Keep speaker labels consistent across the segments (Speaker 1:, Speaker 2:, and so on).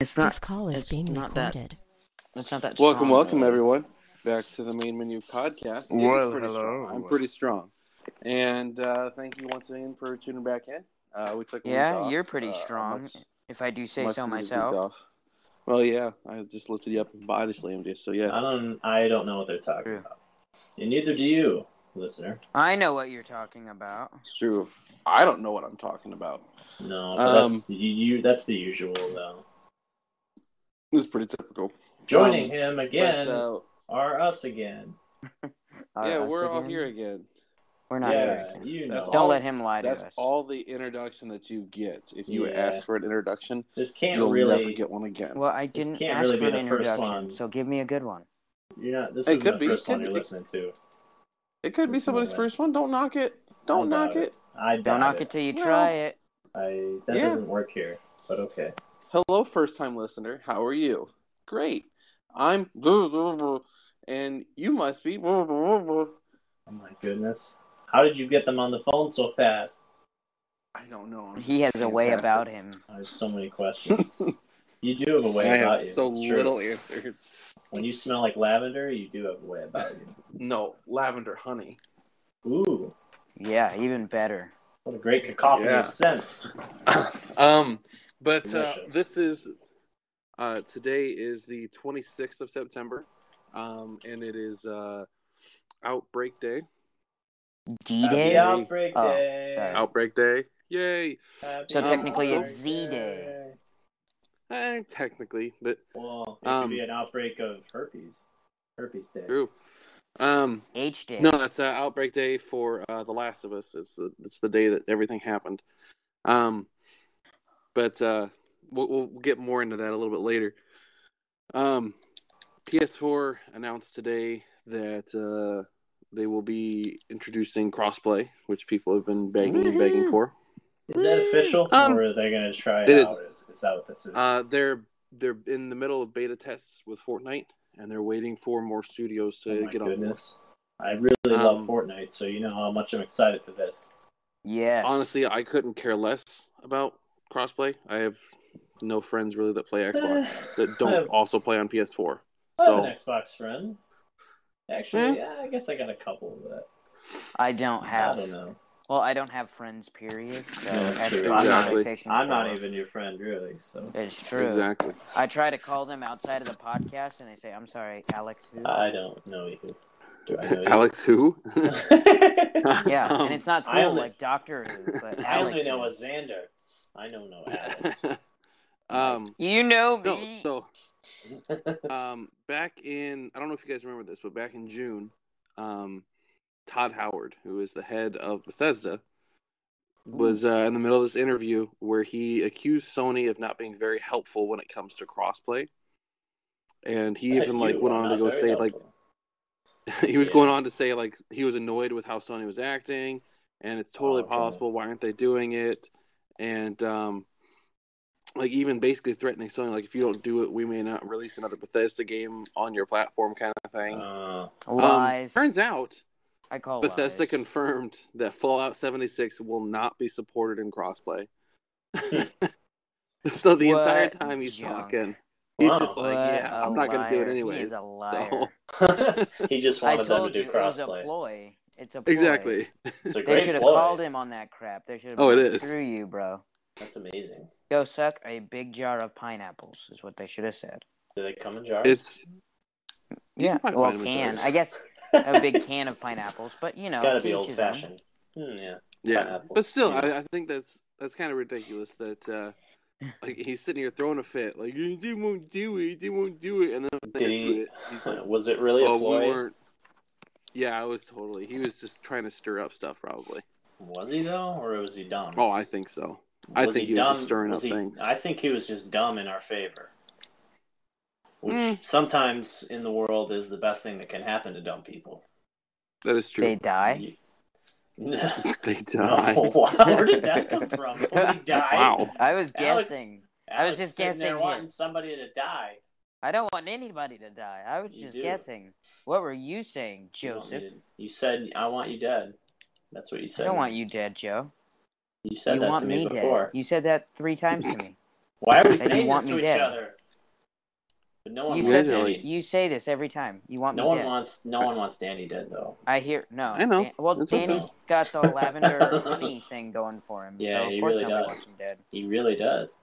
Speaker 1: It's not-
Speaker 2: this call is
Speaker 1: it's
Speaker 2: being
Speaker 1: not that
Speaker 2: recorded.
Speaker 1: It's not that.
Speaker 3: Welcome,
Speaker 1: strong,
Speaker 3: welcome
Speaker 1: though.
Speaker 3: everyone back to the main menu podcast. It is
Speaker 4: Well,
Speaker 3: pretty
Speaker 4: hello.
Speaker 3: strong. I'm pretty strong, and uh, thank you once again for tuning back in. Uh, we took a week
Speaker 2: Oh
Speaker 1: Yeah,
Speaker 3: off,
Speaker 1: you're pretty
Speaker 3: uh,
Speaker 1: strong,
Speaker 3: much-
Speaker 1: If I do say
Speaker 3: much
Speaker 1: so
Speaker 3: needed week
Speaker 1: myself.
Speaker 3: off. Well, yeah, I just lifted you up and body slammed you. So
Speaker 1: Uh.
Speaker 3: yeah,
Speaker 5: I don't. I don't know what they're talking
Speaker 1: True.
Speaker 5: about, and neither do you, listener.
Speaker 1: I know what you're talking about.
Speaker 3: it's true. I don't know what I'm talking about.
Speaker 5: No,
Speaker 3: Um,
Speaker 5: but that's you, you. That's the usual though.
Speaker 3: This is pretty typical. Um,
Speaker 5: Joining him again
Speaker 3: But, uh,
Speaker 5: are us again.
Speaker 1: Uh,
Speaker 3: yeah,
Speaker 1: us
Speaker 3: we're all
Speaker 1: again?
Speaker 3: here again.
Speaker 1: We're not
Speaker 5: Yeah,
Speaker 1: here. again.
Speaker 5: you know.
Speaker 3: That's
Speaker 1: Don't
Speaker 3: all-
Speaker 1: let him lie to
Speaker 3: That's
Speaker 1: us.
Speaker 3: all the introduction that you get. If you
Speaker 5: Yeah.
Speaker 3: ask for an introduction,
Speaker 5: This can't
Speaker 3: you'll never
Speaker 5: really.
Speaker 3: get one again.
Speaker 1: Well, I didn't
Speaker 5: can't
Speaker 1: ask
Speaker 5: really
Speaker 1: for
Speaker 5: be
Speaker 1: an
Speaker 5: the first
Speaker 1: introduction,
Speaker 5: one.
Speaker 1: so give me a good one.
Speaker 5: You're not. This
Speaker 3: It
Speaker 5: isn't
Speaker 3: could
Speaker 5: the
Speaker 3: be,
Speaker 5: first
Speaker 3: could
Speaker 5: one you're
Speaker 3: be.
Speaker 5: listening to.
Speaker 3: it could be
Speaker 5: it's
Speaker 3: somebody's
Speaker 5: not-
Speaker 3: first one. Don't knock it. Don't
Speaker 5: I
Speaker 3: knock
Speaker 5: doubt
Speaker 3: it.
Speaker 5: I
Speaker 1: Don't
Speaker 5: doubt
Speaker 1: knock it
Speaker 5: it.
Speaker 1: till you
Speaker 3: Well-
Speaker 1: try it.
Speaker 5: I that
Speaker 3: Yeah.
Speaker 5: doesn't work here. But okay.
Speaker 3: Hello, first time listener. How are you? Great. I'm and you must be. I
Speaker 5: Oh my goodness. How did you get them on the phone so fast?
Speaker 3: don't know. I'm
Speaker 1: He has a way
Speaker 3: fantastic.
Speaker 1: about him.
Speaker 5: I have so many questions. you do have a way
Speaker 3: I
Speaker 5: about
Speaker 3: have
Speaker 5: you.
Speaker 3: so
Speaker 5: it's true.
Speaker 3: little answers.
Speaker 5: When you smell like lavender, you do have a way about you.
Speaker 3: No, lavender honey.
Speaker 5: Ooh,
Speaker 1: Yeah, even better.
Speaker 5: what a great cacophony
Speaker 3: Yeah.
Speaker 5: of scents.
Speaker 3: um, but uh,
Speaker 5: Delicious.
Speaker 3: this is uh, today is the 26th of September, um, and it is uh, outbreak day.
Speaker 1: D
Speaker 5: Happy
Speaker 1: Day?
Speaker 5: outbreak
Speaker 1: Oh,
Speaker 5: day.
Speaker 1: sorry.
Speaker 3: Outbreak day. Yay!
Speaker 5: Happy
Speaker 1: So
Speaker 3: technically it's
Speaker 5: outbreak
Speaker 1: Z-Day.
Speaker 3: Eh, technically, but
Speaker 5: Well, it
Speaker 3: Um,
Speaker 5: could be an outbreak of herpes. Herpes day.
Speaker 3: true. Um,
Speaker 1: H Day.
Speaker 3: No, that's uh, outbreak day for uh, The Last of Us. It's the it's the day that everything happened. Um, but uh, we'll, we'll get more into that a little bit later. Um, PS4 announced today that uh, they will be introducing crossplay, which people have been begging and begging for.
Speaker 5: Is that official,
Speaker 3: Um,
Speaker 5: or are they going to try it,
Speaker 3: it is.
Speaker 5: out? Is, is that what this is?
Speaker 3: Uh, they're they're in the middle of beta tests with Fortnite, and they're waiting for more studios
Speaker 5: oh
Speaker 3: to
Speaker 5: my
Speaker 3: get on. board.
Speaker 5: goodness. I really love
Speaker 3: Um,
Speaker 5: Fortnite, so you know how much I'm excited for this.
Speaker 1: Yes.
Speaker 3: honestly i couldn't care less about crossplay i have no friends really that play xbox that
Speaker 5: I
Speaker 3: don't
Speaker 5: have-
Speaker 3: also play on ps4
Speaker 5: I have
Speaker 3: so- Hmm?
Speaker 5: an Xbox friend. Actually, yeah, I guess I got a couple, but
Speaker 1: I don't have.
Speaker 5: I don't know.
Speaker 1: Well, I don't have friends, period. So
Speaker 5: Yeah,
Speaker 1: that's
Speaker 5: true.
Speaker 1: why I'm on
Speaker 3: Exactly.
Speaker 1: PlayStation
Speaker 5: I'm not
Speaker 1: 4.
Speaker 5: even your friend, really. So
Speaker 1: It's true.
Speaker 3: exactly
Speaker 1: I try to call them outside of the podcast, and they say, "I'm sorry, Alex." Who?
Speaker 5: I don't know you. Do I know you?
Speaker 3: alex who
Speaker 1: yeah,
Speaker 3: um,
Speaker 1: and it's not cool
Speaker 5: I only-
Speaker 1: like Doctor Who, but
Speaker 5: I
Speaker 1: Alex. Uh,
Speaker 5: only know
Speaker 1: Who.
Speaker 5: a Xander. I know no Alex.
Speaker 3: um
Speaker 1: You know me.
Speaker 3: no so um back in i don't know if you guys remember this but back in june um todd howard who is the head of bethesda was uh, in the middle of this interview where he accused Sony of not being very helpful when it comes to crossplay, and he even like went on to go say like he was
Speaker 5: Yeah.
Speaker 3: going on to say like he was annoyed with how Sony was acting, and it's totally
Speaker 5: Oh, okay.
Speaker 3: possible. Why aren't they doing it? And um, like even basically threatening Sony, like if you don't do it, we may not release another Bethesda game on your platform, kind of thing.
Speaker 5: Uh,
Speaker 3: Um,
Speaker 1: lies.
Speaker 3: turns out
Speaker 1: I call
Speaker 3: Bethesda
Speaker 1: lies.
Speaker 3: confirmed that Fallout 76 will not be supported in crossplay. so the entire
Speaker 1: What
Speaker 3: time he's
Speaker 1: junk.
Speaker 3: talking, he's
Speaker 5: Wow.
Speaker 3: just like,
Speaker 1: What
Speaker 3: "Yeah,
Speaker 1: a
Speaker 3: I'm not gonna do
Speaker 1: liar.
Speaker 3: it anyways."
Speaker 1: He is a
Speaker 3: So-
Speaker 1: liar.
Speaker 5: he just
Speaker 1: I
Speaker 5: wanted them
Speaker 1: told
Speaker 5: to
Speaker 1: you
Speaker 5: do
Speaker 1: it was a
Speaker 5: crossplay.
Speaker 1: ploy. It's a ploy.
Speaker 3: exactly.
Speaker 5: It's a
Speaker 1: They
Speaker 5: great
Speaker 1: should have
Speaker 5: ploy.
Speaker 1: called him on that crap. They should have.
Speaker 3: Oh, it
Speaker 1: been,
Speaker 3: is.
Speaker 1: Screw you, bro.
Speaker 5: That's amazing.
Speaker 1: Go suck a big jar of pineapples is what they should have said.
Speaker 5: Did they come in jars?
Speaker 3: It's
Speaker 1: Yeah,
Speaker 3: probably
Speaker 1: well,
Speaker 3: find them in
Speaker 1: can
Speaker 3: jars.
Speaker 1: I guess a big can of pineapples, but you know,
Speaker 5: gotta
Speaker 1: it
Speaker 5: be
Speaker 1: teaches
Speaker 5: old fashioned. Hmm, yeah.
Speaker 3: yeah,
Speaker 5: Pineapples.
Speaker 3: but still, I, I think that's that's kind of ridiculous that uh, like he's sitting here throwing a fit, like they won't do it, they won't do it, and then when they
Speaker 5: Did he-
Speaker 3: do it, he's like,
Speaker 5: Uh, Was it really
Speaker 3: "Oh,
Speaker 5: a ploy?
Speaker 3: we weren't." Yeah, I was totally. He was just trying to stir up stuff, probably.
Speaker 5: Was he though, or was he dumb?
Speaker 3: Oh, I think so. I
Speaker 5: Was
Speaker 3: think he, was just stirring
Speaker 5: was
Speaker 3: up
Speaker 5: he-
Speaker 3: things.
Speaker 5: I think he was just dumb in our favor, which
Speaker 3: Mm.
Speaker 5: sometimes in the world is the best thing that can happen to dumb people.
Speaker 3: That is true.
Speaker 1: They die.
Speaker 5: You- no,
Speaker 3: They die.
Speaker 5: where did that come from? Somebody died.
Speaker 3: Wow.
Speaker 1: I was
Speaker 5: Alex-
Speaker 1: guessing.
Speaker 5: I
Speaker 1: was just guessing
Speaker 5: There
Speaker 1: here.
Speaker 5: wanting somebody to die.
Speaker 1: I don't want anybody to die. I was
Speaker 5: You
Speaker 1: just
Speaker 5: do.
Speaker 1: guessing. What were you saying,
Speaker 5: You don't
Speaker 1: Joseph?
Speaker 5: need it. You said I want you dead. That's what you
Speaker 1: I
Speaker 5: said.
Speaker 1: don't want you dead, Joe.
Speaker 5: You said
Speaker 1: you
Speaker 5: that
Speaker 1: want
Speaker 5: to me,
Speaker 1: me
Speaker 5: before.
Speaker 1: dead. You said that three times to me.
Speaker 5: Why are we
Speaker 1: That you
Speaker 5: saying
Speaker 1: want
Speaker 5: this
Speaker 1: me
Speaker 5: to each
Speaker 1: dead.
Speaker 5: other? But no one
Speaker 1: You
Speaker 3: Yeah,
Speaker 1: said
Speaker 5: wants
Speaker 3: they're
Speaker 1: this.
Speaker 5: Danny.
Speaker 3: like-
Speaker 1: You say this every time. You want
Speaker 5: no
Speaker 1: me
Speaker 5: one
Speaker 1: dead.
Speaker 5: wants no one wants Danny dead though.
Speaker 1: I hear no.
Speaker 3: I know.
Speaker 1: Dan- well,
Speaker 3: It's okay.
Speaker 1: Danny's got the lavender honey thing going for him.
Speaker 5: Yeah,
Speaker 1: so
Speaker 5: he
Speaker 1: of course
Speaker 5: really
Speaker 1: nobody
Speaker 5: does.
Speaker 1: wants him dead.
Speaker 5: He really does.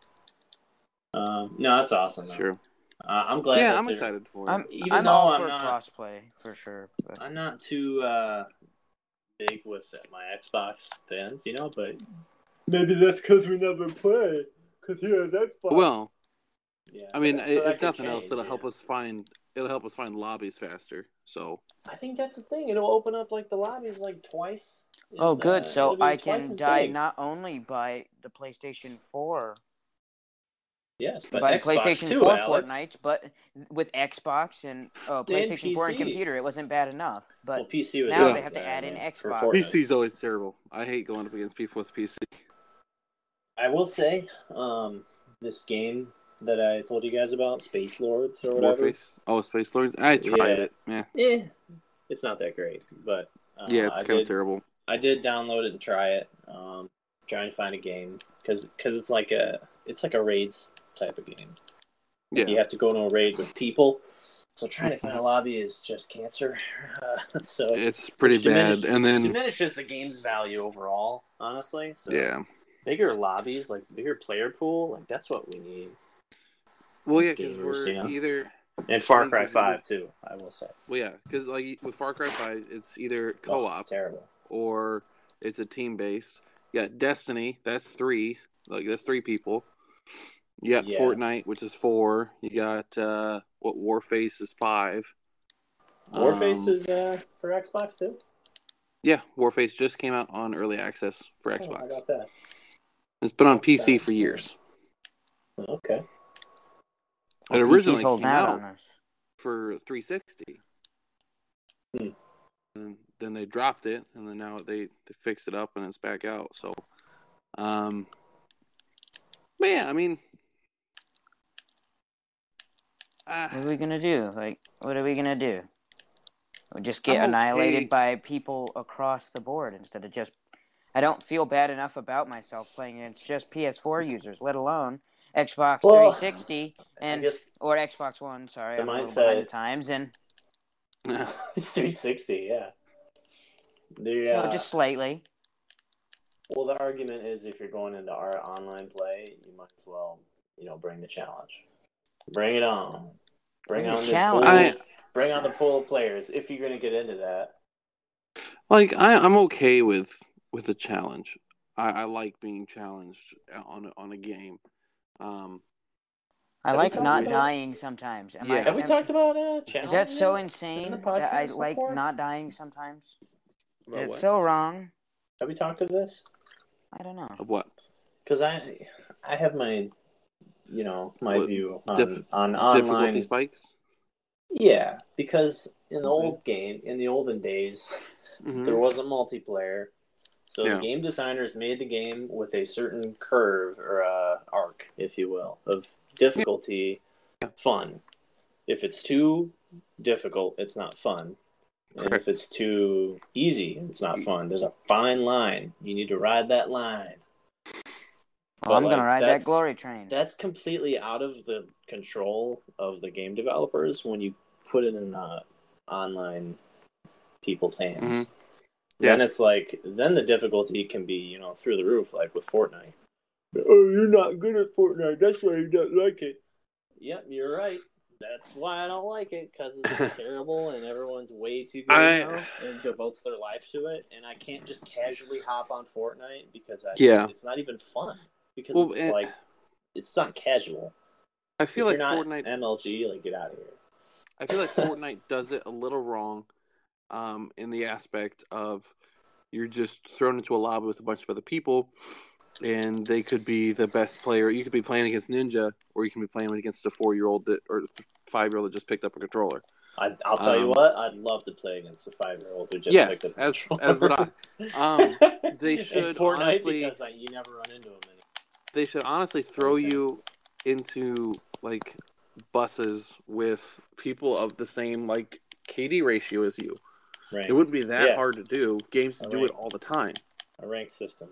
Speaker 5: Um, no, that's awesome.
Speaker 3: That's
Speaker 5: though.
Speaker 3: true.
Speaker 5: Uh, I'm glad.
Speaker 3: Yeah,
Speaker 5: that
Speaker 3: I'm
Speaker 5: they're-
Speaker 3: excited for it.
Speaker 1: I'm,
Speaker 5: Even
Speaker 1: I'm
Speaker 5: though
Speaker 1: all
Speaker 5: I'm
Speaker 1: for
Speaker 5: not-
Speaker 1: crossplay for sure. But
Speaker 5: I'm not too uh, big with my Xbox fans, you know, but maybe that's because we never play. Because he has Xbox.
Speaker 3: well,
Speaker 5: yeah,
Speaker 3: I mean,
Speaker 5: but- so that
Speaker 3: if
Speaker 5: could
Speaker 3: nothing else,
Speaker 5: change,
Speaker 3: it'll
Speaker 5: yeah.
Speaker 3: help us find it'll help us find lobbies faster. So
Speaker 5: I think that's the thing. It'll open up like the lobbies like twice. It's,
Speaker 1: oh, good.
Speaker 5: uh, it'll
Speaker 1: So
Speaker 5: be
Speaker 1: I
Speaker 5: twice
Speaker 1: can
Speaker 5: as
Speaker 1: die
Speaker 5: big.
Speaker 1: not only by the PlayStation Four,
Speaker 5: Yes, but
Speaker 1: by
Speaker 5: Xbox
Speaker 1: PlayStation
Speaker 5: too,
Speaker 1: Four
Speaker 5: Alex.
Speaker 1: Fortnites, but with Xbox and uh, PlayStation Four and
Speaker 5: PC.
Speaker 1: computer, it wasn't bad enough. But
Speaker 5: well, PC was
Speaker 1: now
Speaker 5: out
Speaker 1: they have to
Speaker 5: there,
Speaker 1: add
Speaker 5: I
Speaker 1: in
Speaker 5: mean, for
Speaker 1: Xbox.
Speaker 5: Fortnite.
Speaker 3: PC's always terrible. I hate going up against people with PC.
Speaker 5: I will say, um, this game that I told you guys about, Space Lords or whatever.
Speaker 3: Warface. Oh, Space Lords. I tried
Speaker 5: Yeah.
Speaker 3: it. Yeah,
Speaker 5: Eh, it's not that great, but uh,
Speaker 3: yeah, it's
Speaker 5: I
Speaker 3: kind
Speaker 5: did
Speaker 3: of terrible.
Speaker 5: I did download it and try it. Um, trying to find a game because it's like a it's like a raids type of game.
Speaker 3: Yeah.
Speaker 5: You have to go into a raid with people. So trying to find a lobby is just cancer. Uh, so it
Speaker 3: It's pretty
Speaker 5: Which diminished-
Speaker 3: bad. And then
Speaker 5: diminishes the game's value overall. Honestly, so
Speaker 3: yeah,
Speaker 5: bigger lobbies, like bigger player pool, like that's what we need.
Speaker 3: well,
Speaker 5: These
Speaker 3: yeah, because
Speaker 5: gamers,
Speaker 3: we're
Speaker 5: yeah.
Speaker 3: either
Speaker 5: And Far
Speaker 3: Think
Speaker 5: Cry
Speaker 3: this is good.
Speaker 5: Five too. I will say,
Speaker 3: well, yeah, because like e, with Far Cry Five, it's either
Speaker 5: Oh,
Speaker 3: co-op
Speaker 5: it's terrible.
Speaker 3: or it's a team based. Yeah, Destiny. That's three. Like that's three people. You got
Speaker 5: Yeah.
Speaker 3: Fortnite, which is four. You got uh what Warface is five.
Speaker 5: Warface
Speaker 3: Um,
Speaker 5: is uh, for Xbox too.
Speaker 3: yeah. Warface just came out on early access for
Speaker 5: Oh, how
Speaker 3: Xbox.
Speaker 5: about that?
Speaker 3: it's been on
Speaker 5: that.
Speaker 3: PC for years.
Speaker 5: Okay.
Speaker 3: It
Speaker 1: PC's
Speaker 3: originally
Speaker 1: holding
Speaker 3: came
Speaker 1: out
Speaker 3: out
Speaker 1: on us.
Speaker 3: for 360.
Speaker 5: Hmm.
Speaker 3: And then they dropped it, and then now they, they fixed it up, and it's back out. So, um, but yeah, I mean,
Speaker 1: What
Speaker 3: uh,
Speaker 1: are we gonna do? Like, what are we gonna do? We Just get
Speaker 3: I'm okay.
Speaker 1: annihilated by people across the board instead of just. I don't feel bad enough about myself playing against just PS4 users, let alone Xbox
Speaker 5: Well,
Speaker 1: 360
Speaker 5: I
Speaker 1: and
Speaker 5: guess
Speaker 1: or Xbox One. Sorry,
Speaker 5: the
Speaker 1: I'm a little
Speaker 5: mindset-
Speaker 1: behind the times, and
Speaker 5: Three sixty, yeah. The
Speaker 1: well,
Speaker 5: uh,
Speaker 1: just slightly.
Speaker 5: well, the argument is if you're going into our online play, you might as well, you know, bring the challenge. Bring it on.
Speaker 1: Bring
Speaker 5: Bring,
Speaker 1: the
Speaker 5: on the
Speaker 1: challenge.
Speaker 5: challenge. bring on the pool of players if you're going to get into that.
Speaker 3: like I, I'm okay with with the challenge. I, I like being challenged on on a game. Um,
Speaker 1: I
Speaker 5: Have we
Speaker 1: like
Speaker 5: talked
Speaker 1: not
Speaker 5: about-
Speaker 1: dying sometimes. Am I,
Speaker 3: Yeah.
Speaker 5: Have we
Speaker 1: am-
Speaker 5: talked about uh, challenge?
Speaker 1: Is that so
Speaker 5: yet?
Speaker 1: insane
Speaker 5: the
Speaker 1: that I
Speaker 5: podcast
Speaker 1: like
Speaker 5: before?
Speaker 1: not dying sometimes?
Speaker 3: About
Speaker 1: it's
Speaker 3: what?
Speaker 1: so wrong.
Speaker 5: Have we talked of this?
Speaker 1: I don't know.
Speaker 3: of what
Speaker 5: Because I, I have my, you know, my
Speaker 3: What?
Speaker 5: view on
Speaker 3: Dif-
Speaker 5: on online
Speaker 3: difficulty spikes?
Speaker 5: Yeah, because in the old game, in the olden days,
Speaker 3: Mhm.
Speaker 5: there wasn't multiplayer. So
Speaker 3: Yeah.
Speaker 5: the game designers made the game with a certain curve or uh, arc, if you will, of difficulty, fun. If it's too difficult, it's not fun. And
Speaker 3: Correct. Mm.
Speaker 5: if it's too easy, it's not fun. There's a fine line. You need to ride that line.
Speaker 1: Well, I'm
Speaker 5: But,
Speaker 1: gonna
Speaker 5: like,
Speaker 1: ride that
Speaker 5: that's-
Speaker 1: glory train.
Speaker 5: That's completely out of the control of the game developers when you put it in uh, online people's hands.
Speaker 3: Mhm. Yeah.
Speaker 5: Then it's like then the difficulty can be you know through the roof, like with Fortnite. Oh, you're not good at Fortnite. That's why you don't like it. Yep, you're right. That's why I don't like it because it's terrible and everyone's way too good
Speaker 3: I-
Speaker 5: now and devotes their life to it. And I can't just casually hop on Fortnite because I,
Speaker 3: Yeah.
Speaker 5: it's not even fun because
Speaker 3: Well,
Speaker 5: it's
Speaker 3: and-
Speaker 5: like it's not casual.
Speaker 3: I
Speaker 5: If
Speaker 3: feel like
Speaker 5: you're not
Speaker 3: Fortnite
Speaker 5: MLG, like get out of here.
Speaker 3: I feel like Fortnite does it a little wrong um, in the aspect of you're just thrown into a lobby with a bunch of other people, and they could be the best player. You could be playing against Ninja, or you can be playing against a four year old that or five year old that just picked up a controller.
Speaker 5: I, I'll tell you
Speaker 3: Um,
Speaker 5: what, I'd love to play against a five-year-old who just
Speaker 3: yes,
Speaker 5: picked up.
Speaker 3: as as would I. Um, they
Speaker 5: In
Speaker 3: should
Speaker 5: Fortnite
Speaker 3: honestly-
Speaker 5: because like, you never run into them. Anymore.
Speaker 3: They should honestly throw
Speaker 5: Understand.
Speaker 3: you into like buses with people of the same like KD ratio as you.
Speaker 5: Right,
Speaker 3: It wouldn't be that
Speaker 5: Yeah.
Speaker 3: hard to do. Games do
Speaker 5: Right.
Speaker 3: it all the time.
Speaker 5: a rank system.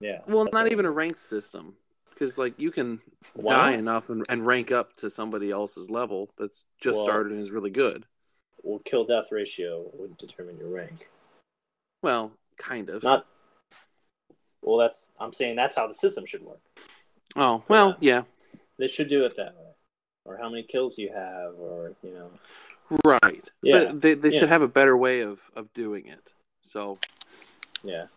Speaker 5: Yeah.
Speaker 3: Well,
Speaker 5: that's
Speaker 3: not
Speaker 5: what-
Speaker 3: even a ranked system because like you can
Speaker 5: Why?
Speaker 3: die enough and, and rank up to somebody else's level that's just
Speaker 5: Well-
Speaker 3: started and is really good.
Speaker 5: Well, kill death ratio would determine your rank.
Speaker 3: Well, kind of.
Speaker 5: Not. Well, that's. I'm saying that's how the system should work.
Speaker 3: oh, well, yeah,
Speaker 5: They should do it that way. Or how many kills you have, or, you know.
Speaker 3: right.
Speaker 5: Yeah,
Speaker 3: But they they
Speaker 5: yeah.
Speaker 3: should have a better way of of doing it. So,
Speaker 5: Yeah.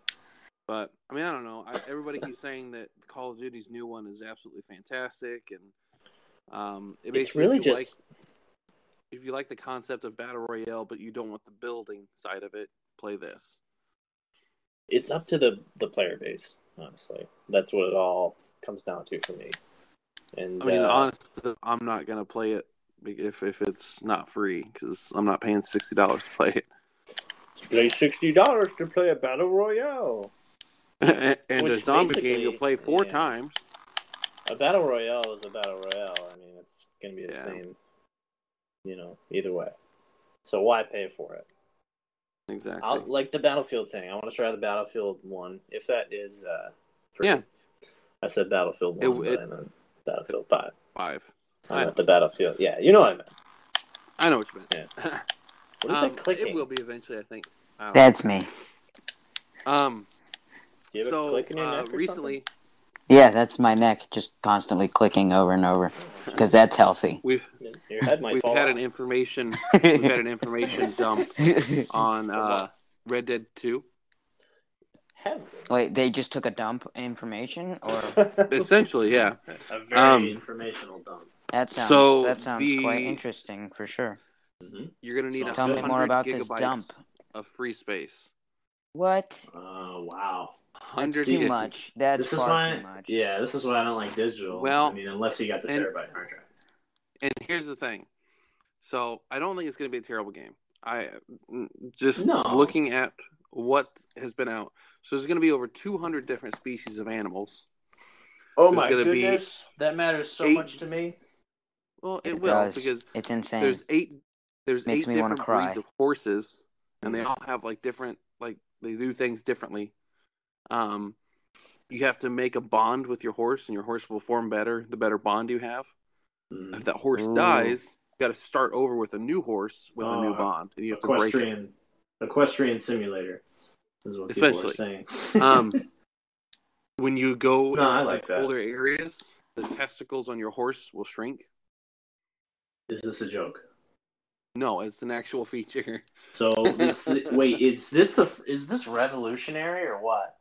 Speaker 3: but I mean, I don't know. I, everybody keeps saying that Call of Duty's new one is absolutely fantastic, and um, it
Speaker 5: It's
Speaker 3: basically
Speaker 5: really
Speaker 3: if you like-
Speaker 5: just.
Speaker 3: if you like the concept of battle royale, but you don't want the building side of it, play this.
Speaker 5: it's up to the the player base honestly that's what it all comes down to for me and
Speaker 3: I mean,
Speaker 5: uh,
Speaker 3: honestly, I'm not gonna play it if if it's not free because I'm not paying sixty dollars to play
Speaker 5: pay $60 to play a battle royale
Speaker 3: it. and a
Speaker 5: Which
Speaker 3: zombie game
Speaker 5: basically-
Speaker 3: you'll play four
Speaker 5: yeah.
Speaker 3: times.
Speaker 5: a battle royale is a battle royale i mean it's gonna be the
Speaker 3: Yeah.
Speaker 5: same you know either way so why pay for it
Speaker 3: Exactly.
Speaker 5: I'll, like the battlefield thing i want to try the battlefield one if that is uh free.
Speaker 3: Yeah.
Speaker 5: i said battlefield
Speaker 3: It-
Speaker 5: one but
Speaker 3: it-
Speaker 5: i meant battlefield five
Speaker 3: Five.
Speaker 5: i
Speaker 3: I,
Speaker 5: meant the battlefield yeah you know what i meant
Speaker 3: I know what you meant.
Speaker 5: what is
Speaker 3: Um,
Speaker 5: that clicking
Speaker 3: It will be eventually, I think. Ow.
Speaker 1: That's me.
Speaker 3: um.
Speaker 5: Do you have
Speaker 3: so
Speaker 5: a click in your
Speaker 3: uh,
Speaker 5: neck or
Speaker 3: recently,
Speaker 1: Yeah, that's my neck just constantly clicking over and over because that's healthy.
Speaker 3: we've
Speaker 5: something? your head might
Speaker 3: we've
Speaker 5: fall
Speaker 3: had
Speaker 5: off.
Speaker 3: an information we've had an information dump on uh, Red Dead Two.
Speaker 5: Have
Speaker 1: Wait, they just took a dump information, or
Speaker 5: we?
Speaker 3: Essentially, yeah.
Speaker 5: a very
Speaker 3: Um,
Speaker 5: informational dump.
Speaker 1: that sounds
Speaker 3: So,
Speaker 1: that sounds
Speaker 3: the-
Speaker 1: quite interesting for sure.
Speaker 5: Mm-hmm.
Speaker 3: You're gonna need
Speaker 5: So-
Speaker 3: a
Speaker 1: Tell me
Speaker 3: hundred
Speaker 1: more about this
Speaker 3: gigabytes
Speaker 1: dump.
Speaker 3: of free space.
Speaker 1: What?
Speaker 5: Oh wow!
Speaker 1: That's
Speaker 3: Hundred
Speaker 1: too
Speaker 3: gig-
Speaker 1: much. That's
Speaker 5: This is
Speaker 1: far
Speaker 5: why,
Speaker 1: too much.
Speaker 5: yeah, this is why I don't like digital.
Speaker 3: Well,
Speaker 5: I mean, unless you got the
Speaker 3: and-
Speaker 5: terabyte hard drive.
Speaker 3: And here's the thing. So I don't think it's gonna be a terrible game. I just
Speaker 5: No.
Speaker 3: looking at what has been out. So there's gonna be over 200 different species of animals.
Speaker 5: Oh
Speaker 3: There's my gonna be goodness,
Speaker 5: that matters so
Speaker 3: eight- much
Speaker 5: to me.
Speaker 3: Well, it,
Speaker 1: It
Speaker 3: will
Speaker 1: does.
Speaker 3: because
Speaker 1: it's insane.
Speaker 3: there's eight there's
Speaker 1: Makes
Speaker 3: eight
Speaker 1: me wanna
Speaker 3: different
Speaker 1: cry.
Speaker 3: breeds of horses, and they all have like different like they do things differently. Um, you have to make a bond with your horse, and your horse will form better the better bond you have.
Speaker 5: Mm-hmm.
Speaker 3: If that horse
Speaker 1: Ooh.
Speaker 3: dies, you got to start over with a new horse with a new
Speaker 5: Oh,
Speaker 3: bond, and you have to break it.
Speaker 5: Equestrian, equestrian simulator is what people are saying.
Speaker 3: Um, When you go
Speaker 5: No, I
Speaker 3: into
Speaker 5: like that.
Speaker 3: colder areas, the testicles on your horse will shrink.
Speaker 5: is this a joke?
Speaker 3: No, it's an actual feature.
Speaker 5: So it's the, wait, is this the is this revolutionary or what?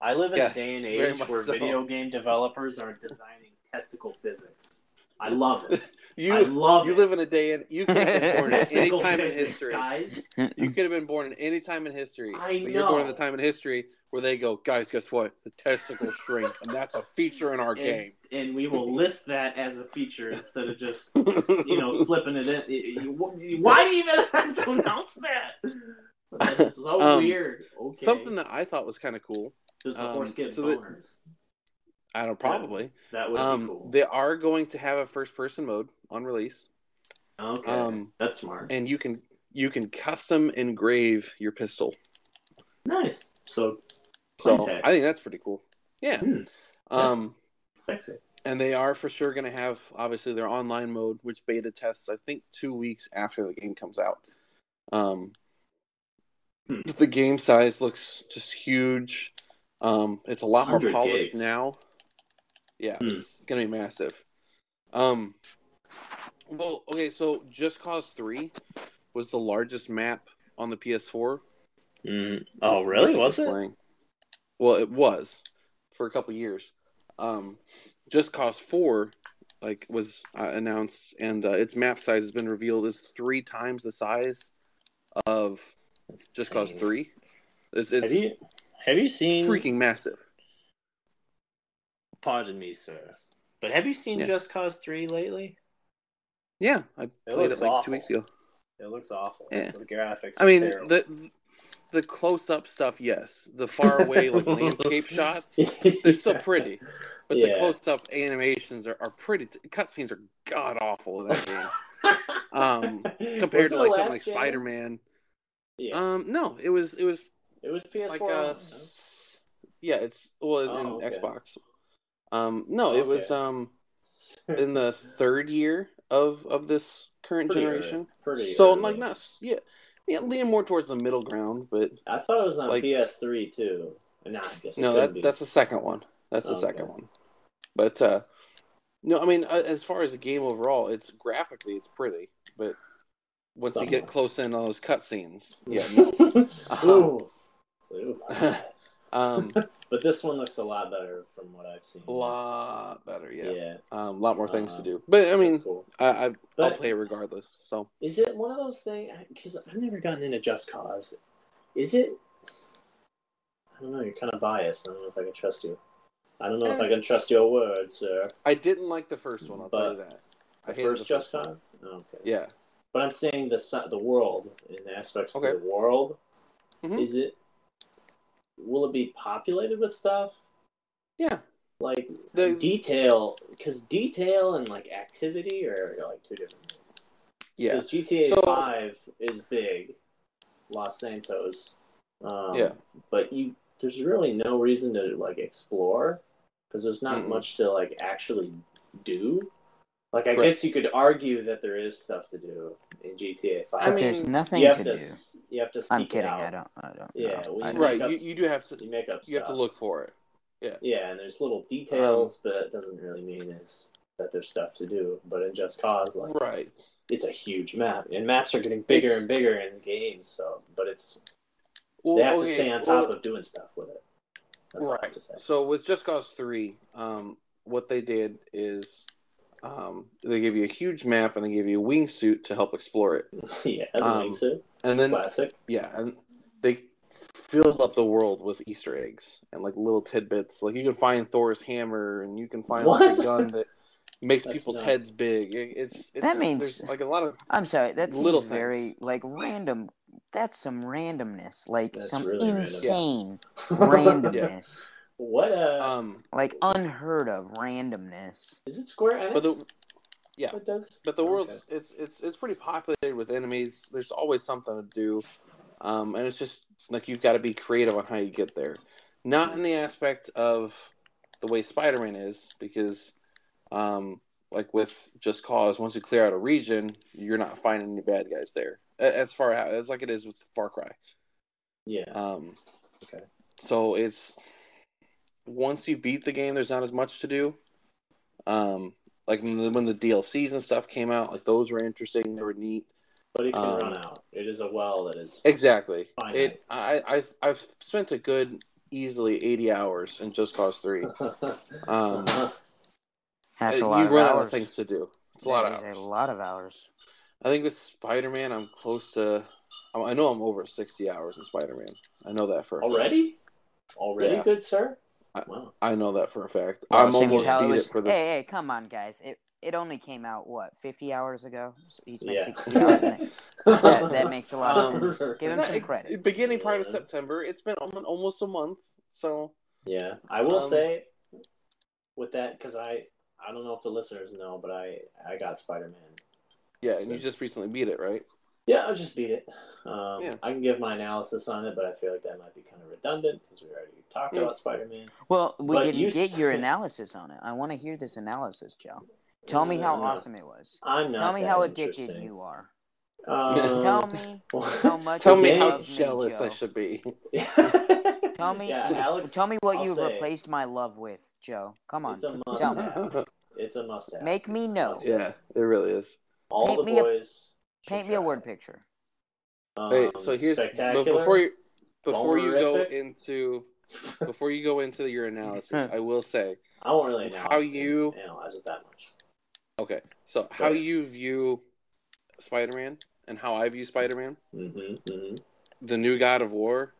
Speaker 5: I live in
Speaker 3: Yes,
Speaker 5: a day and
Speaker 3: very
Speaker 5: age
Speaker 3: much
Speaker 5: where
Speaker 3: so.
Speaker 5: video game developers are designing testicle physics. I love it.
Speaker 3: You
Speaker 5: I love
Speaker 3: you
Speaker 5: it.
Speaker 3: live in a day and you could have been born at any
Speaker 5: Testicle
Speaker 3: time in
Speaker 5: physics,
Speaker 3: history.
Speaker 5: guys.
Speaker 3: You could have been born at any time in history.
Speaker 5: I
Speaker 3: But you're born in
Speaker 5: know.
Speaker 3: the time in history where they go, guys, guess what? The testicles shrink, and that's a feature in our
Speaker 5: Yeah.
Speaker 3: game.
Speaker 5: And we will list that as a feature instead of just you know slipping it in. You- you- Why do you even have to announce that? That's so
Speaker 3: Um,
Speaker 5: weird. Okay.
Speaker 3: Something that I thought was kind of cool.
Speaker 5: does the
Speaker 3: um,
Speaker 5: horse get
Speaker 3: so that-
Speaker 5: boners?
Speaker 3: I don't probably.
Speaker 5: That would be
Speaker 3: Um,
Speaker 5: cool.
Speaker 3: they are going to have a first person mode on release,
Speaker 5: okay,
Speaker 3: um,
Speaker 5: that's smart.
Speaker 3: and you can you can custom engrave your pistol.
Speaker 5: Nice. So
Speaker 3: So
Speaker 5: Contact.
Speaker 3: I think that's pretty cool. Yeah.
Speaker 5: Hmm.
Speaker 3: Um,
Speaker 5: sexy.
Speaker 3: and they are for sure going to have obviously their online mode, which beta tests I think two weeks after the game comes out. Um,
Speaker 5: Hmm.
Speaker 3: The game size looks just huge. Um, it's a lot more
Speaker 5: 100
Speaker 3: polished
Speaker 5: gigs.
Speaker 3: now. Yeah,
Speaker 5: Hmm.
Speaker 3: it's gonna be massive. Um, well, okay, so Just Cause Three was the largest map on the PS4.
Speaker 5: Oh, really?
Speaker 3: Just
Speaker 5: Was it?
Speaker 3: playing. Well, it was for a couple years. Um, Just Cause Four, like, was uh, announced, and uh, its map size has been revealed is three times the size of Just Cause Three. It's,
Speaker 5: Have
Speaker 3: it's
Speaker 5: you have you seen?
Speaker 3: freaking massive.
Speaker 5: Pardon me, sir, but have you seen
Speaker 3: Yeah.
Speaker 5: Just Cause Three lately?
Speaker 3: Yeah, I played
Speaker 5: looks
Speaker 3: it like
Speaker 5: awful.
Speaker 3: two weeks ago.
Speaker 5: It looks awful.
Speaker 3: Yeah.
Speaker 5: The graphics.
Speaker 3: I
Speaker 5: are
Speaker 3: mean,
Speaker 5: terrible.
Speaker 3: the the close up stuff, yes. The far away like landscape shots, they're still pretty. But the
Speaker 5: Yeah.
Speaker 3: close up animations are, are pretty. T- cutscenes are god awful in that game. um, compared
Speaker 5: Was
Speaker 3: to
Speaker 5: it
Speaker 3: like
Speaker 5: the
Speaker 3: something
Speaker 5: last
Speaker 3: like
Speaker 5: game?
Speaker 3: Spider Man.
Speaker 5: Yeah.
Speaker 3: Um, no, it was it was
Speaker 5: It was PS4.
Speaker 3: like uh,
Speaker 5: only,
Speaker 3: yeah, it's well
Speaker 5: Oh,
Speaker 3: in
Speaker 5: okay.
Speaker 3: Xbox. Um, no, it was
Speaker 5: Okay.
Speaker 3: um in the third year of of this current
Speaker 5: Pretty
Speaker 3: generation.
Speaker 5: early- pretty
Speaker 3: so I'm
Speaker 5: early.
Speaker 3: like, no, s- yeah, yeah, leaning more towards the middle ground, but
Speaker 5: I thought it was on
Speaker 3: like-
Speaker 5: PS3 too. Nah, I guess it
Speaker 3: no,
Speaker 5: couldn't
Speaker 3: that
Speaker 5: be.
Speaker 3: that's the second one. That's the
Speaker 5: Okay.
Speaker 3: second one. But uh no, I mean, uh, as far as the game overall, it's graphically it's pretty, but once you get close in on those cutscenes, yeah, no. Uh-huh.
Speaker 5: Ooh. So-
Speaker 3: um,
Speaker 5: but this one looks a lot better from what I've seen.
Speaker 3: a lot better, yeah,
Speaker 5: yeah.
Speaker 3: um, a lot more things
Speaker 5: Uh,
Speaker 3: to do. But I mean,
Speaker 5: that's cool.
Speaker 3: I, I I'll
Speaker 5: But-
Speaker 3: play it regardless. So
Speaker 5: Is it one of those things? Because I've never gotten into Just Cause. Is it? I don't know. You're kind of biased. I don't know if I can trust you. I don't know
Speaker 3: Um,
Speaker 5: if I can trust your word, sir.
Speaker 3: I didn't like the first one. I'll tell you that. I
Speaker 5: The
Speaker 3: hated
Speaker 5: first
Speaker 3: the
Speaker 5: Just
Speaker 3: first
Speaker 5: Cause. Oh,
Speaker 3: one.
Speaker 5: Okay.
Speaker 3: Yeah.
Speaker 5: But I'm saying the si- the world and the aspects
Speaker 3: Okay.
Speaker 5: of the world.
Speaker 3: Mhm.
Speaker 5: Is it? Will it be populated with stuff
Speaker 3: Yeah.
Speaker 5: like
Speaker 3: The-
Speaker 5: detail? Because detail and like activity are like two different things.
Speaker 3: Yeah.
Speaker 5: Because GTA
Speaker 3: So-
Speaker 5: Five is big, Los Santos. Um,
Speaker 3: Yeah.
Speaker 5: But you, there's really no reason to like explore because there's not
Speaker 3: Mm-mm.
Speaker 5: much to like actually do. Like I
Speaker 3: Correct.
Speaker 5: guess you could argue that there is stuff to do in GTA Five.
Speaker 1: But
Speaker 3: I mean,
Speaker 1: there's nothing
Speaker 5: you have
Speaker 1: to
Speaker 5: to,
Speaker 1: do.
Speaker 5: s- you have to. Seek
Speaker 1: I'm
Speaker 5: it
Speaker 1: kidding.
Speaker 5: out.
Speaker 1: I don't. I don't.
Speaker 5: Yeah,
Speaker 1: know.
Speaker 5: we-
Speaker 1: I don't-
Speaker 5: Right.
Speaker 3: Right. You, you do have to
Speaker 5: You make up.
Speaker 3: you have to
Speaker 5: stuff.
Speaker 3: look Um, for it.
Speaker 5: Yeah, and there's little details, but it doesn't really mean it's that there's stuff to do. But in Just Cause, like
Speaker 3: Right.
Speaker 5: it's a huge map, and maps are getting bigger
Speaker 3: It's-
Speaker 5: and bigger in games. So, but it's
Speaker 3: Well,
Speaker 5: they have to
Speaker 3: okay,
Speaker 5: stay on top
Speaker 3: well,
Speaker 5: of doing stuff with it. That's all I have
Speaker 3: right.
Speaker 5: to say.
Speaker 3: So with Just Cause Three, um, what they did is um, they give you a huge map and they give you a wingsuit to help explore it,
Speaker 5: yeah, that
Speaker 3: Um,
Speaker 5: makes it
Speaker 3: and then
Speaker 5: classic.
Speaker 3: yeah, and they filled up the world with Easter eggs and like little tidbits. Like you can find Thor's hammer and you can find like, a
Speaker 5: What?
Speaker 3: gun that makes
Speaker 5: That's
Speaker 3: people's
Speaker 5: nuts.
Speaker 3: heads big. It, it's, it's
Speaker 1: That means-
Speaker 3: there's, like a lot of
Speaker 1: I'm sorry. That seems
Speaker 3: Little
Speaker 1: very
Speaker 3: things.
Speaker 1: like random. That's some randomness. Like
Speaker 5: That's
Speaker 1: some
Speaker 5: really random.
Speaker 1: insane
Speaker 3: Yeah.
Speaker 1: randomness.
Speaker 5: What uh,
Speaker 3: um,
Speaker 1: Like unheard of randomness.
Speaker 5: is it Square Enix?
Speaker 3: but the yeah.
Speaker 5: that does?
Speaker 3: But the
Speaker 5: Okay.
Speaker 3: world's it's it's it's pretty populated with enemies. There's always something to do, um, and it's just like you've got to be creative on how you get there. Not in the aspect of the way Spider-Man is, because um, like with Just Cause, once you clear out a region, you're not finding any bad guys there. A- As far out as like it is with Far Cry.
Speaker 5: Yeah,
Speaker 3: Um,
Speaker 5: Okay.
Speaker 3: So it's once you beat the game, there's not as much to do. Um, like when the, when the DLCs and stuff came out, like those were interesting. They were neat.
Speaker 5: but it can
Speaker 3: um,
Speaker 5: run out. It is a well that is.
Speaker 3: Exactly.
Speaker 5: Finite.
Speaker 3: It. I. I've. I've spent a good easily 80 hours in Just Cause Three. Um,
Speaker 1: That's a
Speaker 3: you
Speaker 1: lot
Speaker 3: run
Speaker 1: of
Speaker 3: out
Speaker 1: hours.
Speaker 3: of things to do. It's a lot of
Speaker 1: That is
Speaker 3: hours.
Speaker 1: a lot of hours.
Speaker 3: I think with Spider Man, I'm close to. I I know I'm over 60 hours in Spider Man. I know that
Speaker 1: Oh.
Speaker 3: for a fact.
Speaker 5: already, already
Speaker 3: Yeah. Uh,
Speaker 5: good sir.
Speaker 3: I-
Speaker 5: wow.
Speaker 3: I know that for a fact.
Speaker 1: Well,
Speaker 3: I'm
Speaker 1: so you
Speaker 3: almost
Speaker 1: tell
Speaker 3: beat
Speaker 1: us-
Speaker 3: it for this.
Speaker 1: Hey, hey, come on, guys! It it only came out what 50 hours ago. So he spent
Speaker 5: Yeah.
Speaker 1: 60 hours in it. That, that makes a lot
Speaker 3: Um,
Speaker 1: of sense. Give him
Speaker 3: No,
Speaker 1: some
Speaker 3: it-
Speaker 1: credit.
Speaker 3: it- beginning part of
Speaker 5: Yeah.
Speaker 3: September. It's been almo- almost a month. So
Speaker 5: Yeah, I will
Speaker 3: Um,
Speaker 5: say with that because I I don't know if the listeners know, but I I got Spider Man.
Speaker 3: yeah, and you just recently beat it, right?
Speaker 5: Yeah, I'll just beat it. Um,
Speaker 3: Yeah.
Speaker 5: I can give my analysis on it, but I feel like that might be kind of redundant because we already talked
Speaker 3: Yeah.
Speaker 5: about Spider Man.
Speaker 1: Well, we
Speaker 5: But
Speaker 1: didn't
Speaker 5: you
Speaker 1: get your
Speaker 5: said-
Speaker 1: analysis on it. I want to hear this analysis, Joe. Tell me how awesome it was.
Speaker 5: Uh, I'm not.
Speaker 1: Tell me
Speaker 5: that
Speaker 1: how addicted
Speaker 5: interesting.
Speaker 1: you are.
Speaker 5: Um,
Speaker 1: Tell me how much.
Speaker 3: Tell
Speaker 1: you
Speaker 3: me
Speaker 5: did.
Speaker 3: how
Speaker 1: love
Speaker 3: jealous
Speaker 1: Joe.
Speaker 3: I should be.
Speaker 1: Tell me.
Speaker 5: Yeah, Alex.
Speaker 1: Tell me what
Speaker 5: I'll
Speaker 1: you
Speaker 5: say-
Speaker 1: replaced my love with, Joe. Come on.
Speaker 5: It's a must
Speaker 1: Tell me.
Speaker 5: have. It's a must have.
Speaker 1: Make me know.
Speaker 3: yeah, it really is.
Speaker 5: All
Speaker 1: paint
Speaker 5: the
Speaker 1: me a-
Speaker 5: boys. should
Speaker 1: Paint me a
Speaker 5: try.
Speaker 1: word picture.
Speaker 5: Um,
Speaker 3: Hey, so here's but
Speaker 5: spectacular.
Speaker 3: before you before you go
Speaker 5: Bomberific.
Speaker 3: into before you go into your analysis, I will say
Speaker 5: I won't really know
Speaker 3: how you-
Speaker 5: analyze it that much.
Speaker 3: okay. So how
Speaker 5: ahead.
Speaker 3: you view Spider-Man and how I view Spider-Man,
Speaker 5: Mm-hmm, mm-hmm.
Speaker 3: the new God of War,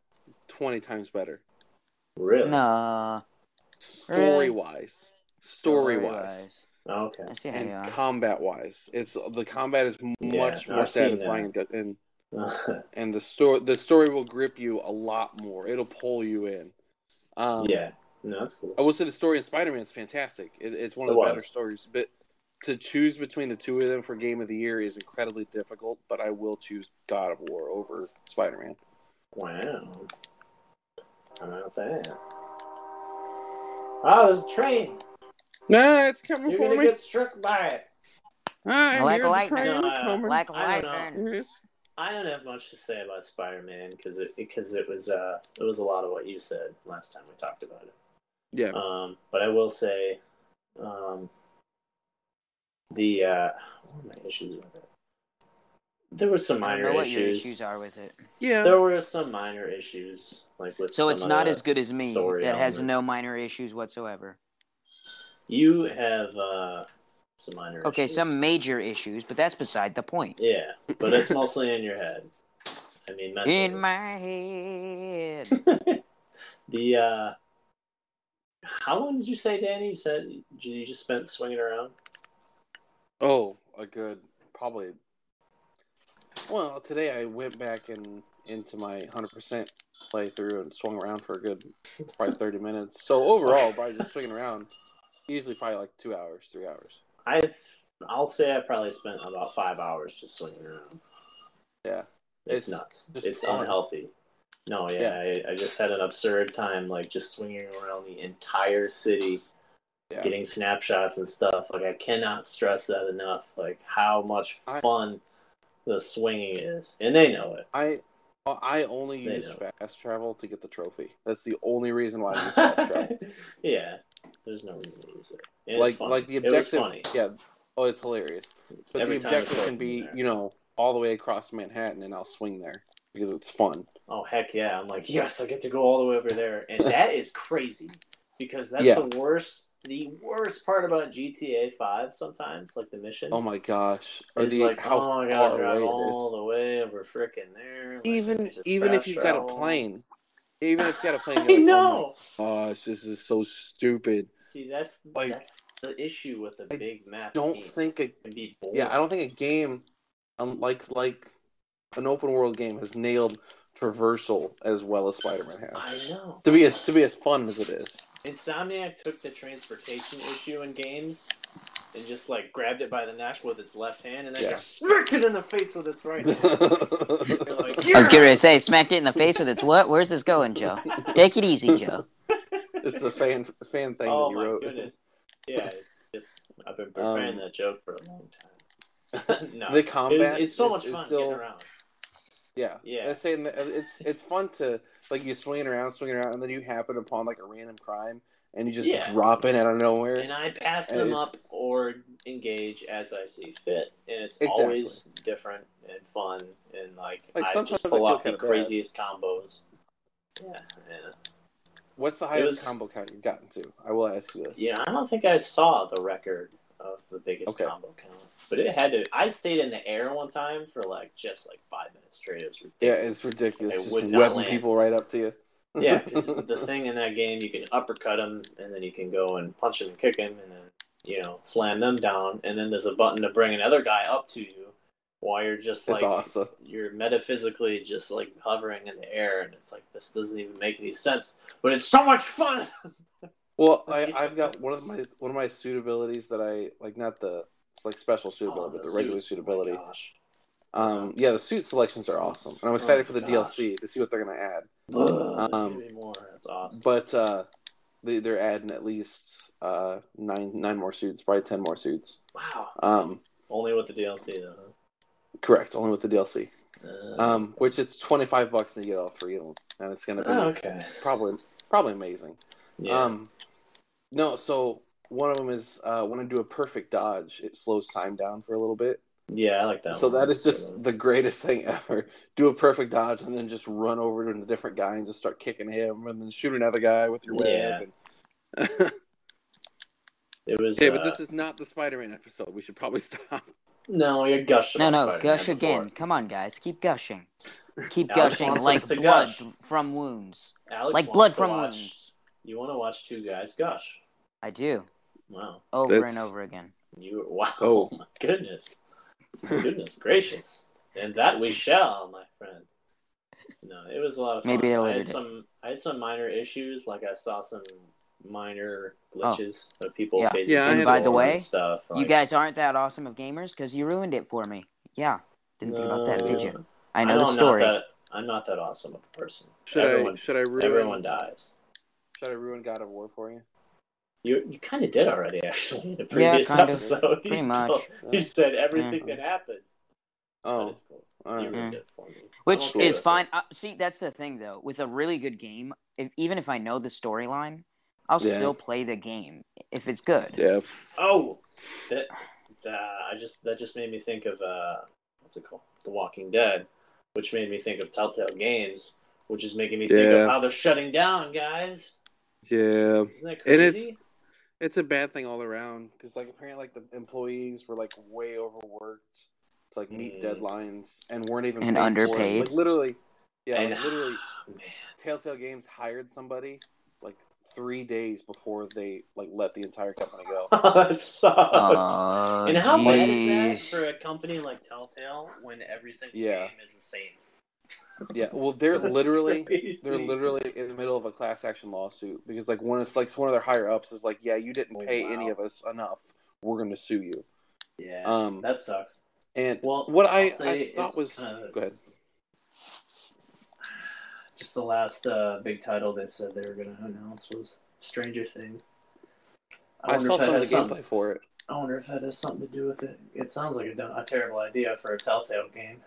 Speaker 3: twenty times better.
Speaker 5: Really?
Speaker 1: Nah.
Speaker 3: Story-wise, story-wise.
Speaker 1: Story-wise.
Speaker 5: Okay.
Speaker 1: I see how you
Speaker 3: and
Speaker 1: are.
Speaker 3: combat wise, it's the combat is much
Speaker 5: no,
Speaker 3: more
Speaker 5: I've seen
Speaker 3: satisfying, and
Speaker 5: yeah.
Speaker 3: and the story the story will grip you a lot more. It'll pull you in. Um,
Speaker 5: No, that's cool.
Speaker 3: I will say the story in Spider Man is fantastic. It, it's one of
Speaker 5: It
Speaker 3: the
Speaker 5: was.
Speaker 3: better stories, but to choose between the two of them for Game of the Year is incredibly difficult. But I will choose God of War over Spider Man.
Speaker 5: Wow. How about that? Oh, there's a train.
Speaker 3: Nah, it's coming
Speaker 5: You're
Speaker 3: for
Speaker 5: gonna
Speaker 3: me.
Speaker 5: get struck by it.
Speaker 3: Ah,
Speaker 1: Black
Speaker 3: here's the
Speaker 1: lightning.
Speaker 3: train
Speaker 5: Uh,
Speaker 3: coming.
Speaker 1: Black
Speaker 5: I don't
Speaker 1: Lightning.
Speaker 3: Here's-
Speaker 5: I don't have much to say about Spider-Man because it because it was uh it was a lot of what you said last time we talked about it.
Speaker 3: Yeah.
Speaker 5: Um, but I will say, um, the uh, what are my issues with it? There were some
Speaker 1: I don't
Speaker 5: minor
Speaker 1: know what your
Speaker 5: issues.
Speaker 1: issues are with it.
Speaker 3: Yeah.
Speaker 5: There were some minor issues, like with
Speaker 1: So
Speaker 5: some
Speaker 1: it's
Speaker 5: of
Speaker 1: not
Speaker 5: the-
Speaker 1: as good as me
Speaker 5: story
Speaker 1: that has no
Speaker 5: elements.
Speaker 1: minor issues whatsoever.
Speaker 5: You have uh, some minor.
Speaker 1: Okay,
Speaker 5: issues.
Speaker 1: some major issues, but that's beside the point.
Speaker 5: Yeah, but it's mostly in your head. I mean, mentally.
Speaker 1: In my head.
Speaker 5: the uh, how long did you say, Danny? You said you just spent swinging around.
Speaker 3: Oh, a good probably. Well, today I went back and into my hundred percent playthrough and swung around for a good probably thirty minutes. So overall, by just swinging around, easily probably like two hours, three hours.
Speaker 5: I've I'll say I probably spent about five hours just swinging around.
Speaker 3: Yeah,
Speaker 5: It's,
Speaker 3: It's
Speaker 5: nuts.
Speaker 3: just
Speaker 5: It's
Speaker 3: fun.
Speaker 5: unhealthy. No, yeah, I, I just had an absurd time, like just swinging around the entire city,
Speaker 3: yeah.
Speaker 5: getting snapshots and stuff. Like I cannot stress that enough. Like how much
Speaker 3: I-
Speaker 5: fun the swinging is, and they know it.
Speaker 3: I I only
Speaker 5: They
Speaker 3: used
Speaker 5: know.
Speaker 3: fast travel to get the trophy. That's the only reason why I used fast travel.
Speaker 5: yeah, there's no reason to use it. And it's
Speaker 3: like
Speaker 5: funny.
Speaker 3: like the
Speaker 5: It was
Speaker 3: objective.
Speaker 5: funny.
Speaker 3: Yeah. Oh, it's hilarious. But
Speaker 5: Every
Speaker 3: the
Speaker 5: time it
Speaker 3: objective
Speaker 5: goes
Speaker 3: can
Speaker 5: in
Speaker 3: be
Speaker 5: there.
Speaker 3: you know all the way across Manhattan, and I'll swing there because it's fun.
Speaker 5: Oh heck yeah! I'm like, yes, I get to go all the way over there, and that is crazy because that's
Speaker 3: Yeah.
Speaker 5: the worst. The worst part about GTA Five sometimes, like the mission,
Speaker 3: Oh my gosh! Or
Speaker 5: is
Speaker 3: the
Speaker 5: like,
Speaker 3: how
Speaker 5: oh,
Speaker 3: far
Speaker 5: I gotta drive
Speaker 3: away it
Speaker 5: all
Speaker 3: is.
Speaker 5: the way over frickin' there. like,
Speaker 3: Even
Speaker 5: just
Speaker 3: even if
Speaker 5: fast
Speaker 3: you've got a
Speaker 5: travel.
Speaker 3: plane, even if you've got a plane,
Speaker 5: I
Speaker 3: you're like,
Speaker 5: know.
Speaker 3: Oh my gosh, this is so stupid.
Speaker 5: See, that's
Speaker 3: Like,
Speaker 5: that's the issue with the
Speaker 3: I
Speaker 5: big map.
Speaker 3: Don't
Speaker 5: game.
Speaker 3: think a
Speaker 5: It can be boring.
Speaker 3: yeah. I don't think a game, um, like like an open world game, has nailed traversal as well as Spider Man has.
Speaker 5: I know.
Speaker 3: To be as to be as fun as it is.
Speaker 5: Insomniac took the transportation issue in games and just like grabbed it by the neck with its left hand and then
Speaker 3: Yeah.
Speaker 5: just smacked it in the face with its right. hand. You're like,
Speaker 1: I was
Speaker 5: "Yeah!"
Speaker 1: getting ready to say, smacked it in the face with its what? Where's this going, Joe? Take it easy, Joe.
Speaker 3: It's a fan fan thing
Speaker 5: Oh
Speaker 3: that you
Speaker 5: my
Speaker 3: wrote.
Speaker 5: goodness! Yeah, it's just I've been preparing
Speaker 3: Um,
Speaker 5: that joke for a long time. no,
Speaker 3: The
Speaker 5: it was-
Speaker 3: combat
Speaker 5: it's so
Speaker 3: is-
Speaker 5: much
Speaker 3: is
Speaker 5: fun
Speaker 3: still-
Speaker 5: getting around.
Speaker 3: Yeah,
Speaker 5: Yeah.
Speaker 3: And It's saying that uh, it's it's fun to like you swinging around, swinging around, and then you happen upon like a random crime, and you just
Speaker 5: Yeah.
Speaker 3: drop in out of nowhere.
Speaker 5: And I pass
Speaker 3: And
Speaker 5: them
Speaker 3: it's-
Speaker 5: up or engage as I see fit, and it's
Speaker 3: Exactly.
Speaker 5: always different and fun and like,
Speaker 3: Like,
Speaker 5: I
Speaker 3: sometimes
Speaker 5: just
Speaker 3: I
Speaker 5: pull
Speaker 3: feel
Speaker 5: off the
Speaker 3: kinda bad.
Speaker 5: craziest combos. Yeah, yeah.
Speaker 3: What's the highest
Speaker 5: was-
Speaker 3: combo count you've gotten to? I will ask you this.
Speaker 5: Yeah, I don't think I saw the record of the biggest
Speaker 3: Okay.
Speaker 5: combo count, but it had to. I stayed in the air one time for like just like five minutes straight. It was
Speaker 3: Yeah,
Speaker 5: ridiculous.
Speaker 3: it's ridiculous.
Speaker 5: It
Speaker 3: just
Speaker 5: would
Speaker 3: webbing
Speaker 5: not land.
Speaker 3: people right up to you.
Speaker 5: Yeah, 'cause the thing in that game, you can uppercut them, and then you can go and punch him and kick him, and then you know slam them down, and then there's a button to bring another guy up to you while you're
Speaker 3: it's
Speaker 5: just like
Speaker 3: awesome.
Speaker 5: you're metaphysically just like hovering in the air, and it's like this doesn't even make any sense, but it's so much fun.
Speaker 3: Well, I, I've got one of my one of my suit abilities that I like. Not the it's like special suit ability,
Speaker 5: Oh,
Speaker 3: but the
Speaker 5: suit.
Speaker 3: regular
Speaker 5: Oh
Speaker 3: suit
Speaker 5: my
Speaker 3: ability.
Speaker 5: gosh.
Speaker 3: um, yeah, the suit selections are awesome, and I'm excited for the
Speaker 5: Oh gosh.
Speaker 3: DLC to see what they're gonna add.
Speaker 5: Ugh,
Speaker 3: Um,
Speaker 5: there's gonna be more. That's awesome.
Speaker 3: But uh, they, they're adding at least uh, nine nine more suits, probably ten more suits.
Speaker 5: Wow.
Speaker 3: Um,
Speaker 5: Only with the DLC though.
Speaker 3: correct, only with the DLC.
Speaker 5: huh? Uh,
Speaker 3: Um, which it's twenty five bucks and you get all three of them, and it's gonna be
Speaker 5: oh, okay.
Speaker 3: probably probably amazing.
Speaker 5: Yeah.
Speaker 3: Um, no, so one of them is uh, when I do a perfect dodge, it slows time down for a little bit.
Speaker 5: yeah, I like that.
Speaker 3: so
Speaker 5: one.
Speaker 3: that is just the greatest thing ever. Do a perfect dodge and then just run over to a different guy and just start kicking him, and then shoot another guy with your web.
Speaker 5: Yeah.
Speaker 3: and-
Speaker 5: It was.
Speaker 3: Okay, but
Speaker 5: uh,
Speaker 3: this is not the Spider-Man episode. We should probably stop.
Speaker 5: No, you're gushing.
Speaker 1: No,
Speaker 5: on
Speaker 1: no,
Speaker 5: Spider-Man
Speaker 1: gush
Speaker 5: before.
Speaker 1: again. Come on, guys. Keep gushing. Keep
Speaker 5: Alex
Speaker 1: gushing
Speaker 5: wants
Speaker 1: like
Speaker 5: us to
Speaker 1: blood
Speaker 5: gush.
Speaker 1: from wounds.
Speaker 5: Alex
Speaker 1: like
Speaker 5: wants
Speaker 1: blood
Speaker 5: to
Speaker 1: from
Speaker 5: watch-
Speaker 1: wounds.
Speaker 5: You want to watch two guys gush?
Speaker 1: I do.
Speaker 5: Wow,
Speaker 1: Over and
Speaker 3: That's-
Speaker 1: over again.
Speaker 5: you wow,
Speaker 3: Oh.
Speaker 5: my goodness, goodness gracious, and that we shall, my friend. No, it was a lot of fun.
Speaker 1: Maybe at a
Speaker 5: I
Speaker 1: later
Speaker 5: had
Speaker 1: date.
Speaker 5: some. I had some minor issues. Like I saw some minor
Speaker 1: Oh.
Speaker 5: glitches of people
Speaker 1: Yeah.
Speaker 5: facing.
Speaker 3: Yeah, I
Speaker 5: people
Speaker 3: had a-
Speaker 1: By the way,
Speaker 5: and stuff.
Speaker 1: you
Speaker 5: like-
Speaker 1: guys aren't that awesome of gamers because you ruined it for me. Yeah. Didn't think about that,
Speaker 5: uh,
Speaker 1: did you? I know the
Speaker 5: I'm
Speaker 1: story.
Speaker 5: Not that, I'm not that awesome of a person.
Speaker 3: Should
Speaker 5: everyone,
Speaker 3: I should I ruin
Speaker 5: everyone dies.
Speaker 3: should I ruin God of War for you?
Speaker 5: You you kind of did already, actually, in the previous
Speaker 1: kind of.
Speaker 5: episode. You
Speaker 1: Pretty much.
Speaker 5: told- You said everything
Speaker 1: Yeah.
Speaker 5: that happens.
Speaker 3: Oh,
Speaker 5: That's cool.
Speaker 3: all
Speaker 5: You
Speaker 3: right.
Speaker 5: ruined
Speaker 1: Yeah.
Speaker 5: it for me.
Speaker 1: Which
Speaker 5: I'm okay
Speaker 1: is
Speaker 5: with
Speaker 1: fine. Uh, see, that's the thing though. With a really good game, if, even if I know the storyline, I'll
Speaker 3: Yeah.
Speaker 1: still play the game if it's good.
Speaker 3: Yeah.
Speaker 5: it. Oh, that, that I just that just made me think of uh, what's it called? The Walking Dead, which made me think of Telltale Games, which is making me think
Speaker 3: Yeah.
Speaker 5: of how they're shutting down, guys.
Speaker 3: Yeah.
Speaker 5: Isn't that
Speaker 3: And
Speaker 5: crazy?
Speaker 3: it's- It's a bad thing all around because, like, apparently, like the employees were like way overworked to like meet
Speaker 5: Mm.
Speaker 3: deadlines and weren't even
Speaker 1: And
Speaker 3: paid for it.
Speaker 1: underpaid.
Speaker 3: Like literally, yeah,
Speaker 5: And- ah,
Speaker 3: like, literally.
Speaker 5: man.
Speaker 3: Telltale Games hired somebody like three days before they like let the entire company go.
Speaker 5: that sucks.
Speaker 1: Uh,
Speaker 5: and how bad is
Speaker 1: jeez.
Speaker 5: that for a company like Telltale when every single
Speaker 3: Yeah.
Speaker 5: game is the same?
Speaker 3: yeah, well, they're
Speaker 5: That's
Speaker 3: literally
Speaker 5: crazy.
Speaker 3: they're literally in the middle of a class action lawsuit because like one it's like one of their higher ups is like, yeah, you didn't
Speaker 5: Oh,
Speaker 3: pay
Speaker 5: wow.
Speaker 3: any of us enough. We're going to sue you.
Speaker 5: yeah.
Speaker 3: Um,
Speaker 5: that sucks.
Speaker 3: and
Speaker 5: Well,
Speaker 3: what I,
Speaker 5: I'll say
Speaker 3: I thought
Speaker 5: it's
Speaker 3: was
Speaker 5: kinda-
Speaker 3: go ahead.
Speaker 5: just the last uh, big title they said they were going to announce was Stranger Things.
Speaker 3: I,
Speaker 5: wonder
Speaker 3: saw
Speaker 5: if that
Speaker 3: some of
Speaker 5: has
Speaker 3: the gameplay for it.
Speaker 5: I wonder if that has something to do with it. It sounds like a, dumb- a terrible idea for a Telltale game.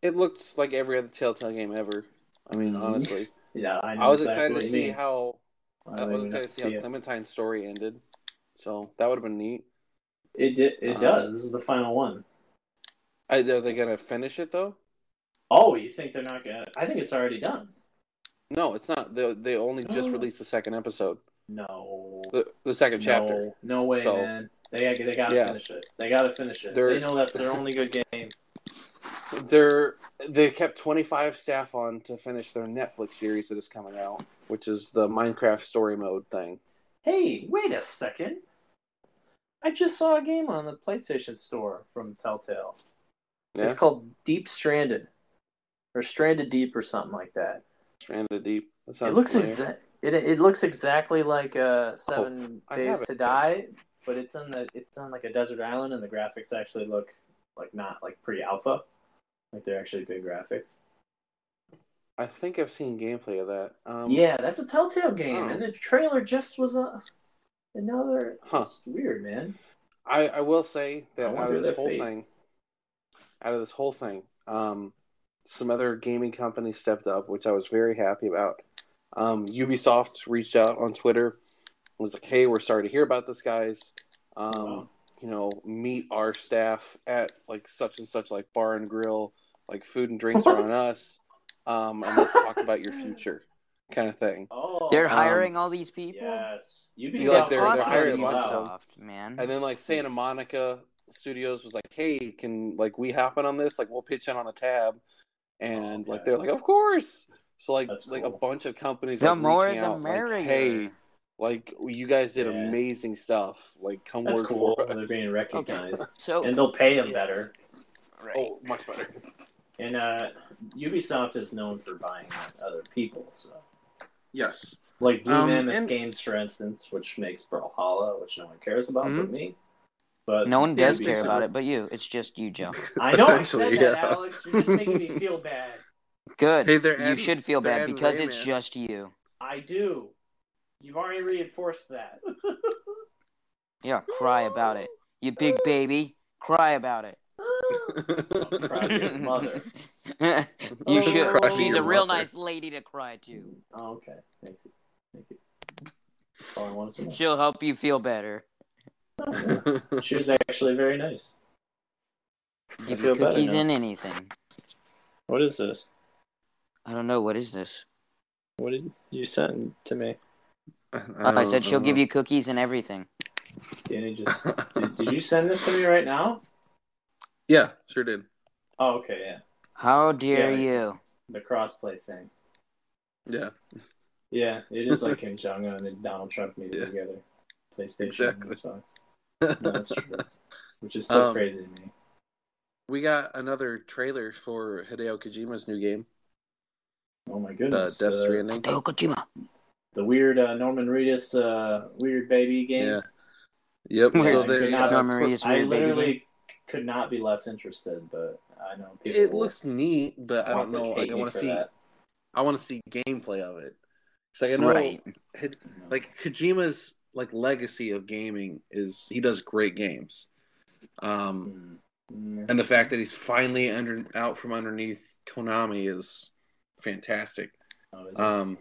Speaker 3: It looked like every other Telltale game ever. I mean,
Speaker 5: Mhm.
Speaker 3: honestly,
Speaker 5: Yeah, I know.
Speaker 3: I was
Speaker 5: exactly
Speaker 3: excited to see how I was excited to see how
Speaker 5: it.
Speaker 3: Clementine's story ended. So that would have been neat.
Speaker 5: It, did, it
Speaker 3: Um,
Speaker 5: does. This is the final one.
Speaker 3: I, are they gonna finish it though?
Speaker 5: Oh, you think they're not going to? I think it's already done.
Speaker 3: No, it's not. They they only just
Speaker 5: Oh.
Speaker 3: released the second episode,
Speaker 5: No.
Speaker 3: the, the second chapter.
Speaker 5: No, no way,
Speaker 3: So-
Speaker 5: man. They gotta, they gotta
Speaker 3: Yeah.
Speaker 5: finish it. They gotta finish it.
Speaker 3: They're-
Speaker 5: They know that's their only good game.
Speaker 3: They're they kept twenty five staff on to finish their Netflix series that is coming out, which is the Minecraft story mode thing.
Speaker 5: Hey, wait a second. I just saw a game on the PlayStation Store from Telltale.
Speaker 3: Yeah,
Speaker 5: It's called Deep Stranded, or Stranded Deep, or something like that.
Speaker 3: Stranded Deep. That sounds
Speaker 5: it looks
Speaker 3: familiar. Oh,
Speaker 5: exa- it, it looks exactly like uh, Seven
Speaker 3: I have
Speaker 5: Days
Speaker 3: it.
Speaker 5: to Die, but it's on the it's on like a desert island, and the graphics actually look like not like pre alpha, like they're actually good graphics.
Speaker 3: I think I've seen gameplay of that. Um,
Speaker 5: yeah, that's a Telltale game,
Speaker 3: oh.
Speaker 5: and the trailer just was a another.
Speaker 3: Huh.
Speaker 5: It's weird, man.
Speaker 3: I, I will say
Speaker 5: I
Speaker 3: that out
Speaker 5: wonder
Speaker 3: of this
Speaker 5: their
Speaker 3: whole
Speaker 5: fate.
Speaker 3: thing, out of this whole thing, um, some other gaming companies stepped up, which I was very happy about. Um, Ubisoft reached out on Twitter, and was like, "Hey, we're sorry to hear about this, guys. Um,
Speaker 5: Wow.
Speaker 3: You know, meet our staff at like such and such like bar and grill, like food and drinks are on
Speaker 5: What?
Speaker 3: us, um, and let's talk about your future, kind of thing."
Speaker 5: Oh,
Speaker 1: They're
Speaker 3: Um,
Speaker 1: hiring all these people.
Speaker 5: Yes, you
Speaker 3: You like they're- they're
Speaker 1: awesome,
Speaker 3: hiring a
Speaker 1: Ubisoft,
Speaker 3: bunch of them.
Speaker 1: man.
Speaker 3: And then like Santa Monica Studios was like, "Hey, can like we hop in on this? Like we'll pitch in on the tab." And
Speaker 5: Okay.
Speaker 3: like they're like, "Of course." So like
Speaker 5: That's
Speaker 3: like a
Speaker 5: cool.
Speaker 3: bunch of companies
Speaker 1: the
Speaker 3: like,
Speaker 1: more,
Speaker 3: reaching
Speaker 1: the
Speaker 3: out, like,
Speaker 1: merrier.
Speaker 3: hey, like you guys did
Speaker 5: Yeah.
Speaker 3: amazing stuff. Like come
Speaker 5: That's
Speaker 3: work
Speaker 5: cool.
Speaker 3: for
Speaker 5: They're
Speaker 3: us.
Speaker 5: being recognized,
Speaker 1: So,
Speaker 5: and they'll pay them better.
Speaker 1: right.
Speaker 3: Oh, much better.
Speaker 5: And uh, Ubisoft is known for buying other people, so
Speaker 3: Yes.
Speaker 5: like Blue
Speaker 3: Um,
Speaker 5: Mammoth
Speaker 3: and-
Speaker 5: Games, for instance, which makes Brawlhalla, which no one cares about but me. But
Speaker 1: no one does
Speaker 3: Ubisoft-
Speaker 1: care about it but you. It's just you, Joe.
Speaker 5: I know I said
Speaker 3: Essentially,
Speaker 5: that,
Speaker 3: yeah.
Speaker 5: Alex. You're just making me feel bad.
Speaker 1: Good.
Speaker 3: Hey, they're
Speaker 1: you
Speaker 3: adding-
Speaker 1: should feel
Speaker 3: they're
Speaker 1: bad
Speaker 3: adding
Speaker 1: because
Speaker 3: Rayman.
Speaker 1: it's just you.
Speaker 5: I do. You've already reinforced that.
Speaker 1: Yeah, cry about it. You big baby. Cry about it.
Speaker 5: Cry to your mother.
Speaker 1: you
Speaker 3: Oh.
Speaker 1: should.
Speaker 3: Crushing
Speaker 1: She's
Speaker 3: your
Speaker 1: a real
Speaker 3: mother.
Speaker 1: nice lady to cry to.
Speaker 5: Oh, okay. Thank you. Thank you. That's all I wanted to know.
Speaker 1: She'll help you feel better.
Speaker 5: She was actually very nice. I
Speaker 1: Give
Speaker 5: feel
Speaker 1: you
Speaker 5: better
Speaker 1: cookies
Speaker 5: now.
Speaker 1: and anything.
Speaker 5: What is this?
Speaker 1: I don't know. What is this?
Speaker 5: What did you send to me?
Speaker 1: Oh, I said she'll give you cookies and everything.
Speaker 5: Danny just did, did you send this to me right now?
Speaker 3: Yeah, sure did.
Speaker 5: Oh, okay, yeah.
Speaker 1: How dare
Speaker 5: Yeah.
Speaker 1: you?
Speaker 5: The crossplay thing.
Speaker 3: Yeah,
Speaker 5: Yeah, it is like Kim Jong Un and Donald Trump meeting
Speaker 3: Yeah.
Speaker 5: together. PlayStation. and
Speaker 3: Exactly.
Speaker 5: Xbox. No, that's true. Which is still
Speaker 3: Um,
Speaker 5: crazy to me.
Speaker 3: we
Speaker 5: Uh,
Speaker 3: got another trailer for Hideo Kojima's new game,
Speaker 5: Oh my
Speaker 3: uh,
Speaker 5: goodness.
Speaker 3: Death
Speaker 5: uh,
Speaker 3: Stranding.
Speaker 1: Hideo Kojima.
Speaker 5: the weird uh, Norman Reedus uh, weird baby game.
Speaker 3: Yeah. Yep.
Speaker 5: Yeah,
Speaker 3: so
Speaker 5: I
Speaker 3: they
Speaker 5: could
Speaker 3: uh,
Speaker 5: not
Speaker 1: Norman Reedus
Speaker 5: I
Speaker 1: weird baby
Speaker 5: literally
Speaker 1: game.
Speaker 5: could not be less interested, but I know people.
Speaker 3: It
Speaker 5: will
Speaker 3: looks neat, but I
Speaker 5: want
Speaker 3: don't
Speaker 5: to
Speaker 3: know.
Speaker 5: hate
Speaker 3: Like, I
Speaker 5: me
Speaker 3: want to
Speaker 5: E for
Speaker 3: see.
Speaker 5: that.
Speaker 3: I want to see gameplay of it. It's like I know,
Speaker 1: Right.
Speaker 3: Hid- like Kojima's
Speaker 2: like legacy of gaming is he does great games. Um,
Speaker 5: Hmm.
Speaker 2: and the fact that he's finally under out from underneath Konami is fantastic.
Speaker 5: Oh,
Speaker 3: uh,
Speaker 5: is it?
Speaker 2: Um,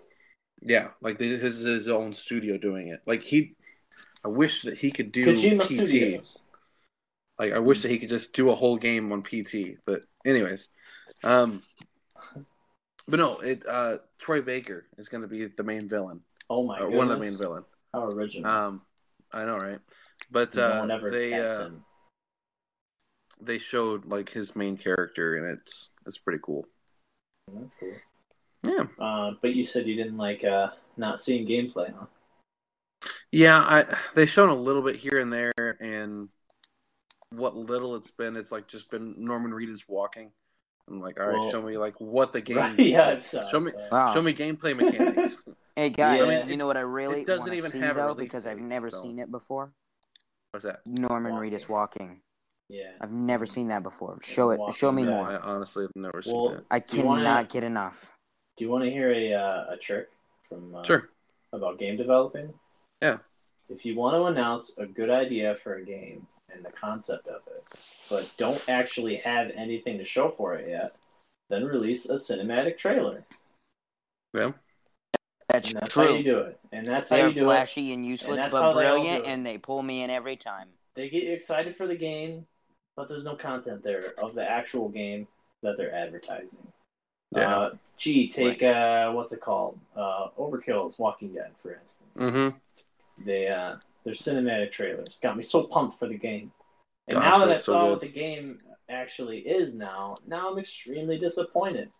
Speaker 2: yeah, like this is his own studio doing it. Like he, I wish that he could do
Speaker 5: Kojima
Speaker 2: PT.
Speaker 5: Studios.
Speaker 2: Like I wish that he could just do a whole game on PT. But anyways, um, but no, it uh, Troy Baker is going to be the main villain,
Speaker 5: Oh my
Speaker 2: or
Speaker 5: god.
Speaker 2: one of the main villain.
Speaker 5: How original.
Speaker 3: Uh,
Speaker 2: Um, I know, right? But
Speaker 5: no
Speaker 2: uh,
Speaker 5: one ever
Speaker 2: they
Speaker 5: cast
Speaker 2: uh,
Speaker 5: him.
Speaker 2: they showed like his main character, and it's it's pretty cool.
Speaker 5: That's cool.
Speaker 2: Yeah,
Speaker 5: Uh, but you said you didn't like uh, not seeing gameplay, huh?
Speaker 2: yeah. I they shown a little bit here and there, and what little it's been, it's like just been Norman Reedus walking. I'm like, all right,
Speaker 5: Well-
Speaker 2: show me like what the game.
Speaker 5: Right, yeah, I'm sorry.
Speaker 2: show me,
Speaker 5: sorry.
Speaker 1: Wow.
Speaker 2: show me gameplay mechanics.
Speaker 1: Hey guys,
Speaker 5: Yeah.
Speaker 1: you know what I really
Speaker 2: it doesn't
Speaker 1: want to
Speaker 2: even
Speaker 1: see
Speaker 2: have a
Speaker 1: though
Speaker 2: release
Speaker 1: because I've
Speaker 2: date,
Speaker 1: never
Speaker 2: so-
Speaker 1: seen it before.
Speaker 2: What's that?
Speaker 1: Norman
Speaker 5: Walking.
Speaker 1: Reedus walking.
Speaker 5: Yeah.
Speaker 1: I've never seen that before. Show it. Show me
Speaker 5: Walking
Speaker 2: No,
Speaker 5: Yeah.
Speaker 1: more.
Speaker 2: I honestly have never seen
Speaker 5: Well,
Speaker 2: that.
Speaker 1: I
Speaker 5: Do you wanna-
Speaker 1: cannot get enough.
Speaker 5: Do you want to hear a uh, a trick from uh,
Speaker 2: Sure.
Speaker 5: about game developing?
Speaker 2: Yeah.
Speaker 5: If you want to announce a good idea for a game and the concept of it, but don't actually have anything to show for it yet, then release a cinematic trailer.
Speaker 2: Yeah.
Speaker 1: That's,
Speaker 5: And that's how
Speaker 1: true.
Speaker 5: you do it. And that's how
Speaker 1: They're
Speaker 5: you do it.
Speaker 1: flashy and useless,
Speaker 5: that's how
Speaker 1: but
Speaker 5: they all do
Speaker 1: brilliant,
Speaker 5: it.
Speaker 1: and they pull me in every time.
Speaker 5: They get you excited for the game, but there's no content there of the actual game that they're advertising.
Speaker 2: Yeah.
Speaker 5: Uh, gee, take uh, what's it called? Uh, Overkill's Walking Dead, for instance.
Speaker 2: Mm-hmm.
Speaker 5: They uh, their cinematic trailers got me so pumped for the game. And
Speaker 2: Gosh,
Speaker 5: now that I
Speaker 2: that's so
Speaker 5: saw
Speaker 2: good.
Speaker 5: what the game actually is now, now I'm extremely disappointed.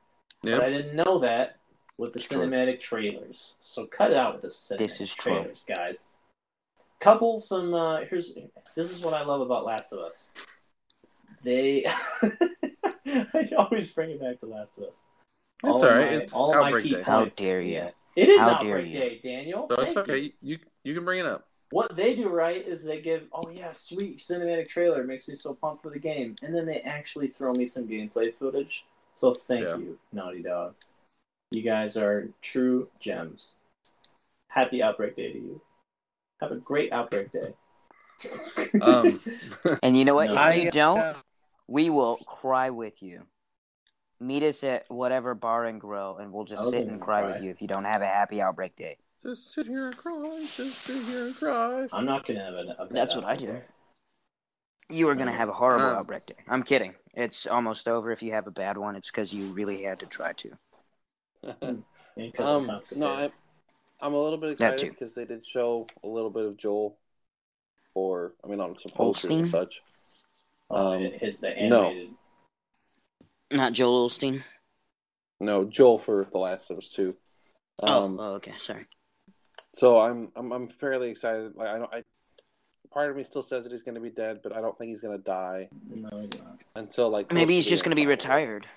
Speaker 2: Yeah.
Speaker 5: But I didn't know that with the
Speaker 2: It's true.
Speaker 5: cinematic trailers. So cut it out with the cinematic
Speaker 1: This is true.
Speaker 5: trailers, guys. Couple some uh here's this is what I love about Last of Us. They I always bring it back to Last of Us.
Speaker 2: It's
Speaker 5: of
Speaker 2: all right.
Speaker 5: my-
Speaker 2: It's
Speaker 5: all of my
Speaker 2: outbreak
Speaker 5: key
Speaker 2: day.
Speaker 1: How
Speaker 5: points.
Speaker 1: dare you.
Speaker 5: Yeah. It is
Speaker 1: How dare
Speaker 5: outbreak
Speaker 1: you.
Speaker 5: day, Daniel.
Speaker 2: So it's
Speaker 5: Thank you
Speaker 2: okay. You, you you can bring it up.
Speaker 5: what they do right is they give oh yeah sweet cinematic trailer makes me so pumped for the game and then they actually throw me some gameplay footage so thank
Speaker 2: Yeah.
Speaker 5: you naughty dog you guys are true gems happy outbreak day to you have a great outbreak day
Speaker 2: Um,
Speaker 1: And you know what?
Speaker 5: No.
Speaker 1: If
Speaker 5: I,
Speaker 1: you don't,
Speaker 2: uh,
Speaker 1: we will cry with you. Meet us at whatever bar and grill, and we'll
Speaker 5: I
Speaker 1: just
Speaker 5: was
Speaker 1: sit
Speaker 5: gonna
Speaker 1: and cry, with
Speaker 5: cry.
Speaker 1: you if you don't have a happy outbreak day.
Speaker 2: Just sit here and cry. Just sit here and cry.
Speaker 5: i'm not gonna have an a bad
Speaker 1: That's what I
Speaker 5: outbreak
Speaker 1: do.
Speaker 5: day.
Speaker 1: You are going to have a horrible
Speaker 2: Uh.
Speaker 1: outbreak day. I'm kidding. It's almost over. If you have a bad one, it's because you really had to try to.
Speaker 5: And 'cause I'm
Speaker 2: um,
Speaker 5: constipated.
Speaker 3: No, I, I'm a little bit
Speaker 1: That
Speaker 3: excited
Speaker 1: too.
Speaker 3: because they did show a little bit of Joel, or I mean, on some posters and
Speaker 1: Holstein?
Speaker 3: such.
Speaker 5: oh,
Speaker 3: um,
Speaker 5: his the
Speaker 3: no.
Speaker 5: animated
Speaker 1: Not Joel Olstein.
Speaker 3: No, Joel for The Last of Us Two. Um,
Speaker 1: oh, oh, okay. Sorry.
Speaker 3: so I'm, I'm I'm fairly excited. Like I don't, I part of me still says that he's going to be dead, but I don't think he's going to die
Speaker 5: no, he's not.
Speaker 3: until like
Speaker 1: Maybe he's
Speaker 3: close
Speaker 1: just
Speaker 3: the
Speaker 1: going to be
Speaker 3: end.
Speaker 1: retired.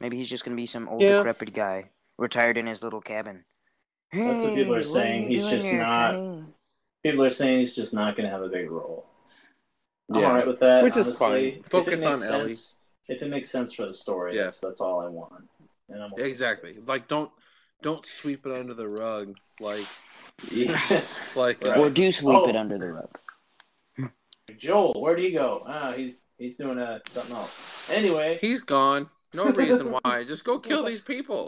Speaker 1: Maybe he's just going to be some old
Speaker 3: Yeah.
Speaker 1: decrepit guy retired in his little cabin.
Speaker 5: That's what people are saying. He's just not- people are saying he's just not gonna have a big role I'm
Speaker 2: Yeah.
Speaker 5: all right with that.
Speaker 2: Which is
Speaker 5: honestly.
Speaker 2: fine.
Speaker 5: If it
Speaker 2: Focus
Speaker 5: makes
Speaker 2: on
Speaker 5: sense-
Speaker 2: Ellie.
Speaker 5: If it makes sense for the story,
Speaker 2: Yeah.
Speaker 5: that's, that's all I want. And I'm
Speaker 2: Exactly. Like don't don't sweep it under the rug. Like
Speaker 5: Yeah.
Speaker 2: like uh,
Speaker 5: Right.
Speaker 1: Or do sweep
Speaker 5: Oh.
Speaker 1: it under the rug.
Speaker 5: Joel, where'd he go? Ah, he's he's doing uh, something else. Anyway,
Speaker 2: he's gone. No reason why. Just go kill these people.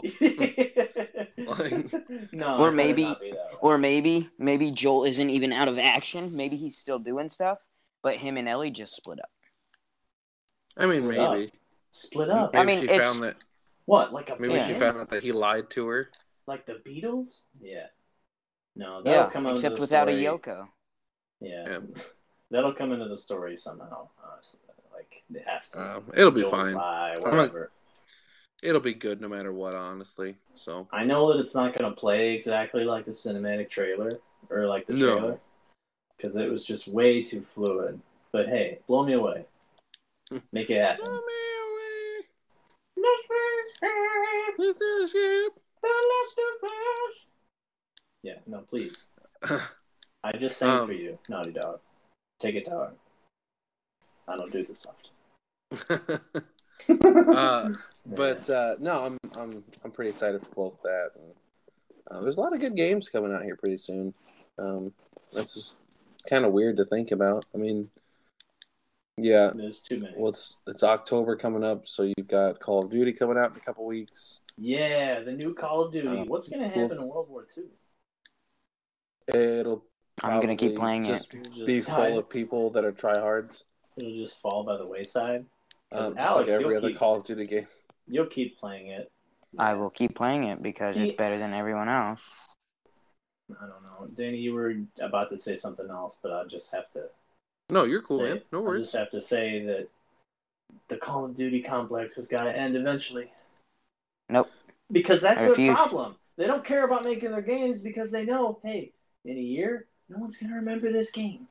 Speaker 5: no,
Speaker 1: Or
Speaker 5: I'd rather
Speaker 1: maybe-
Speaker 5: not be that way.
Speaker 1: Or maybe, maybe Joel isn't even out of action. Maybe he's still doing stuff, but him and Ellie just split up.
Speaker 2: I mean
Speaker 5: Split up.
Speaker 2: maybe.
Speaker 5: split up.
Speaker 2: Maybe
Speaker 1: mean,
Speaker 2: she
Speaker 1: it's-
Speaker 2: found that
Speaker 5: What, like a
Speaker 2: maybe
Speaker 5: band?
Speaker 2: she found out that he lied to her.
Speaker 5: like the Beatles? Yeah. No, that'll
Speaker 1: Yeah,
Speaker 5: come into
Speaker 1: except
Speaker 5: the
Speaker 1: without
Speaker 5: story.
Speaker 1: a Yoko.
Speaker 5: Yeah.
Speaker 2: Yeah.
Speaker 5: that'll come into the story somehow. Honestly, like it has to.
Speaker 2: Um, it'll be
Speaker 5: Joel's
Speaker 2: fine.
Speaker 5: lie,
Speaker 2: not-
Speaker 5: whatever.
Speaker 2: It'll be good no matter what, honestly. So
Speaker 5: I know that it's not going to play exactly like the cinematic trailer or like the
Speaker 2: No.
Speaker 5: trailer because it was just way too fluid. But hey, blow me away. Make it happen.
Speaker 2: Let's escape.
Speaker 5: Yeah, no, please. I just sang
Speaker 2: Um,
Speaker 5: for you, Naughty Dog. Take it to heart. I don't do this often.
Speaker 2: uh, but uh, no, I'm I'm I'm pretty excited for both that. And, uh, there's a lot of good games coming out here pretty soon. Um,
Speaker 3: That's just kind of weird to think about. I mean, yeah,
Speaker 5: There's too many.
Speaker 3: well, it's it's October coming up, so you've got Call of Duty coming out in a couple weeks.
Speaker 5: yeah, the new Call of Duty.
Speaker 3: Uh,
Speaker 5: What's going to happen in World War II?
Speaker 3: It'll
Speaker 1: I'm gonna keep
Speaker 3: probably
Speaker 1: playing
Speaker 3: just
Speaker 5: It'll just
Speaker 3: be
Speaker 5: die.
Speaker 3: full of people that are tryhards.
Speaker 5: It'll just fall by the wayside.
Speaker 3: Um, just like
Speaker 5: Alex,
Speaker 3: every
Speaker 5: you'll
Speaker 3: other
Speaker 5: keep-
Speaker 3: Call of Duty game.
Speaker 5: You'll keep playing it.
Speaker 1: I will keep playing it because
Speaker 5: See-
Speaker 1: it's better than everyone else.
Speaker 5: I don't know, Danny. You were about to say something else, but I just have to.
Speaker 3: No, you're cool,
Speaker 5: say
Speaker 3: man.
Speaker 5: it.
Speaker 3: No
Speaker 5: I
Speaker 3: worries.
Speaker 5: just have to say that the Call of Duty complex has got to end eventually.
Speaker 1: Nope.
Speaker 5: Because that's
Speaker 1: I
Speaker 5: their
Speaker 1: refuse.
Speaker 5: problem. They don't care about making their games because they know, hey, in a year, no one's gonna remember this game.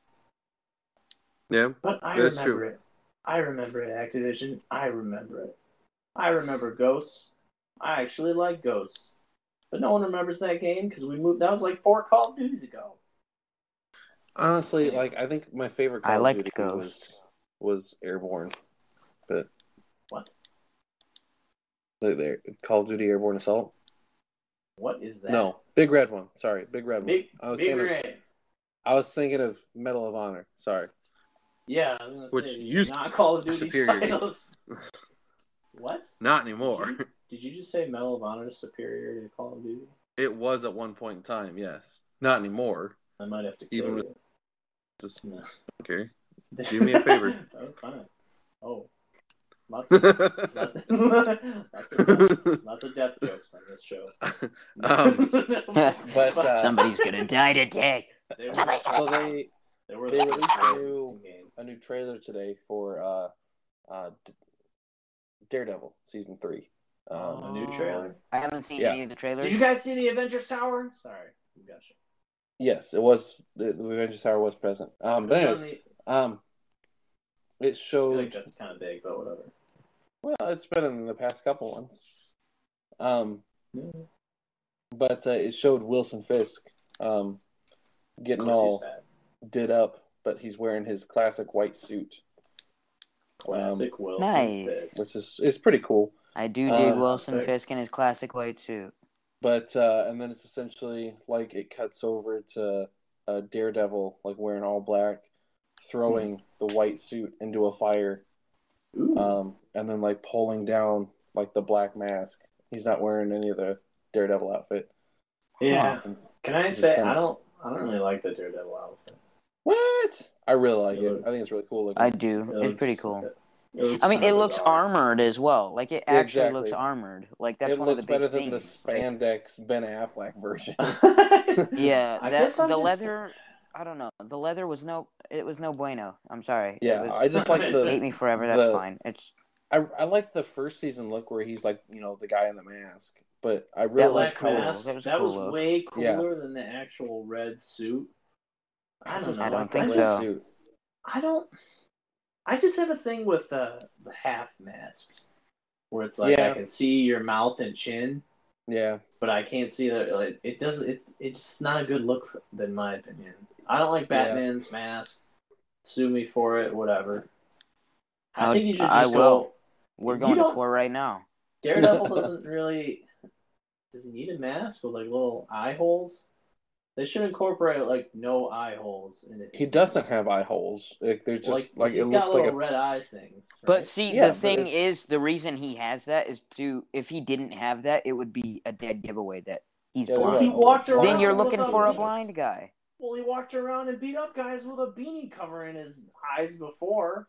Speaker 3: Yeah,
Speaker 5: But I
Speaker 3: That's
Speaker 5: remember
Speaker 3: true.
Speaker 5: it. I remember it. Activision. I remember it. I remember Ghosts. I actually like Ghosts, but no one remembers that game because we moved. That was like four Call of Duties ago.
Speaker 3: honestly, like I think my favorite. Call
Speaker 1: I
Speaker 3: of
Speaker 1: liked
Speaker 3: Duty
Speaker 1: Ghost.
Speaker 3: was was Airborne, but
Speaker 5: What?
Speaker 3: Look there, Call of Duty Airborne Assault.
Speaker 5: What is that?
Speaker 3: No, big red one. Sorry, big red one.
Speaker 5: Big,
Speaker 3: I was
Speaker 5: big
Speaker 3: thinking of-
Speaker 5: red.
Speaker 3: I was thinking of Medal of Honor. Sorry.
Speaker 5: Yeah, I was gonna
Speaker 3: Which
Speaker 5: say,
Speaker 3: used
Speaker 5: not Call of Duty
Speaker 3: superior to-
Speaker 5: titles. what?
Speaker 3: Not
Speaker 5: Did you, did you just say Medal of Honor is superior to Call of Duty?
Speaker 3: It was at one point in time, yes. Not anymore.
Speaker 5: I might have to kill
Speaker 3: Even with-
Speaker 5: you.
Speaker 3: Just
Speaker 5: No.
Speaker 3: okay. do me a favor.
Speaker 5: oh, fine. Oh, lots of,
Speaker 3: um,
Speaker 5: lots, of, lots, of, lots of death jokes on this show.
Speaker 3: Um, but, uh,
Speaker 1: Somebody's gonna die today.
Speaker 5: There were-
Speaker 3: so they
Speaker 5: there were
Speaker 3: they
Speaker 5: lots of
Speaker 3: released a
Speaker 5: death
Speaker 3: new-
Speaker 5: jokes in the game.
Speaker 3: a new trailer today for uh, uh, D- Daredevil season three. Um,
Speaker 5: A new trailer.
Speaker 1: I haven't seen
Speaker 3: Yeah.
Speaker 1: any of the trailers.
Speaker 5: Did you guys see the Avengers Tower? Sorry, we got you.
Speaker 3: yes, it was the, the Avengers Tower was present. Um, but
Speaker 5: It's on
Speaker 3: anyways,
Speaker 5: the-
Speaker 3: um, it
Speaker 5: I feel like
Speaker 3: showed
Speaker 5: that's kind of big, but whatever.
Speaker 3: Well, it's been in the past couple ones. Um,
Speaker 5: Yeah.
Speaker 3: but uh, it showed Wilson Fisk um,
Speaker 5: Of
Speaker 3: getting
Speaker 5: course he's
Speaker 3: all
Speaker 5: fat.
Speaker 3: did up, but he's wearing his classic white suit,
Speaker 5: Classic Wilson.
Speaker 1: nice.
Speaker 5: Fisk.
Speaker 3: which is is pretty cool.
Speaker 1: I do dig
Speaker 3: Uh,
Speaker 1: Wilson
Speaker 5: sick.
Speaker 1: Fisk in his classic white suit.
Speaker 3: But uh, and then it's essentially like it cuts over to uh, Daredevil, like wearing all black, throwing the white suit into a fire,
Speaker 5: Ooh.
Speaker 3: um, and then like pulling down like the black mask. He's not wearing any of the Daredevil outfit.
Speaker 5: yeah.
Speaker 3: Um,
Speaker 5: Can I
Speaker 3: Just
Speaker 5: say
Speaker 3: kinda-
Speaker 5: I don't I don't really like the Daredevil outfit.
Speaker 3: What? I really like it.
Speaker 5: Yeah.
Speaker 3: I think it's really cool looking.
Speaker 1: I do.
Speaker 5: It
Speaker 1: it's
Speaker 5: looks-
Speaker 1: pretty cool.
Speaker 5: it looks
Speaker 1: I mean,
Speaker 5: kind
Speaker 1: it
Speaker 5: of
Speaker 1: looks
Speaker 5: bizarre.
Speaker 1: armored as well. Like it actually
Speaker 3: Exactly.
Speaker 1: looks armored. Like that's
Speaker 3: it
Speaker 1: one
Speaker 3: looks
Speaker 1: of the big
Speaker 3: better than the
Speaker 1: things. Like,
Speaker 3: spandex Ben Affleck version.
Speaker 1: yeah,
Speaker 5: I
Speaker 1: that's
Speaker 5: guess
Speaker 1: the
Speaker 5: I'm just-
Speaker 1: leather. I don't know. The leather was no. It was no bueno. I'm sorry. It
Speaker 3: yeah,
Speaker 1: was-
Speaker 3: I just like
Speaker 1: hate
Speaker 3: the
Speaker 1: me forever. That's
Speaker 3: the-
Speaker 1: fine. It's
Speaker 3: I, I like the first season look where he's like you know the guy in the mask, but I really
Speaker 1: was
Speaker 3: like
Speaker 5: Black
Speaker 1: cool.
Speaker 3: how
Speaker 5: mask.
Speaker 1: That was a
Speaker 5: That
Speaker 1: cool
Speaker 5: was
Speaker 1: look.
Speaker 5: way
Speaker 3: Yeah.
Speaker 5: cooler than the actual red suit. I don't
Speaker 3: just
Speaker 5: know.
Speaker 1: I don't
Speaker 3: like
Speaker 1: think
Speaker 3: the
Speaker 1: so.
Speaker 3: suit.
Speaker 5: I don't. I just have a thing with uh, the half masks, where it's like
Speaker 3: Yeah.
Speaker 5: I can see your mouth and chin,
Speaker 3: Yeah,
Speaker 5: but I can't see that. Like, it doesn't. It's it's just not a good look, in my opinion. I don't like
Speaker 3: Yeah.
Speaker 5: Batman's mask. Sue me for it, whatever. I,
Speaker 1: I would-
Speaker 5: think you should just
Speaker 1: I
Speaker 5: go.
Speaker 1: will. We're
Speaker 5: You
Speaker 1: going to
Speaker 5: don't-
Speaker 1: core right now.
Speaker 5: Daredevil doesn't really. Does he need a mask with like little eye holes? They should incorporate like no eye holes in it.
Speaker 3: he doesn't have eye holes. Like they're just like,
Speaker 5: he's
Speaker 3: it
Speaker 5: got
Speaker 3: looks like
Speaker 5: little
Speaker 3: a
Speaker 5: red eye things.
Speaker 1: But
Speaker 5: right?
Speaker 1: see,
Speaker 3: Yeah,
Speaker 1: the
Speaker 3: but
Speaker 1: thing
Speaker 3: it's-
Speaker 1: is, the reason he has that is to if he didn't have that, it would be a dead giveaway that he's
Speaker 3: Yeah, they're
Speaker 5: He
Speaker 1: blind.
Speaker 3: right.
Speaker 5: walked around.
Speaker 1: Then you're
Speaker 5: with
Speaker 1: looking for a
Speaker 5: beanie-
Speaker 1: blind guy.
Speaker 5: Well, he walked around and beat up guys with a beanie covering his eyes before.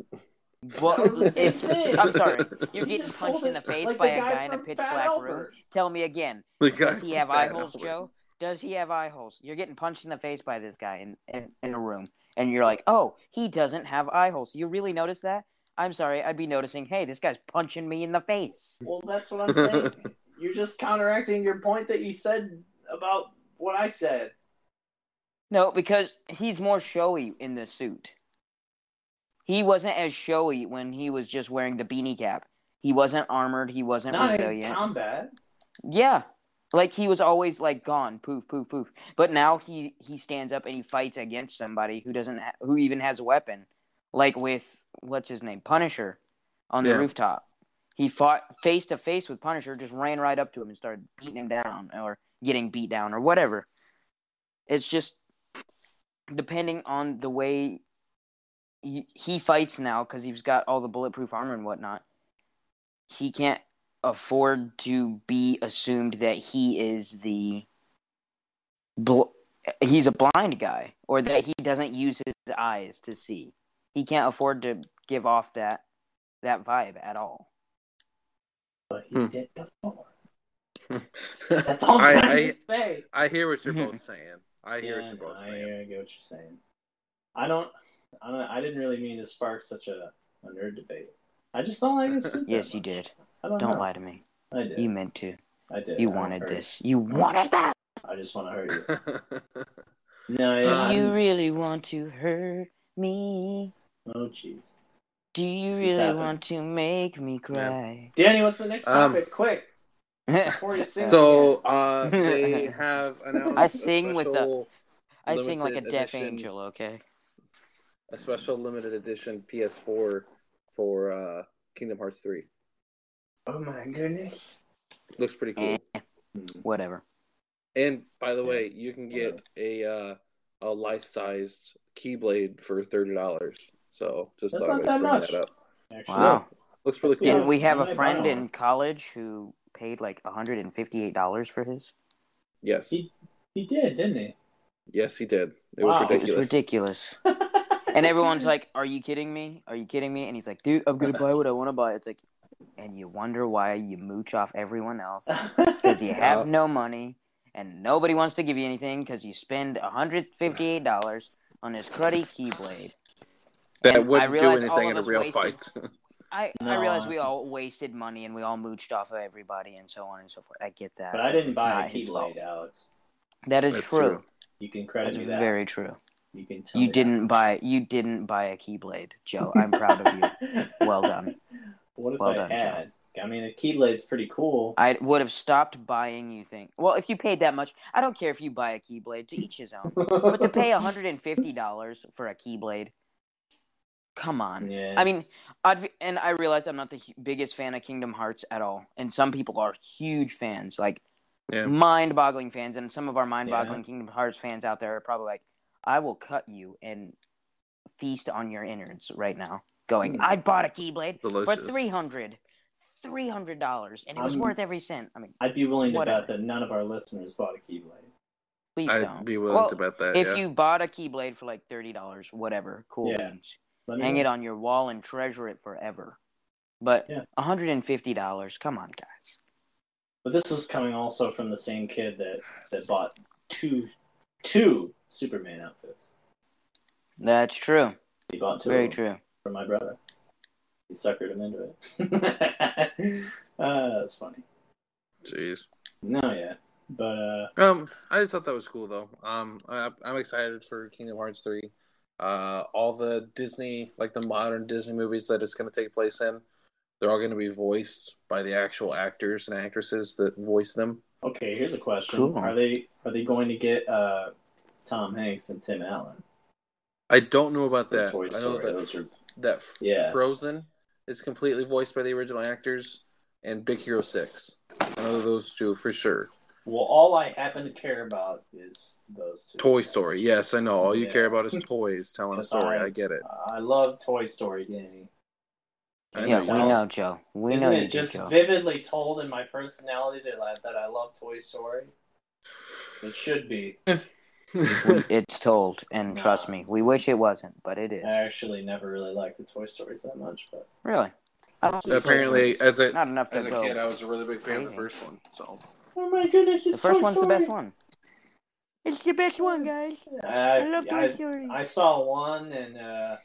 Speaker 5: That
Speaker 1: Well,
Speaker 5: was the same
Speaker 1: it's
Speaker 5: thing.
Speaker 1: I'm sorry. You're
Speaker 5: He
Speaker 1: getting
Speaker 5: just pulled
Speaker 1: punched in the
Speaker 5: his-
Speaker 1: face
Speaker 5: like
Speaker 1: by
Speaker 5: the
Speaker 1: a
Speaker 5: guy
Speaker 1: guy in a
Speaker 5: from
Speaker 1: pitch
Speaker 5: Fat
Speaker 1: black room.
Speaker 5: Albert.
Speaker 1: Tell me again.
Speaker 3: the guy
Speaker 1: Does he
Speaker 3: from
Speaker 1: have eye
Speaker 3: Bad
Speaker 1: holes,
Speaker 3: Outfit.
Speaker 1: Joe? Does he have eye holes? You're getting punched in the face by this guy in, in, in a room, and you're like, oh, he doesn't have eye holes. You really notice that? I'm sorry, I'd be noticing, hey, this guy's punching me in the face.
Speaker 5: Well, that's what I'm saying. you're just counteracting your point that you said about what I said.
Speaker 1: No, because he's more showy in the suit. He wasn't as showy when he was just wearing the beanie cap. He wasn't armored, he wasn't
Speaker 5: Not in
Speaker 1: resilient.
Speaker 5: combat.
Speaker 1: Yeah. Like he was always like gone, poof, poof, poof. But now he he stands up and he fights against somebody who doesn't ha- who even has a weapon, like with what's his name, Punisher, on the
Speaker 3: Yeah.
Speaker 1: rooftop. He fought face to face with Punisher, just ran right up to him and started beating him down or getting beat down or whatever. It's just depending on the way he, he fights now, because he's got all the bulletproof armor and whatnot, he can't afford to be assumed that he is the bl- he's a blind guy or that he doesn't use his eyes to see. He can't afford to give off that that vibe at all.
Speaker 5: But he
Speaker 3: Hmm.
Speaker 5: did before.
Speaker 2: I,
Speaker 5: That's all I'm trying
Speaker 2: I,
Speaker 5: to say.
Speaker 2: I hear what you're both saying. I hear
Speaker 5: Yeah,
Speaker 2: what you're both
Speaker 5: I,
Speaker 2: saying.
Speaker 5: hear- I get what you're saying. I don't. I don't. I didn't really mean to spark such a, a nerd debate. I just don't like this. suit that
Speaker 1: Yes, you
Speaker 5: much. Oh,
Speaker 1: did.
Speaker 5: I don't,
Speaker 1: Don't
Speaker 5: know.
Speaker 1: lie to me.
Speaker 5: I did.
Speaker 1: You meant to.
Speaker 5: I did.
Speaker 1: You
Speaker 5: I
Speaker 1: wanted
Speaker 5: hurt.
Speaker 1: this. You wanted that.
Speaker 5: I just want to hurt you. No,
Speaker 1: Do
Speaker 5: yeah.
Speaker 1: you
Speaker 5: I'm-
Speaker 1: really want to hurt me?
Speaker 5: Oh, jeez.
Speaker 1: Do you
Speaker 5: This is
Speaker 1: really
Speaker 5: happening.
Speaker 1: want to make me cry?
Speaker 5: Danny, what's the next
Speaker 2: Um,
Speaker 5: topic? Quick. Before you sing
Speaker 2: so uh, they have announced
Speaker 1: I sing
Speaker 2: a
Speaker 1: with a-
Speaker 2: special,
Speaker 1: I sing like a
Speaker 2: limited
Speaker 1: deaf
Speaker 2: edition.
Speaker 1: angel, okay?
Speaker 2: a special limited edition PS4 for uh, Kingdom Hearts 3.
Speaker 5: Oh my goodness.
Speaker 2: Looks pretty cool.
Speaker 1: Whatever.
Speaker 2: And by the way, you can get a uh, a life sized Keyblade for thirty dollars. So just
Speaker 5: That's
Speaker 2: thought
Speaker 5: not
Speaker 2: I'd
Speaker 5: that
Speaker 2: bring
Speaker 5: much.
Speaker 2: That up.
Speaker 5: Actually,
Speaker 1: Wow.
Speaker 2: Looks really cool.
Speaker 5: Yeah,
Speaker 1: Didn't we have
Speaker 5: I
Speaker 1: a
Speaker 5: might
Speaker 1: friend
Speaker 5: buy
Speaker 1: in
Speaker 5: one.
Speaker 1: college who paid like $158 for his?
Speaker 2: Yes,
Speaker 5: He- He did, didn't he?
Speaker 2: yes, he did. It was
Speaker 5: Wow.
Speaker 1: It was
Speaker 2: ridiculous.
Speaker 1: ridiculous. And everyone's like, Are you kidding me? Are you kidding me? And he's like, Dude, I'm going to buy what I want to buy. It's like, and you wonder why you mooch off everyone else because you have no money and nobody wants to give you anything because you spend $158 on this cruddy keyblade. And
Speaker 2: That
Speaker 1: I
Speaker 2: wouldn't do
Speaker 1: realize all of
Speaker 2: anything in a
Speaker 1: us
Speaker 2: real
Speaker 1: wasted-
Speaker 2: fight.
Speaker 1: I, I
Speaker 5: No,
Speaker 1: realize
Speaker 5: I-
Speaker 1: we all wasted money and we all mooched off of everybody and so on and so forth. I get that.
Speaker 5: But I didn't
Speaker 1: It's
Speaker 5: buy a
Speaker 1: not his fault.
Speaker 5: Keyblade, Alex.
Speaker 1: That is
Speaker 2: That's
Speaker 1: true.
Speaker 2: true.
Speaker 5: You can credit
Speaker 1: That's
Speaker 5: me that.
Speaker 1: very true.
Speaker 5: You can tell
Speaker 1: You
Speaker 5: me that.
Speaker 1: didn't buy you didn't buy a keyblade, Joe. I'm proud of you. Well done.
Speaker 5: What if
Speaker 1: Well
Speaker 5: I
Speaker 1: done, John.
Speaker 5: had? I mean, a Keyblade's pretty cool.
Speaker 1: I would have stopped buying you things. Well, if you paid that much, I don't care if you buy a keyblade. To each his own. But to pay $150 for a keyblade, come on.
Speaker 5: yeah.
Speaker 1: I mean, I'd, and I realize I'm not the hu- biggest fan of Kingdom Hearts at all, and some people are huge fans, like
Speaker 2: Yeah.
Speaker 1: Mm. mind-boggling fans, and some of our mind-boggling
Speaker 5: Yeah.
Speaker 1: Kingdom Hearts fans out there are probably like, "I will cut you and feast on your innards right now." Going,
Speaker 5: Hmm.
Speaker 1: I bought a Keyblade for
Speaker 2: Mm. Delicious.
Speaker 1: three hundred. Three hundred dollars, and it was
Speaker 5: I'm-
Speaker 1: worth every cent. I mean,
Speaker 5: I'd be willing to
Speaker 1: whatever.
Speaker 5: bet that none of our listeners bought a Keyblade.
Speaker 1: please
Speaker 2: I'd
Speaker 1: don't.
Speaker 2: be willing
Speaker 1: Well,
Speaker 2: to bet that.
Speaker 1: If
Speaker 2: yeah.
Speaker 1: you bought a Keyblade for like thirty dollars, whatever, cool
Speaker 5: Yeah.
Speaker 1: beans.
Speaker 5: Let me
Speaker 1: hang
Speaker 5: know.
Speaker 1: it on your wall and treasure it forever. But
Speaker 5: Yeah.
Speaker 1: $150, come on, guys.
Speaker 5: But this was coming also from the same kid that that bought two two Superman outfits.
Speaker 1: That's true.
Speaker 5: He bought two
Speaker 1: Very
Speaker 5: of them
Speaker 1: true.
Speaker 5: for my brother. He suckered him into it. uh, that's funny.
Speaker 2: Jeez.
Speaker 5: No, yeah, but uh,
Speaker 2: Um, I just thought that was cool though. Um, I, I'm excited for Kingdom Hearts three. Uh, all the Disney, like the modern Disney movies that it's going to take place in, they're all going to be voiced by the actual actors and actresses that voice them.
Speaker 5: okay. Here's a question:
Speaker 1: Cool.
Speaker 5: Are they are they going to get uh, Tom Hanks and Tim Allen?
Speaker 2: I don't know about
Speaker 5: for
Speaker 2: that.
Speaker 5: Toy
Speaker 2: I know
Speaker 5: Story? Those
Speaker 2: that
Speaker 5: are-
Speaker 2: that
Speaker 5: Yeah.
Speaker 2: Frozen is completely voiced by the original actors, and Big Hero Six. I know those two for sure.
Speaker 5: Well, all I happen to care about is those two.
Speaker 2: Toy Story, yes, I know. All you
Speaker 5: Yeah.
Speaker 2: care about is toys telling a
Speaker 5: That's
Speaker 2: story.
Speaker 5: all.
Speaker 2: I get it.
Speaker 5: Uh, I love Toy Story, Danny.
Speaker 2: I
Speaker 1: yeah,
Speaker 2: know.
Speaker 1: we know, Joe. We
Speaker 5: Isn't
Speaker 1: know you
Speaker 5: it
Speaker 1: do,
Speaker 5: just
Speaker 1: Joe.
Speaker 5: vividly told in my personality that I, that I love Toy Story? It should be.
Speaker 1: We- it's told, and
Speaker 5: Nah.
Speaker 1: trust me, we wish it wasn't, but it is.
Speaker 5: I actually never really liked the Toy Stories that much, but
Speaker 1: really? I don't keep
Speaker 2: Apparently,
Speaker 1: listening.
Speaker 2: as a
Speaker 1: not enough to
Speaker 2: As a
Speaker 1: go.
Speaker 2: kid, I was a really big fan of the
Speaker 1: Amazing.
Speaker 2: first one. So
Speaker 5: oh my goodness,
Speaker 1: the first one's the best one. It's the best
Speaker 5: one,
Speaker 1: guys.
Speaker 5: I, I,
Speaker 1: Story.
Speaker 5: I saw one, and uh,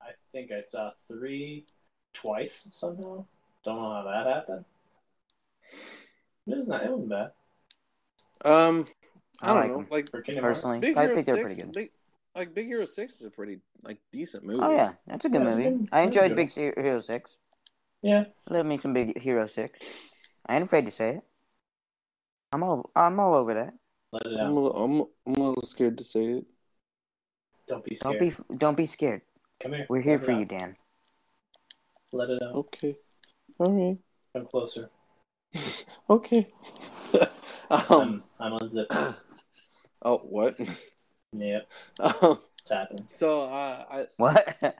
Speaker 5: I think I saw three twice somehow. Don't know how that happened. It was not. It wasn't bad.
Speaker 2: um,
Speaker 1: I
Speaker 2: I don't
Speaker 1: like
Speaker 2: know.
Speaker 1: 'em.
Speaker 2: Like
Speaker 5: For Kingdom Hearts.
Speaker 1: Personally,
Speaker 2: Big
Speaker 1: I
Speaker 2: Hero
Speaker 1: think they're
Speaker 2: Six,
Speaker 1: pretty good.
Speaker 2: Big, like Big Hero Six is a pretty like decent movie.
Speaker 1: Oh, yeah, that's a good
Speaker 5: Yeah, it's a
Speaker 1: movie.
Speaker 5: good-
Speaker 1: I
Speaker 5: it's a
Speaker 1: enjoyed
Speaker 5: good
Speaker 1: Big Se- Hero 6.
Speaker 5: Yeah.
Speaker 1: Let me some Big Hero Six. I ain't afraid to say it. I'm all I'm all over that.
Speaker 5: Let it
Speaker 2: I'm
Speaker 5: out.
Speaker 2: a, little, I'm, I'm a little scared to say it.
Speaker 5: Don't be
Speaker 1: Don't
Speaker 5: scared.
Speaker 1: be don't be scared.
Speaker 5: Come here.
Speaker 1: We're here
Speaker 5: Let it
Speaker 1: for
Speaker 5: out.
Speaker 1: you, Dan.
Speaker 5: Let it out.
Speaker 2: Okay, all
Speaker 5: Come closer.
Speaker 2: right, okay. um,
Speaker 5: I'm, I'm unzipping.
Speaker 2: oh what?
Speaker 5: Yep.
Speaker 2: Um,
Speaker 5: It's happened.
Speaker 2: So uh, I
Speaker 1: What? I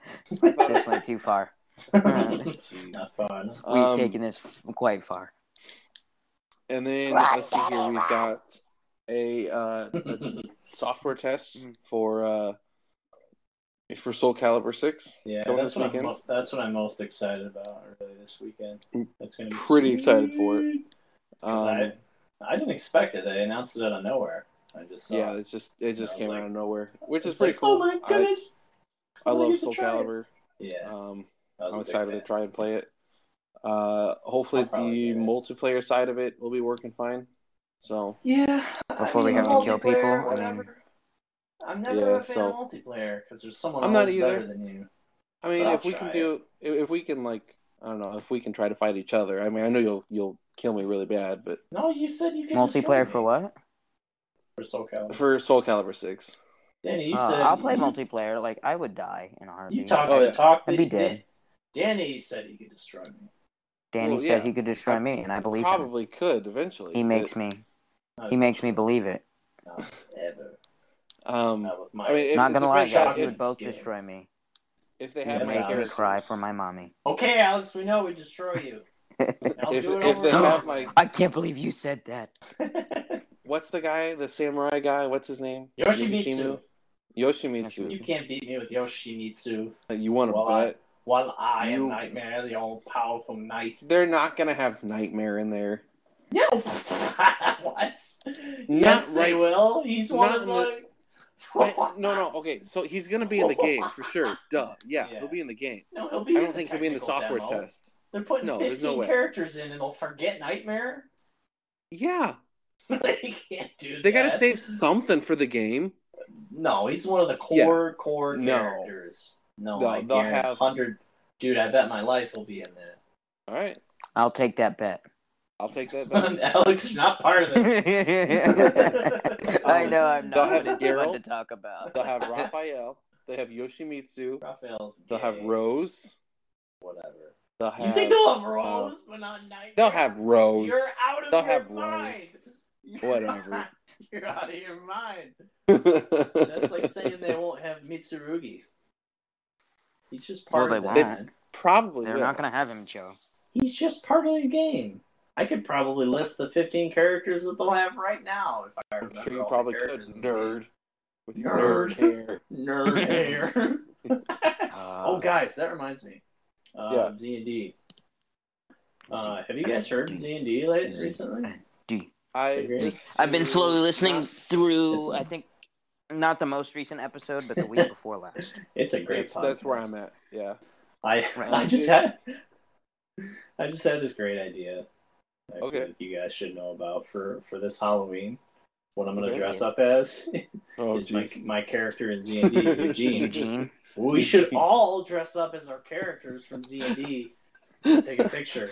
Speaker 1: thought this went too far. We've
Speaker 5: Not fun.
Speaker 2: um,
Speaker 1: taken this f- quite far.
Speaker 2: and then let's see here. We've got a, uh, a software test
Speaker 1: Mhm.
Speaker 2: for uh for Soul Calibur Six.
Speaker 5: yeah,
Speaker 2: coming
Speaker 5: that's
Speaker 2: this
Speaker 5: what, I'm,
Speaker 2: weekend.
Speaker 5: mo- that's what I'm most excited about really this weekend.
Speaker 1: Mm.
Speaker 2: I'm
Speaker 5: That's gonna be
Speaker 2: pretty excited for it.
Speaker 5: sweet. 'Cause
Speaker 2: Um,
Speaker 5: I, I didn't expect it. They announced it out of nowhere. I just saw
Speaker 2: yeah,
Speaker 5: it.
Speaker 2: it's just it just
Speaker 5: Yeah,
Speaker 2: came
Speaker 5: like-
Speaker 2: out of nowhere, which is
Speaker 5: It's
Speaker 2: pretty
Speaker 5: like,
Speaker 2: cool.
Speaker 5: Oh my
Speaker 2: I-
Speaker 5: goodness!
Speaker 2: I,
Speaker 5: I'm gonna
Speaker 2: love
Speaker 5: get to
Speaker 2: Soul
Speaker 5: try it.
Speaker 2: Calibur.
Speaker 5: Yeah,
Speaker 2: Um,
Speaker 5: I was a
Speaker 2: I'm
Speaker 5: big
Speaker 2: excited to
Speaker 5: fan.
Speaker 2: try and play it. Uh, hopefully
Speaker 5: I'll probably
Speaker 2: the
Speaker 5: get it.
Speaker 2: multiplayer side of it will be working fine. So
Speaker 5: Yeah. I
Speaker 1: Before we
Speaker 5: mean,
Speaker 1: have to kill
Speaker 5: multiplayer,
Speaker 1: people, I mean-
Speaker 5: whatever. I'm never
Speaker 2: Yeah,
Speaker 5: a fan
Speaker 2: so-
Speaker 5: of multiplayer because there's someone
Speaker 2: I'm not
Speaker 5: always
Speaker 2: either.
Speaker 5: better than you.
Speaker 2: I mean,
Speaker 5: But I'll
Speaker 2: if we can
Speaker 5: try
Speaker 2: do, if if we can like, I don't know, if we can try to fight each other. I mean, I know you'll you'll kill me really bad, but
Speaker 5: No, you said you could
Speaker 1: Multiplayer
Speaker 5: destroy
Speaker 1: for
Speaker 5: me.
Speaker 1: what?
Speaker 5: For SoCal.
Speaker 2: for Soul Calibur Six,
Speaker 5: Danny, you
Speaker 1: Uh,
Speaker 5: said
Speaker 1: I'll play
Speaker 5: you,
Speaker 1: multiplayer. Like I would die in a
Speaker 5: You
Speaker 1: heartbeat.
Speaker 5: talk
Speaker 2: Oh,
Speaker 5: oh,
Speaker 2: yeah.
Speaker 5: talk.
Speaker 1: I'd
Speaker 5: that
Speaker 1: be
Speaker 5: you
Speaker 1: dead.
Speaker 5: did. Danny said he could destroy me.
Speaker 1: Danny
Speaker 2: Well,
Speaker 1: said
Speaker 2: yeah.
Speaker 1: he could destroy me, and I believe him.
Speaker 2: probably could eventually.
Speaker 1: He makes me.
Speaker 5: Not
Speaker 1: He makes me believe it.
Speaker 5: Not ever.
Speaker 2: Um,
Speaker 5: Not with my.
Speaker 2: I mean, if,
Speaker 1: Not
Speaker 2: it
Speaker 1: gonna lie,
Speaker 2: depends on
Speaker 1: guys, you
Speaker 5: if-
Speaker 1: would both
Speaker 5: Yeah.
Speaker 1: destroy me.
Speaker 2: If they
Speaker 5: Yeah,
Speaker 1: You
Speaker 2: have
Speaker 5: that's
Speaker 2: main
Speaker 1: make me
Speaker 5: ours.
Speaker 2: characters,
Speaker 1: cry for my mommy.
Speaker 5: okay, Alex, we know we destroy you. I'll
Speaker 2: If,
Speaker 5: do it
Speaker 2: if
Speaker 5: over
Speaker 2: they
Speaker 5: and
Speaker 2: have
Speaker 5: over.
Speaker 2: my,
Speaker 1: I can't believe you said that.
Speaker 2: what's the guy, the samurai guy? What's his name?
Speaker 5: Yoshimitsu.
Speaker 2: Yoshimitsu.
Speaker 5: You can't beat me with Yoshimitsu.
Speaker 2: You want to
Speaker 5: Well, I-
Speaker 2: bet?
Speaker 5: While I
Speaker 2: You-
Speaker 5: am Nightmare, the all-powerful knight.
Speaker 2: They're not gonna have nightmare in there.
Speaker 5: No. what? yes, they
Speaker 2: right-
Speaker 5: will. He's one
Speaker 2: not
Speaker 5: of
Speaker 2: in the-
Speaker 5: the.
Speaker 2: Wait, no, no. Okay, so he's gonna be in the game for sure. Duh. Yeah,
Speaker 5: Yeah.
Speaker 2: he'll be in the game.
Speaker 5: No, he'll be
Speaker 2: I
Speaker 5: in
Speaker 2: don't
Speaker 5: the
Speaker 2: think he'll be in the
Speaker 5: technical
Speaker 2: software
Speaker 5: demo.
Speaker 2: test.
Speaker 5: They're putting
Speaker 2: No, there's
Speaker 5: 15
Speaker 2: no way.
Speaker 5: characters in and they'll forget Nightmare?
Speaker 2: Yeah,
Speaker 5: they can't do
Speaker 2: they
Speaker 5: that.
Speaker 2: gotta save something for the game.
Speaker 5: No, he's one of the
Speaker 2: Yeah.
Speaker 5: core, core
Speaker 2: No.
Speaker 5: characters. No,
Speaker 2: No,
Speaker 5: I
Speaker 2: they'll
Speaker 5: guarantee
Speaker 2: have-
Speaker 5: 100. Dude, I bet my life will be in there.
Speaker 2: All right,
Speaker 1: I'll take that bet.
Speaker 2: I'll take that. back.
Speaker 5: Alex, you're not part of it.
Speaker 1: I know I'm not,
Speaker 2: have
Speaker 1: but it's fun
Speaker 2: Geralt.
Speaker 1: to talk about.
Speaker 2: They'll have Raphael. They have Yoshimitsu.
Speaker 5: Raphael's
Speaker 2: They'll have
Speaker 5: gay.
Speaker 2: Rose.
Speaker 5: Whatever.
Speaker 2: They'll have.
Speaker 5: You think they'll have Rose, but not Nightmare?
Speaker 2: they'll have Rose.
Speaker 5: You're out of
Speaker 2: They'll
Speaker 5: your
Speaker 2: have Rose.
Speaker 5: mind. You're
Speaker 2: Whatever.
Speaker 5: not- You're out of your mind. That's
Speaker 2: That's
Speaker 5: like saying they won't have Mitsurugi. He's just
Speaker 1: Well,
Speaker 5: part
Speaker 1: they
Speaker 5: of
Speaker 1: won't.
Speaker 5: the
Speaker 2: probably.
Speaker 1: They're
Speaker 2: will.
Speaker 1: not gonna have him, Joe.
Speaker 5: He's just part of the game. I could probably list the 15 characters that they'll have right now if I
Speaker 2: I'm
Speaker 5: remember.
Speaker 2: sure you
Speaker 5: all the
Speaker 2: probably could,
Speaker 5: characters in the
Speaker 2: nerd. With your
Speaker 5: Nerd.
Speaker 2: nerd hair.
Speaker 5: game. Nerd
Speaker 2: Uh,
Speaker 5: hair. oh,
Speaker 1: Uh,
Speaker 5: guys, that reminds me. Um,
Speaker 2: Yeah.
Speaker 5: Z&D. Uh, have you guys heard of Z&D late recently?
Speaker 1: D.
Speaker 2: I
Speaker 5: Agree.
Speaker 2: listened
Speaker 1: I've been
Speaker 2: to-
Speaker 1: slowly listening through.
Speaker 5: It's-
Speaker 1: I think not the most recent episode, but the week before last.
Speaker 5: It's a great
Speaker 2: That's, that's where I'm
Speaker 5: podcast.
Speaker 2: at. Yeah.
Speaker 5: I
Speaker 1: Right.
Speaker 5: I just had I just had this great idea. I feel
Speaker 2: Okay.
Speaker 5: like you guys should know about for for this Halloween. What I'm gonna
Speaker 2: Okay.
Speaker 5: dress up as
Speaker 2: Oh
Speaker 5: is my,
Speaker 2: jeez.
Speaker 5: my character in Z and D, Eugene.
Speaker 1: Eugene.
Speaker 5: we should all dress up as our characters from Z and D. Take a picture,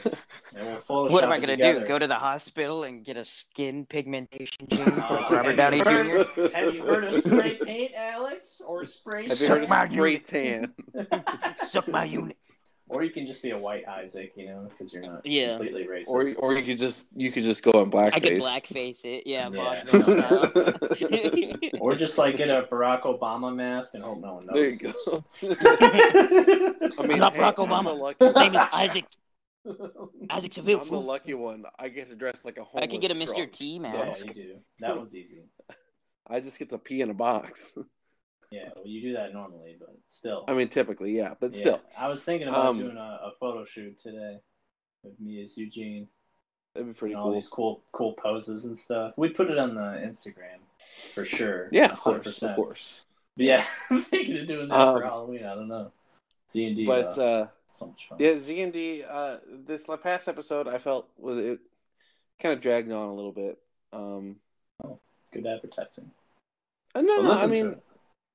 Speaker 5: and we'll Photoshop.
Speaker 1: What am I
Speaker 5: it
Speaker 1: gonna
Speaker 5: together.
Speaker 1: do? Go to the hospital and get a skin pigmentation change like
Speaker 5: Oh,
Speaker 1: Robert
Speaker 5: have
Speaker 1: Downey
Speaker 5: you
Speaker 1: Jr.
Speaker 5: heard- Have you heard of spray paint, Alex, or spray?
Speaker 2: Have you heard
Speaker 1: Suck my
Speaker 2: of spray tan?
Speaker 1: Suck my unit.
Speaker 5: Or you can just be a white Isaac, you know, because you're not
Speaker 1: Yeah.
Speaker 5: completely racist.
Speaker 2: Or or you could just you could just go in blackface.
Speaker 1: I could blackface it. Yeah,
Speaker 5: Yeah.
Speaker 1: vaudeville
Speaker 5: Or just like get a Barack Obama mask and hope no one
Speaker 2: there you
Speaker 5: knows.
Speaker 2: go.
Speaker 5: I
Speaker 2: I mean,
Speaker 1: I'm not
Speaker 2: hey,
Speaker 1: Barack
Speaker 2: I'm the
Speaker 1: Obama.
Speaker 2: lucky-
Speaker 1: style. Name is Isaac. Isaac Seville.
Speaker 2: I'm the lucky one. I get to dress like a homeless.
Speaker 1: I could get a Mr.
Speaker 2: drunk,
Speaker 1: T
Speaker 2: so
Speaker 5: yeah,
Speaker 1: mask.
Speaker 5: you do. That one's easy.
Speaker 2: I just get to pee in a box.
Speaker 5: Yeah, well, you do that normally, but still.
Speaker 2: I mean, typically, yeah, but
Speaker 5: Yeah.
Speaker 2: still,
Speaker 5: I was thinking about
Speaker 2: Um,
Speaker 5: doing a, a photo shoot today with me as Eugene
Speaker 2: that'd be
Speaker 5: and
Speaker 2: pretty
Speaker 5: all
Speaker 2: cool.
Speaker 5: these cool, cool poses and stuff. We put it on the Instagram for sure.
Speaker 2: Yeah, of
Speaker 5: 100%.
Speaker 2: course, of course.
Speaker 5: But yeah, I'm thinking of doing that for
Speaker 2: Um,
Speaker 5: Halloween. I don't know. D and D,
Speaker 2: But uh,
Speaker 5: so much fun.
Speaker 2: yeah, Z and D. Uh, this la- past episode, I felt was it kind of dragged on a little bit. Um,
Speaker 5: Good advertising.
Speaker 2: uh, no,
Speaker 5: But
Speaker 2: no, I
Speaker 5: listen to
Speaker 2: mean,
Speaker 5: it.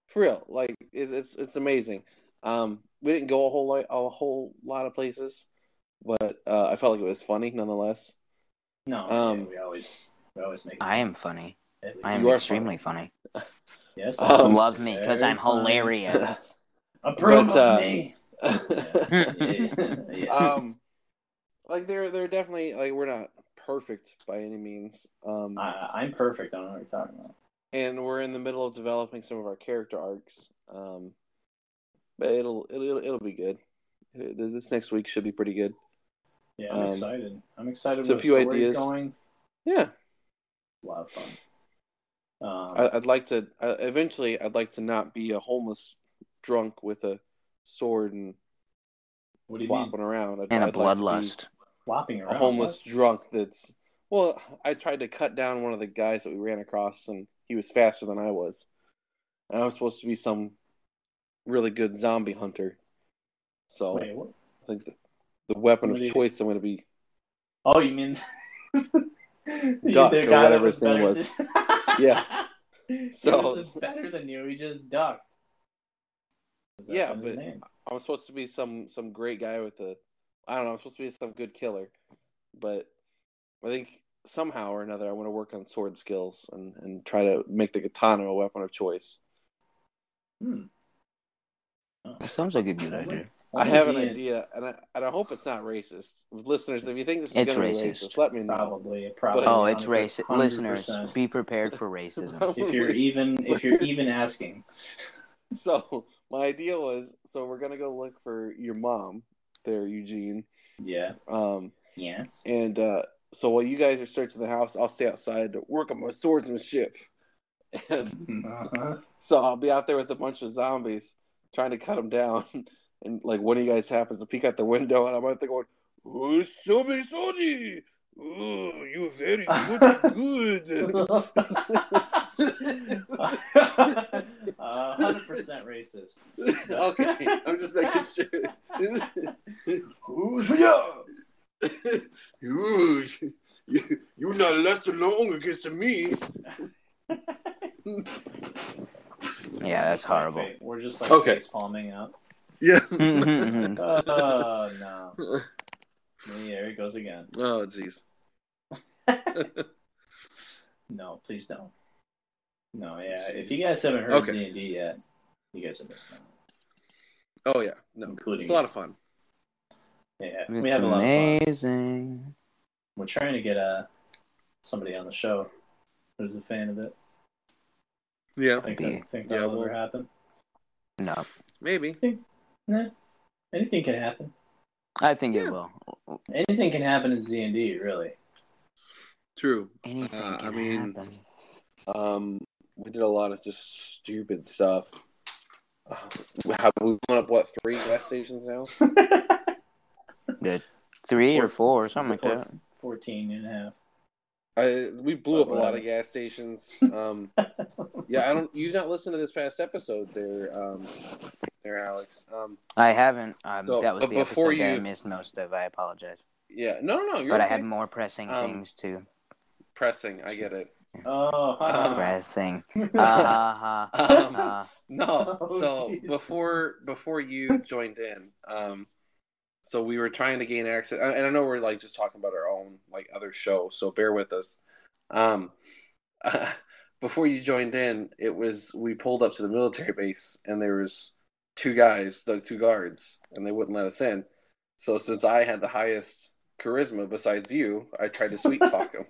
Speaker 2: for real, like it, it's it's amazing. Um, we didn't go a whole lot, a whole lot of places, but uh, I felt like it was funny nonetheless.
Speaker 5: no,
Speaker 2: um,
Speaker 5: yeah, we always, we always make.
Speaker 1: I am funny.
Speaker 5: At
Speaker 1: I
Speaker 5: least.
Speaker 1: am
Speaker 2: You are
Speaker 1: extremely funny.
Speaker 5: Yes.
Speaker 2: Um,
Speaker 1: Love me because
Speaker 5: very
Speaker 1: I'm
Speaker 5: funny.
Speaker 1: hilarious.
Speaker 5: Approve
Speaker 2: But, uh,
Speaker 5: of me.
Speaker 2: um, like they're they're definitely like we're not perfect by any means. Um,
Speaker 5: I, I'm perfect. I don't know what you're talking about.
Speaker 2: and we're in the middle of developing some of our character arcs. Um, but it'll it'll it'll be good. It- This next week should be pretty good.
Speaker 5: Yeah, I'm
Speaker 2: Um,
Speaker 5: excited. I'm excited.
Speaker 2: so a
Speaker 5: With a
Speaker 2: few
Speaker 5: few
Speaker 2: ideas.
Speaker 5: going.
Speaker 2: Yeah,
Speaker 5: A lot of fun. Um,
Speaker 2: I, I'd like to. I, eventually, I'd like to not be a homeless drunk with a sword and
Speaker 5: what do you mean?
Speaker 2: flopping around. I'd,
Speaker 1: and a
Speaker 2: I'd like to be
Speaker 1: bloodlust.
Speaker 5: Flopping
Speaker 2: a
Speaker 5: around.
Speaker 2: homeless drunk that's. Well, I tried to cut down one of the guys that we ran across, and he was faster than I was. And I was supposed to be some really good zombie hunter. So
Speaker 5: What? Wait, what?
Speaker 2: I think the, the weapon
Speaker 5: Somebody-
Speaker 2: of choice I'm going to be
Speaker 5: Oh, you mean the
Speaker 2: Duck or
Speaker 5: that
Speaker 2: whatever his name
Speaker 5: better
Speaker 2: was.
Speaker 5: than-
Speaker 2: Yeah.
Speaker 5: he
Speaker 2: So-
Speaker 5: wasn't better than you. He just ducked. 'Cause that's
Speaker 2: Yeah,
Speaker 5: in his
Speaker 2: but-
Speaker 5: name.
Speaker 2: I was supposed to be some some great guy with a I don't know, I'm supposed to be some good killer. But I think somehow or another I want to work on sword skills and, and try to make the katana a weapon of choice.
Speaker 5: Hmm. Oh.
Speaker 1: That sounds like a good idea.
Speaker 2: I have an
Speaker 5: Only he is
Speaker 2: idea and I and I hope it's not racist. Listeners, if you think this is
Speaker 1: It's
Speaker 2: gonna be
Speaker 1: racist.
Speaker 2: racist, let me know.
Speaker 5: Probably, probably.
Speaker 1: Oh, it's
Speaker 5: 100%.
Speaker 1: racist. Listeners, be prepared for racism.
Speaker 5: If you're e- even, if you're even asking,
Speaker 2: So my idea was so we're gonna go look for your mom there, Eugene.
Speaker 5: yeah,
Speaker 2: Um
Speaker 5: yes.
Speaker 2: And uh, so while you guys are searching the house, I'll stay outside to work on my swordsmanship. And
Speaker 5: Uh-huh.
Speaker 2: so I'll be out there with a bunch of zombies trying to cut them down. And like one of you guys happens to peek out the window, and I'm out there going, "Oh, zombie, zombie! Oh, you're very good, good."
Speaker 5: hundred percent racist.
Speaker 2: okay, I'm just making sure. you, you, you not last long against me.
Speaker 1: Yeah, that's horrible.
Speaker 5: We're just like
Speaker 2: Okay.
Speaker 5: face palming up.
Speaker 2: Yeah.
Speaker 1: Mhm, mhm.
Speaker 5: Oh no! There he goes again.
Speaker 2: Oh, jeez.
Speaker 5: No, please don't. No, yeah. If you guys haven't heard
Speaker 2: Okay.
Speaker 5: D and D yet, you guys are missing out.
Speaker 2: Oh, yeah. No,
Speaker 5: Including-
Speaker 2: it's a lot of fun.
Speaker 5: Yeah, we
Speaker 1: it's
Speaker 5: have a lot of fun.
Speaker 1: amazing.
Speaker 5: We're trying to get uh somebody on the show who's a fan of it.
Speaker 2: Yeah,
Speaker 5: I think,
Speaker 1: Be-
Speaker 5: that, think that'll
Speaker 2: Yeah, well-
Speaker 5: ever happen.
Speaker 1: No,
Speaker 2: maybe.
Speaker 5: Nah, anything can happen.
Speaker 1: I think
Speaker 2: Yeah.
Speaker 1: it will.
Speaker 5: Anything can happen in D and D, really.
Speaker 2: True.
Speaker 1: Anything
Speaker 2: Uh,
Speaker 1: can
Speaker 2: I mean-
Speaker 1: happen.
Speaker 2: Um, we did a lot of just stupid stuff. Uh, have we went up what three gas stations now?
Speaker 1: The three or four or something like
Speaker 5: Four.
Speaker 1: that.
Speaker 5: 14 and a half.
Speaker 2: I, we blew up a lot of gas stations. Um, yeah, I don't. You've not listened to this past episode, there, um, there, Alex. Um,
Speaker 1: I haven't. Um,
Speaker 2: So,
Speaker 1: that was
Speaker 2: but
Speaker 1: the episode
Speaker 2: before
Speaker 1: that I
Speaker 2: you-
Speaker 1: missed most of. I apologize,
Speaker 2: yeah, no, no, no. You're
Speaker 1: but I
Speaker 2: okay.
Speaker 1: had more pressing
Speaker 2: Um,
Speaker 1: things too.
Speaker 2: pressing. I get it.
Speaker 5: Oh,
Speaker 2: Uh,
Speaker 1: pressing. Uh-huh.
Speaker 2: Um,
Speaker 1: Uh,
Speaker 2: No.
Speaker 5: Oh,
Speaker 2: so
Speaker 5: geez.
Speaker 2: before before you joined in, um, so we were trying to gain access, and and I know we're like just talking about our own like other show, so bear with us. Um, before you joined in, it was we pulled up to the military base, and there was two guys, the two guards, and they wouldn't let us in. So since I had the highest charisma besides you, I tried to sweet talk them.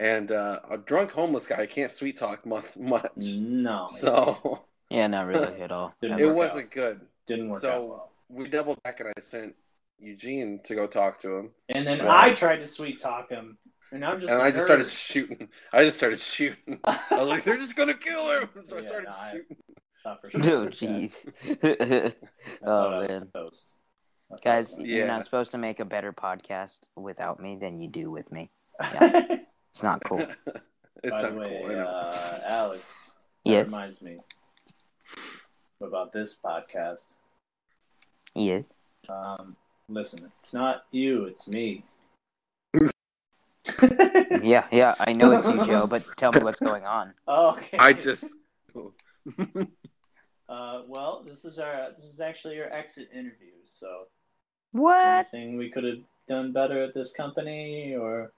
Speaker 2: And uh, a drunk homeless guy can't sweet talk much. much.
Speaker 5: no,
Speaker 2: So
Speaker 1: yeah, not really at all.
Speaker 5: Didn't
Speaker 2: it
Speaker 5: work
Speaker 2: wasn't good.
Speaker 5: didn't work
Speaker 2: so-
Speaker 5: out well.
Speaker 2: We doubled back and I sent Eugene to go talk to him,
Speaker 5: And then
Speaker 2: Wow.
Speaker 5: I tried to sweet talk him, and I'm just
Speaker 2: and
Speaker 5: a
Speaker 2: I just
Speaker 5: nerd.
Speaker 2: started shooting. I just started shooting. I was like, "They're just gonna kill him!" So I
Speaker 5: Yeah,
Speaker 2: started
Speaker 5: no, I-
Speaker 2: shooting.
Speaker 5: Not for sure.
Speaker 1: Dude, Oh, jeez.
Speaker 5: I thought
Speaker 1: Oh,
Speaker 5: I was
Speaker 1: man.
Speaker 5: toast. I thought
Speaker 1: Guys,
Speaker 5: I was-
Speaker 1: you're
Speaker 2: Yeah.
Speaker 1: not supposed to make a better podcast without me than you do with me. It's not cool.
Speaker 2: it's not
Speaker 5: By the
Speaker 2: cool.
Speaker 5: way,
Speaker 2: I know.
Speaker 5: uh, Alex, that
Speaker 1: yes.
Speaker 5: reminds me about this podcast.
Speaker 1: Yes.
Speaker 5: Um, listen, it's not you, it's me.
Speaker 1: Yeah, yeah. I know it's you, Joe, but tell me what's going on.
Speaker 5: okay.
Speaker 2: I just
Speaker 5: Uh, well, this is our this is actually our exit interview. So, is there
Speaker 1: What?
Speaker 5: anything we could have done better at this company, or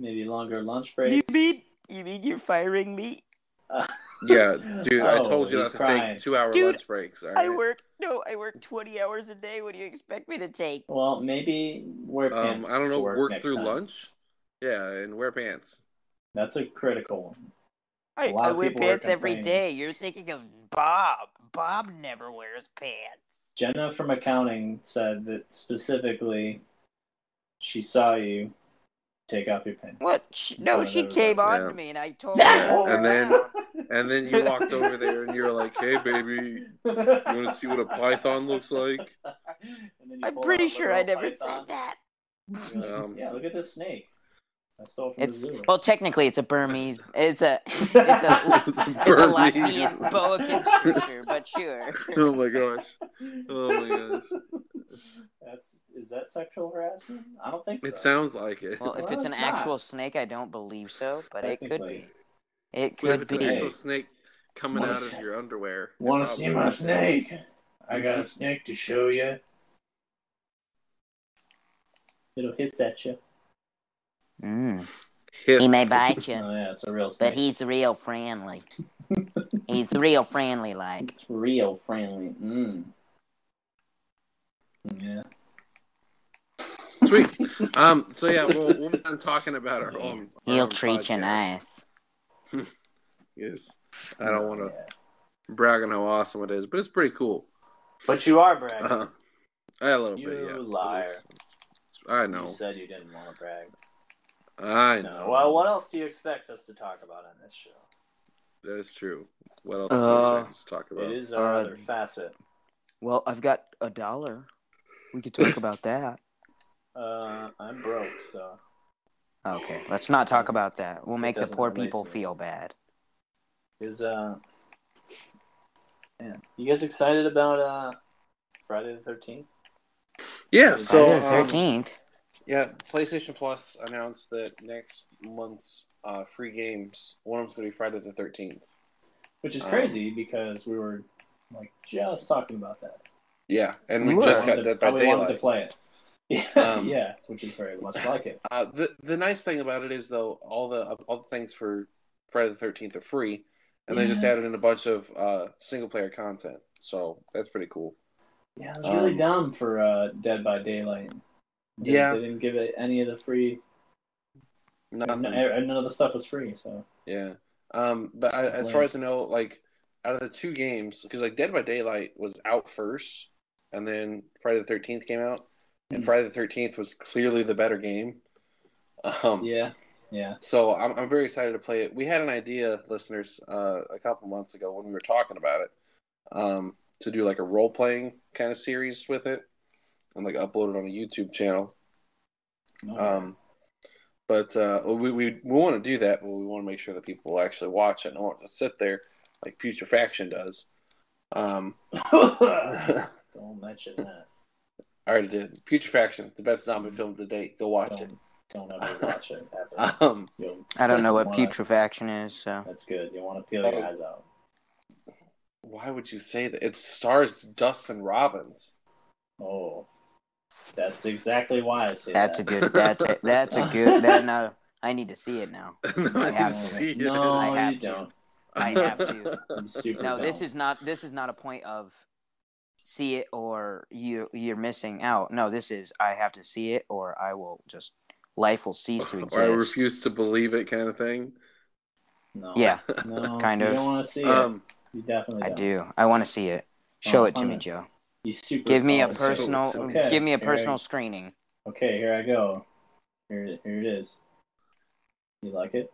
Speaker 5: maybe longer lunch breaks?
Speaker 1: mean you mean you're firing me?
Speaker 5: Uh,
Speaker 2: yeah, dude. I
Speaker 5: Oh,
Speaker 2: told you not
Speaker 5: he's
Speaker 2: to
Speaker 5: crying.
Speaker 2: take two-hour
Speaker 1: Dude,
Speaker 2: lunch breaks. all right?
Speaker 1: work no, I work twenty hours a day. What do you expect me to take?
Speaker 5: Well, maybe wear
Speaker 2: Um,
Speaker 5: pants.
Speaker 2: I don't know.
Speaker 5: to
Speaker 2: Work,
Speaker 5: next
Speaker 2: through
Speaker 5: time.
Speaker 2: lunch. Yeah, and wear pants.
Speaker 5: That's a critical one.
Speaker 1: I,
Speaker 5: lot
Speaker 1: I
Speaker 5: of
Speaker 1: wear
Speaker 5: people were
Speaker 1: pants every
Speaker 5: complaining.
Speaker 1: day. You're thinking of Bob. Bob never wears pants.
Speaker 5: Jenna from accounting said that specifically she saw you take off your pants.
Speaker 1: What? She, no,
Speaker 5: Yeah,
Speaker 1: she
Speaker 5: that was-
Speaker 1: came on
Speaker 2: yeah.
Speaker 1: to me uh, and I told her.
Speaker 2: Yeah,
Speaker 1: all
Speaker 2: and then-
Speaker 1: around.
Speaker 2: And then you walked over there and you were like, "Hey, baby,
Speaker 5: you
Speaker 2: you want to see what a python looks like?"
Speaker 1: I'm pretty sure I never said that.
Speaker 2: Um,
Speaker 5: Mm, yeah, look at this snake. I stole from
Speaker 1: It's
Speaker 5: the zoo.
Speaker 1: well, technically, it's a Burmese. It's a it's a
Speaker 5: It's a
Speaker 1: it's a
Speaker 2: Burmese.
Speaker 1: Latvian boa constrictor, but sure.
Speaker 2: Oh my gosh. Oh my
Speaker 5: gosh. That's is that sexual harassment? I don't think so.
Speaker 2: It sounds like it.
Speaker 1: Well, if
Speaker 5: Well,
Speaker 1: it's an
Speaker 5: it's not.
Speaker 1: actual snake, I don't believe so, but it could be.
Speaker 5: Technically.
Speaker 1: It
Speaker 2: What if
Speaker 1: could
Speaker 2: it's an actual
Speaker 1: be.
Speaker 2: snake coming
Speaker 5: Wanna
Speaker 2: out of
Speaker 5: see-
Speaker 2: your underwear?
Speaker 5: Want to
Speaker 2: Probably.
Speaker 5: see my snake? I got a snake to show you. It'll hiss at you.
Speaker 1: Mm.
Speaker 2: Hip.
Speaker 1: He may bite you,
Speaker 5: Oh yeah, it's a real snake.
Speaker 1: but he's real friendly. He's real friendly, like.
Speaker 5: It's real friendly. Mm. Yeah.
Speaker 2: Sweet. Um. So yeah, we'll we'll be done talking about our own. our
Speaker 1: He'll
Speaker 2: own
Speaker 1: treat you
Speaker 2: podcast.
Speaker 1: nice.
Speaker 2: Yes. I don't want to brag on how awesome it is, but it's pretty cool.
Speaker 5: But you are bragging.
Speaker 2: Uh, a little
Speaker 5: You
Speaker 2: bit. Yeah.
Speaker 5: liar.
Speaker 2: It's- it's- I
Speaker 5: You
Speaker 2: know.
Speaker 5: said you didn't want to brag.
Speaker 2: I know.
Speaker 5: No. Well, what else do you expect us to talk about on this show?
Speaker 2: That is true. What else
Speaker 1: Uh,
Speaker 2: is there to talk about?
Speaker 5: It is our
Speaker 1: Uh,
Speaker 5: other facet.
Speaker 1: Well, I've got a dollar. We could talk about that.
Speaker 5: Uh, I'm broke, so
Speaker 1: Okay, let's not talk about that. We'll make the
Speaker 5: doesn't
Speaker 1: poor
Speaker 5: relate
Speaker 1: people
Speaker 5: to it.
Speaker 1: feel bad.
Speaker 5: is uh, man, you guys excited about uh Friday the Thirteenth?
Speaker 2: Yeah.
Speaker 1: So,
Speaker 2: So
Speaker 5: Friday
Speaker 2: um,
Speaker 1: thirteenth.
Speaker 2: Yeah, PlayStation Plus announced that next month's uh, free games, one of them's going to be Friday the 13th.
Speaker 5: Which is
Speaker 2: Um,
Speaker 5: crazy because we were like just talking about that.
Speaker 2: Yeah, and we
Speaker 1: Ooh.
Speaker 2: just got
Speaker 5: wanted to-
Speaker 2: that by
Speaker 5: oh, we wanted to
Speaker 2: daylight.
Speaker 5: play it. Yeah,
Speaker 2: Um,
Speaker 5: yeah, which is very much like it.
Speaker 2: Uh, the the nice thing about it is though, all the all the things for Friday the 13th are free, and they just
Speaker 5: Yeah.
Speaker 2: added in a bunch of uh, single player content. So that's pretty cool.
Speaker 5: Yeah, it was really
Speaker 2: Um,
Speaker 5: dumb for uh, Dead by Daylight. They-
Speaker 2: Yeah.
Speaker 5: they didn't give it any of the free.
Speaker 2: Nothing.
Speaker 5: None, none of the stuff was free, so
Speaker 2: Yeah. Um, but I, as far as I know, like out of the two games, because like Dead by Daylight was out first, and then Friday the Thirteenth came out, and
Speaker 5: Mhm.
Speaker 2: Friday the Thirteenth was clearly the better game. Um,
Speaker 5: yeah, yeah.
Speaker 2: So I'm I'm very excited to play it. We had an idea, listeners, uh, a couple months ago when we were talking about it, um, to do like a role playing kind of series with it, and like upload it on a YouTube channel.
Speaker 5: No.
Speaker 2: Um, but uh, we, we, we want to do that, but we want to make sure that people actually watch it and want to sit there like Putrefaction does. Um, I
Speaker 5: don't mention that.
Speaker 2: already did. Putrefaction, the best zombie film to date. Go watch it.
Speaker 5: Don't, don't ever watch it ever.
Speaker 2: Um,
Speaker 5: You'll-
Speaker 1: I don't know what
Speaker 5: Why?
Speaker 1: putrefaction is, so
Speaker 5: That's good. You want to peel
Speaker 2: Oh.
Speaker 5: your eyes out.
Speaker 2: why would you say that? It stars Dustin Robbins.
Speaker 5: Oh, that's exactly why I say
Speaker 1: that's a
Speaker 5: that.
Speaker 1: good. That's a, that's a good. That, no, I need to see it now. I
Speaker 2: no,
Speaker 1: have
Speaker 5: no,
Speaker 1: to
Speaker 2: see
Speaker 5: no,
Speaker 1: I have
Speaker 5: you
Speaker 1: to.
Speaker 5: don't.
Speaker 1: I have to.
Speaker 5: You stupid
Speaker 1: No, this
Speaker 5: don't.
Speaker 1: is not. This is not a point of see it or you you're missing out. No, this is I have to see it or I will just life will cease to exist.
Speaker 2: Or I refuse to believe it, kind of thing.
Speaker 5: no.
Speaker 1: Yeah,
Speaker 5: no,
Speaker 1: kind
Speaker 5: you
Speaker 1: of.
Speaker 5: don't want to see it.
Speaker 2: Um,
Speaker 5: You definitely
Speaker 1: I
Speaker 5: don't.
Speaker 1: do. I want to see it. Show
Speaker 5: Oh,
Speaker 1: it to me,
Speaker 5: honey.
Speaker 1: Joe.
Speaker 5: You super
Speaker 1: Give me a
Speaker 5: oh, sorry.
Speaker 1: personal.
Speaker 2: Okay.
Speaker 1: Give me a
Speaker 5: Here I-
Speaker 1: personal screening.
Speaker 5: Okay, here I go. Here, it- here it is. You like it?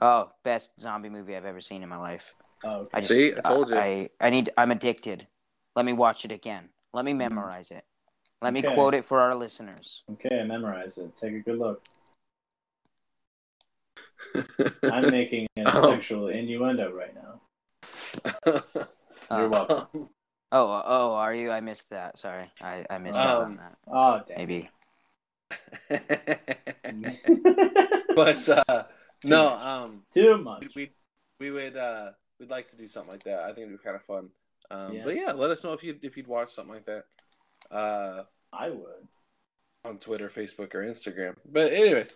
Speaker 1: Oh, best zombie movie I've ever seen in my life.
Speaker 5: Oh, okay.
Speaker 1: I just,
Speaker 2: See? I told you.
Speaker 1: I, I need. I'm addicted. Let me watch it again. Let me memorize it. Let me
Speaker 5: Okay.
Speaker 1: quote it for our listeners.
Speaker 5: okay, memorize it. Take a good look. I'm making a
Speaker 2: Oh.
Speaker 5: sexual innuendo right now.
Speaker 1: Uh,
Speaker 5: You're welcome.
Speaker 1: Oh, oh, are you? I missed that. Sorry, I, I missed out on
Speaker 2: Um,
Speaker 1: that.
Speaker 5: Oh, damn.
Speaker 1: Maybe.
Speaker 2: but uh, no, um,
Speaker 5: Too much.
Speaker 2: we we we would uh we'd like to do something like that. I think it'd be kind of fun. Um,
Speaker 5: Yeah.
Speaker 2: But yeah, let us know if you if you'd watch something like that uh,
Speaker 5: I would.
Speaker 2: on Twitter, Facebook, or Instagram. But anyway,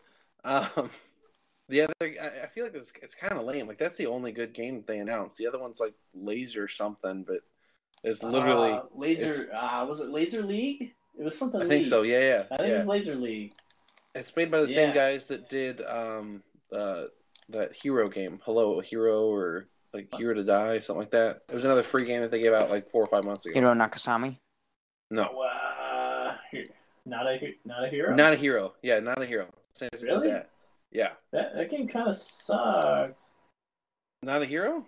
Speaker 2: um, the other I, I feel like it's it's kind of lame. Like that's the only good game that they announced. The other one's like Laser something, but it's literally
Speaker 5: Uh, laser.
Speaker 2: it's-
Speaker 5: Uh, was it Laser League? It was something.
Speaker 2: I think
Speaker 5: League.
Speaker 2: so. Yeah, yeah.
Speaker 5: I think
Speaker 2: yeah.
Speaker 5: it was Laser League.
Speaker 2: It's made by the same
Speaker 5: Yeah.
Speaker 2: guys that did um uh that hero game, Hello Hero or like Hero to Die, something like that. It was another free game that they gave out like four or five months ago.
Speaker 1: You know Nakasami.
Speaker 2: no,
Speaker 5: Wow. Oh, uh, Not a he- not a hero.
Speaker 2: not a hero. Yeah, not a hero. Since it did
Speaker 5: Really?
Speaker 2: that. Yeah,
Speaker 5: that, that game kind of sucked.
Speaker 2: not a hero.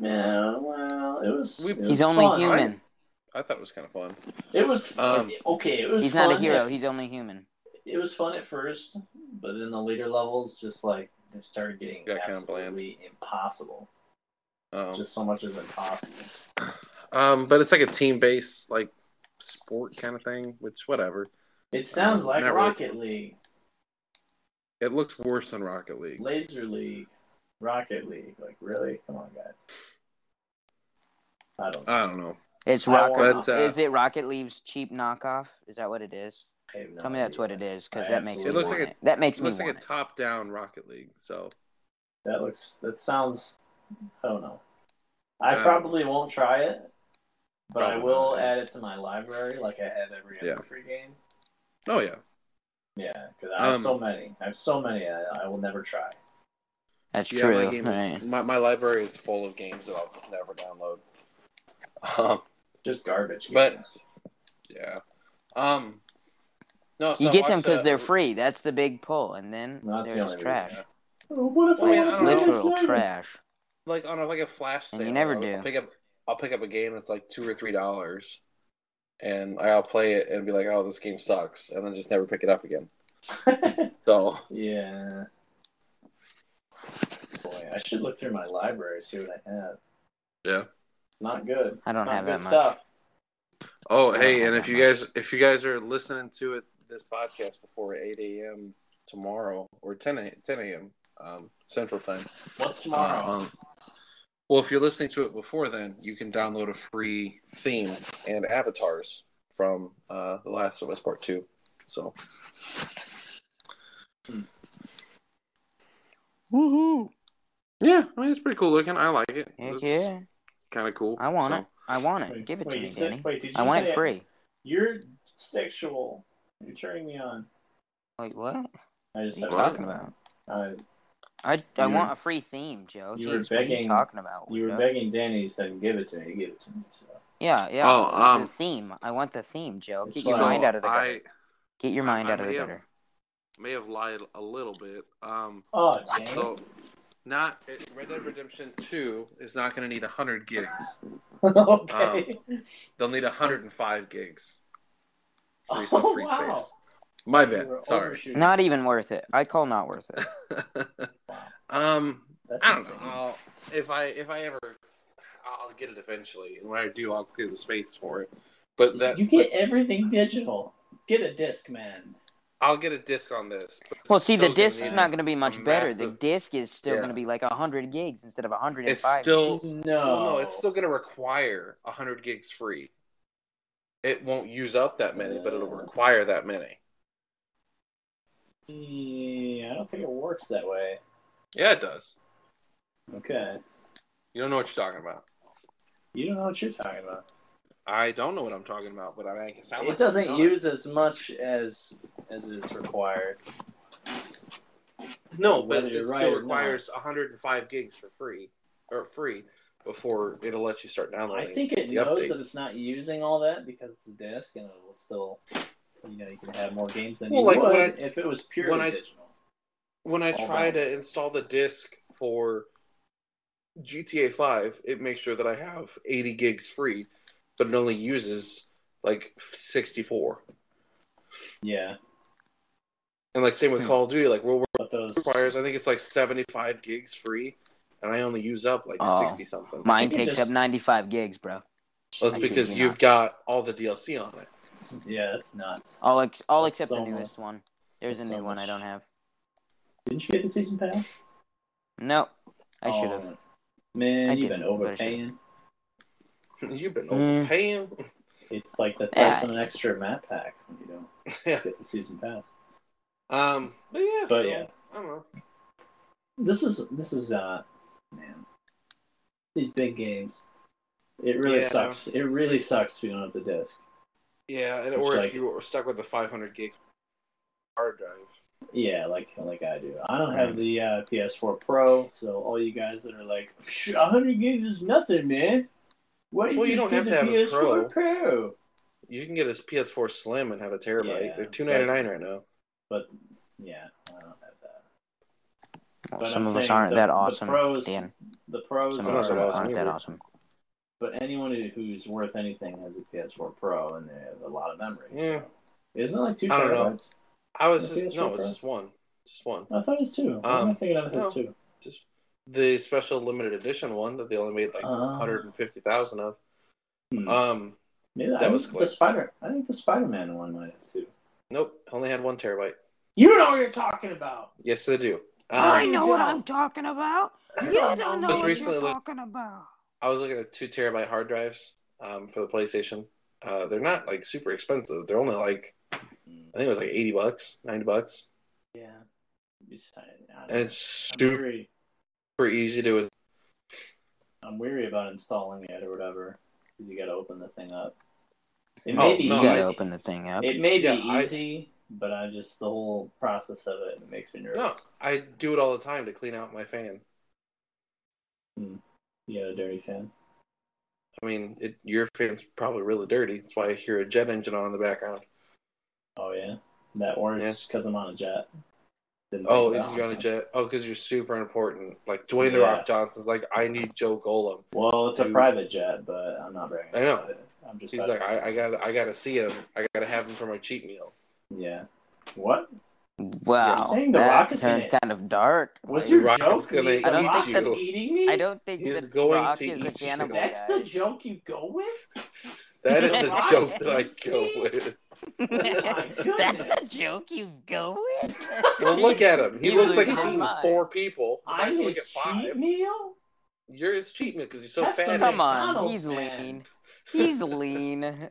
Speaker 5: Yeah, well, it was.
Speaker 2: We-
Speaker 5: it was
Speaker 1: He's only
Speaker 5: fun.
Speaker 1: human.
Speaker 2: I thought it was kind of fun.
Speaker 5: It was
Speaker 2: Um,
Speaker 5: okay. It was.
Speaker 1: He's not a
Speaker 5: fun
Speaker 1: hero.
Speaker 5: at-
Speaker 1: He's only human.
Speaker 5: it was fun at first, but then the later levels just like it started getting
Speaker 2: Got kinda
Speaker 5: absolutely impossible.
Speaker 2: Um,
Speaker 5: Just so much is impossible.
Speaker 2: um, but it's like a team-based like sport kind of thing, which whatever.
Speaker 5: It sounds like
Speaker 2: not really.
Speaker 5: Rocket
Speaker 2: It looks worse than Rocket League.
Speaker 5: League, Laser League, Rocket League. Like really? Come on, guys. I don't know.
Speaker 2: I don't know.
Speaker 1: It's
Speaker 5: I
Speaker 1: Rocket.
Speaker 5: want-
Speaker 2: But, uh,
Speaker 1: is it Rocket League's cheap knockoff? Is that what it is?
Speaker 5: I have no
Speaker 1: Tell me that's
Speaker 5: idea.
Speaker 1: what it is, because
Speaker 5: I
Speaker 1: that makes
Speaker 5: absolutely-
Speaker 1: me
Speaker 2: It looks
Speaker 1: want
Speaker 2: like a-
Speaker 1: it. That makes
Speaker 2: It
Speaker 1: me
Speaker 2: looks like
Speaker 1: want
Speaker 2: a top-down Rocket League. So
Speaker 5: That looks. That sounds. I don't know. I
Speaker 2: Uh,
Speaker 5: probably won't try it, but I
Speaker 2: probably
Speaker 5: will
Speaker 2: not.
Speaker 5: add it to my library, like I have every other
Speaker 2: Yeah.
Speaker 5: free game.
Speaker 2: oh yeah,
Speaker 5: Yeah, because I have
Speaker 2: Um,
Speaker 5: so many. I have so many. I, I will never try.
Speaker 1: That's
Speaker 2: yeah.
Speaker 1: true.
Speaker 2: My game is, my, my library is full of games that I'll never download.
Speaker 1: Uh-huh.
Speaker 2: Um,
Speaker 5: Just garbage.
Speaker 2: But-
Speaker 5: games.
Speaker 2: yeah. Um. No, so
Speaker 1: You
Speaker 2: I
Speaker 1: get them
Speaker 2: watched,
Speaker 1: because
Speaker 2: uh,
Speaker 1: they're free. That's the big pull, and then
Speaker 5: No, that's
Speaker 1: they're
Speaker 5: the
Speaker 1: just
Speaker 5: only
Speaker 1: trash.
Speaker 2: reason,
Speaker 5: Oh, what if
Speaker 2: I mean, I
Speaker 5: wanna
Speaker 2: don't know.
Speaker 5: play this
Speaker 1: Literal
Speaker 5: later?
Speaker 1: trash.
Speaker 2: Like on a, like a flash
Speaker 1: And
Speaker 2: sale.
Speaker 1: you never
Speaker 2: I'll,
Speaker 1: do.
Speaker 2: I'll pick up. I'll pick up a game that's like two or three dollars, and I'll play it and be like, "Oh, this game sucks," and then just never pick it up again. So
Speaker 5: yeah. Boy, I should look through my library see what I have.
Speaker 2: Yeah.
Speaker 5: Not good.
Speaker 1: I don't
Speaker 5: It's not
Speaker 1: have
Speaker 5: good
Speaker 1: that much.
Speaker 5: Stuff.
Speaker 2: Oh, hey, and if you guys if you guys are listening to it this podcast before eight a.m. tomorrow or 10 a, 10 a.m. Um, Central Time
Speaker 5: What's tomorrow?
Speaker 2: Uh, um, well, if you're listening to it before then, you can download a free theme and avatars from uh, The Last of Us Part Two. So
Speaker 1: Woohoo!
Speaker 2: yeah, I mean it's pretty cool looking. I like it.
Speaker 1: Heck
Speaker 2: It's
Speaker 1: yeah!
Speaker 2: Kind of cool.
Speaker 1: I want
Speaker 2: So-
Speaker 1: it. I want it.
Speaker 5: Wait,
Speaker 1: Give it
Speaker 5: wait,
Speaker 1: to
Speaker 5: you
Speaker 1: me,
Speaker 5: said-
Speaker 1: Danny.
Speaker 5: Wait, did you
Speaker 1: I want
Speaker 5: say
Speaker 1: it free.
Speaker 5: You're sexual. You're turning me on.
Speaker 1: Like what? What
Speaker 5: I
Speaker 1: are
Speaker 5: just
Speaker 1: you
Speaker 5: have
Speaker 2: What?
Speaker 1: talking about?
Speaker 5: Uh,
Speaker 1: I, I
Speaker 2: You-
Speaker 1: want a free theme, Joe.
Speaker 5: you
Speaker 1: Jeez,
Speaker 5: were
Speaker 1: what are you
Speaker 5: begging-
Speaker 1: talking about?
Speaker 5: you were
Speaker 1: weirdo?
Speaker 5: begging Danny. He said, "Give it to me. He gave it to me." So.
Speaker 1: Yeah, yeah.
Speaker 2: Oh, um,
Speaker 1: the theme. I want the theme, Joe.
Speaker 5: It's
Speaker 1: Get your
Speaker 5: fine.
Speaker 1: mind out of the gutter.
Speaker 2: I-
Speaker 1: Get your mind
Speaker 2: I- I
Speaker 1: out of the
Speaker 2: may have-
Speaker 1: gutter.
Speaker 2: May have lied a little bit. Um,
Speaker 5: Oh, Danny.
Speaker 2: So, not it, Red Dead Redemption Two is not going to need hundred gigs. oh,
Speaker 5: okay.
Speaker 2: They'll need hundred and five gigs. Free,
Speaker 5: Oh,
Speaker 2: some free
Speaker 5: wow.
Speaker 2: space. My
Speaker 5: You
Speaker 2: bad.
Speaker 5: were
Speaker 2: Sorry.
Speaker 5: overshooting.
Speaker 1: Not even worth it. I call not worth it.
Speaker 2: um,
Speaker 5: That's
Speaker 2: I don't know.
Speaker 5: insane.
Speaker 2: I'll, if I if I ever, I'll get it eventually, and when I do, I'll clear the space for it. But that
Speaker 5: you get everything digital. Get a disc, man.
Speaker 2: I'll get a disc on this. but it's
Speaker 1: Well, see, the
Speaker 2: still gonna
Speaker 1: disc is
Speaker 2: need-
Speaker 1: not going to be much
Speaker 2: a
Speaker 1: better. The
Speaker 2: massive-
Speaker 1: disc is still
Speaker 2: Yeah.
Speaker 1: going to be like 100 gigs instead of 105.
Speaker 2: It's still
Speaker 5: No.
Speaker 2: Well, no, it's still going to require 100 gigs free. It won't use up that many, but it'll require that many.
Speaker 5: Yeah, I don't think it works that way.
Speaker 2: Yeah, it does.
Speaker 5: Okay.
Speaker 2: You don't know what you're talking about.
Speaker 5: You don't know what you're talking about.
Speaker 2: I don't know what I'm talking about, but I make it sound like
Speaker 5: It doesn't
Speaker 2: I'm not.
Speaker 5: use as much as as it's required.
Speaker 2: No, but
Speaker 5: whether
Speaker 2: it
Speaker 5: you're
Speaker 2: still
Speaker 5: right or not.
Speaker 2: requires 105 gigs for free or free before it'll let you start
Speaker 5: I
Speaker 2: downloading.
Speaker 5: think it
Speaker 2: the
Speaker 5: knows
Speaker 2: updates.
Speaker 5: that it's not using all that because it's a disc, and it will still, you know, you can have more games than
Speaker 2: Well,
Speaker 5: you
Speaker 2: like,
Speaker 5: would
Speaker 2: when I-
Speaker 5: if it was purely
Speaker 2: when I-
Speaker 5: digital.
Speaker 2: when I
Speaker 1: Oh,
Speaker 5: All
Speaker 2: try
Speaker 5: that.
Speaker 2: to install the disc for GTA 5, it makes sure that I have 80 gigs free, but it only uses like 64.
Speaker 5: Yeah,
Speaker 2: And like same with
Speaker 1: Hmm.
Speaker 2: Call of Duty, like World War
Speaker 5: but those
Speaker 2: requires, I think it's like 75 gigs free, and I only use up like
Speaker 1: Oh.
Speaker 2: 60 something.
Speaker 1: Mine
Speaker 5: You can
Speaker 1: takes up
Speaker 5: just-
Speaker 1: 95 gigs, bro.
Speaker 2: Well, that's
Speaker 1: I
Speaker 2: because
Speaker 1: kid you
Speaker 2: you've
Speaker 1: not.
Speaker 2: got all the DLC on it.
Speaker 5: yeah, that's nuts.
Speaker 1: All, ex- all
Speaker 5: That's
Speaker 1: except
Speaker 5: so
Speaker 1: the
Speaker 5: much.
Speaker 1: newest one. There's a
Speaker 5: That's
Speaker 1: new
Speaker 5: so
Speaker 1: one I
Speaker 5: much.
Speaker 1: don't have.
Speaker 5: Didn't you get the season pass?
Speaker 1: No, I should have.
Speaker 5: Oh, Man,
Speaker 1: I
Speaker 5: you've
Speaker 1: didn't,
Speaker 5: been
Speaker 1: but I should've.
Speaker 5: overpaying.
Speaker 2: you've been
Speaker 1: Mm.
Speaker 2: overpaying.
Speaker 5: It's like the
Speaker 1: Yeah.
Speaker 5: price on an extra map pack when you don't
Speaker 2: Yeah.
Speaker 5: get the season pass.
Speaker 2: Um, but yeah,
Speaker 5: But
Speaker 2: so,
Speaker 5: yeah.
Speaker 2: I don't know.
Speaker 5: This is this is uh man. These big games. It really
Speaker 2: Yeah.
Speaker 5: sucks. It really sucks if you don't have the disc.
Speaker 2: Yeah, and
Speaker 5: It's
Speaker 2: or
Speaker 5: like-
Speaker 2: if you were stuck with the 500 gig hard drive.
Speaker 5: Yeah, like like I do. I don't have the uh, PS4 Pro, so all you guys that are like, "Psh, 100 gigs is nothing, man. Why do you,
Speaker 2: Well, you
Speaker 5: just
Speaker 2: don't have
Speaker 5: get
Speaker 2: to
Speaker 5: the
Speaker 2: have a
Speaker 5: PS4 Pro?
Speaker 2: You can get a PS4 Slim and have a terabyte.
Speaker 5: Yeah,
Speaker 2: They're two ninety nine right now.
Speaker 5: But yeah, I don't have that.
Speaker 1: Well,
Speaker 5: But
Speaker 1: some of
Speaker 5: I'm
Speaker 1: us
Speaker 5: saying
Speaker 1: aren't
Speaker 5: the-
Speaker 1: that
Speaker 5: the
Speaker 1: awesome,
Speaker 5: pros-
Speaker 1: Dan.
Speaker 5: The pros
Speaker 1: Some
Speaker 2: are
Speaker 1: of us
Speaker 2: that
Speaker 1: aren't,
Speaker 5: are,
Speaker 2: awesome
Speaker 1: aren't that
Speaker 2: either.
Speaker 1: awesome.
Speaker 5: but anyone who- who's worth anything has a PS4 Pro, and they have a lot of memory.
Speaker 2: Yeah.
Speaker 5: So. Isn't it like two
Speaker 2: I don't know.
Speaker 5: terabytes?
Speaker 2: I was
Speaker 5: The
Speaker 2: just
Speaker 5: PS4
Speaker 2: no, it's
Speaker 5: Pro?
Speaker 2: just one, just one,
Speaker 5: I thought it was two. Why am I
Speaker 2: Um,
Speaker 5: thinking of it
Speaker 2: no.
Speaker 5: as two?
Speaker 2: just the special limited edition one that they only made like
Speaker 5: Ah.
Speaker 2: one hundred and fifty thousand of.
Speaker 5: Hmm.
Speaker 2: Um,
Speaker 5: Maybe I
Speaker 2: that
Speaker 5: think
Speaker 2: was
Speaker 5: the
Speaker 2: quick.
Speaker 5: Spider. I think the Spider-Man one might have two.
Speaker 2: nope, only had one terabyte.
Speaker 5: You know what you're talking about.
Speaker 2: Yes, they do. Um,
Speaker 1: I
Speaker 5: you
Speaker 1: know what
Speaker 5: go.
Speaker 1: I'm talking about. You don't know
Speaker 2: Just
Speaker 1: what
Speaker 2: recently
Speaker 1: you're
Speaker 2: looked-
Speaker 1: talking about.
Speaker 2: I was looking at two terabyte hard drives um, for the PlayStation. Uh, they're not like super expensive. They're only like I think it was like eighty bucks, ninety bucks,
Speaker 5: Yeah. You just- I- I don't
Speaker 2: and
Speaker 5: know.
Speaker 2: it's
Speaker 5: I'm
Speaker 2: super
Speaker 5: weary.
Speaker 2: easy to.
Speaker 5: I'm weary about installing it or whatever because you got to open the thing up. It
Speaker 2: Oh,
Speaker 5: may be
Speaker 1: You
Speaker 2: no,
Speaker 5: easy.
Speaker 1: gotta
Speaker 2: I-
Speaker 1: open the thing up.
Speaker 5: It may
Speaker 2: Yeah,
Speaker 5: be
Speaker 2: I-
Speaker 5: easy, but I just the whole process of it, makes me nervous.
Speaker 2: No, I do it all the time to clean out my fan.
Speaker 5: You got a dirty fan.
Speaker 2: I mean, it, your fan's probably really dirty. That's why I hear a jet engine on in the background.
Speaker 5: Oh yeah, that works because I'm on a jet. Didn't
Speaker 2: Oh,
Speaker 5: think
Speaker 2: he's
Speaker 5: about
Speaker 2: going
Speaker 5: it.
Speaker 2: to jet. Oh, because you're super important. Like Dwayne the
Speaker 5: Yeah.
Speaker 2: Rock Johnson's like, I need Joe Golem.
Speaker 5: Well, it's a
Speaker 2: Dude.
Speaker 5: private jet, but I'm not bragging.
Speaker 2: I know.
Speaker 5: about it. I'm just
Speaker 2: He's
Speaker 5: about-
Speaker 2: like, I, I got, to I got to see him. I got to have him for my cheat meal.
Speaker 5: yeah. What
Speaker 1: Wow,
Speaker 5: You're saying The
Speaker 1: that
Speaker 5: Rock is in
Speaker 1: turned
Speaker 5: it?
Speaker 1: kind of dark.
Speaker 5: was
Speaker 1: Like,
Speaker 5: your
Speaker 2: Rock's
Speaker 5: joke?
Speaker 2: gonna
Speaker 5: The
Speaker 1: I don't
Speaker 5: Rock
Speaker 1: think that's-
Speaker 5: is eating me.
Speaker 1: I don't think
Speaker 2: He's
Speaker 1: the
Speaker 2: going
Speaker 1: Rock
Speaker 2: to
Speaker 1: is a
Speaker 2: eat you.
Speaker 1: cannibal.
Speaker 5: That's
Speaker 1: guy.
Speaker 5: the joke you go with.
Speaker 2: That is the
Speaker 1: Wow.
Speaker 2: joke that I go with.
Speaker 1: That's the
Speaker 5: goodness.
Speaker 1: joke you go with.
Speaker 2: Well, look at him. He
Speaker 1: He's
Speaker 2: looks like
Speaker 1: losing
Speaker 2: he's
Speaker 1: his
Speaker 2: eating
Speaker 1: mind.
Speaker 2: four people.
Speaker 5: I'm
Speaker 2: Might as well
Speaker 5: his
Speaker 2: get
Speaker 5: cheat
Speaker 2: five.
Speaker 5: meal.
Speaker 2: You're his cheat meal because you're so
Speaker 5: Have some
Speaker 2: fat.
Speaker 1: Come on,
Speaker 5: McDonald's
Speaker 1: he's
Speaker 5: man.
Speaker 1: lean. He's lean.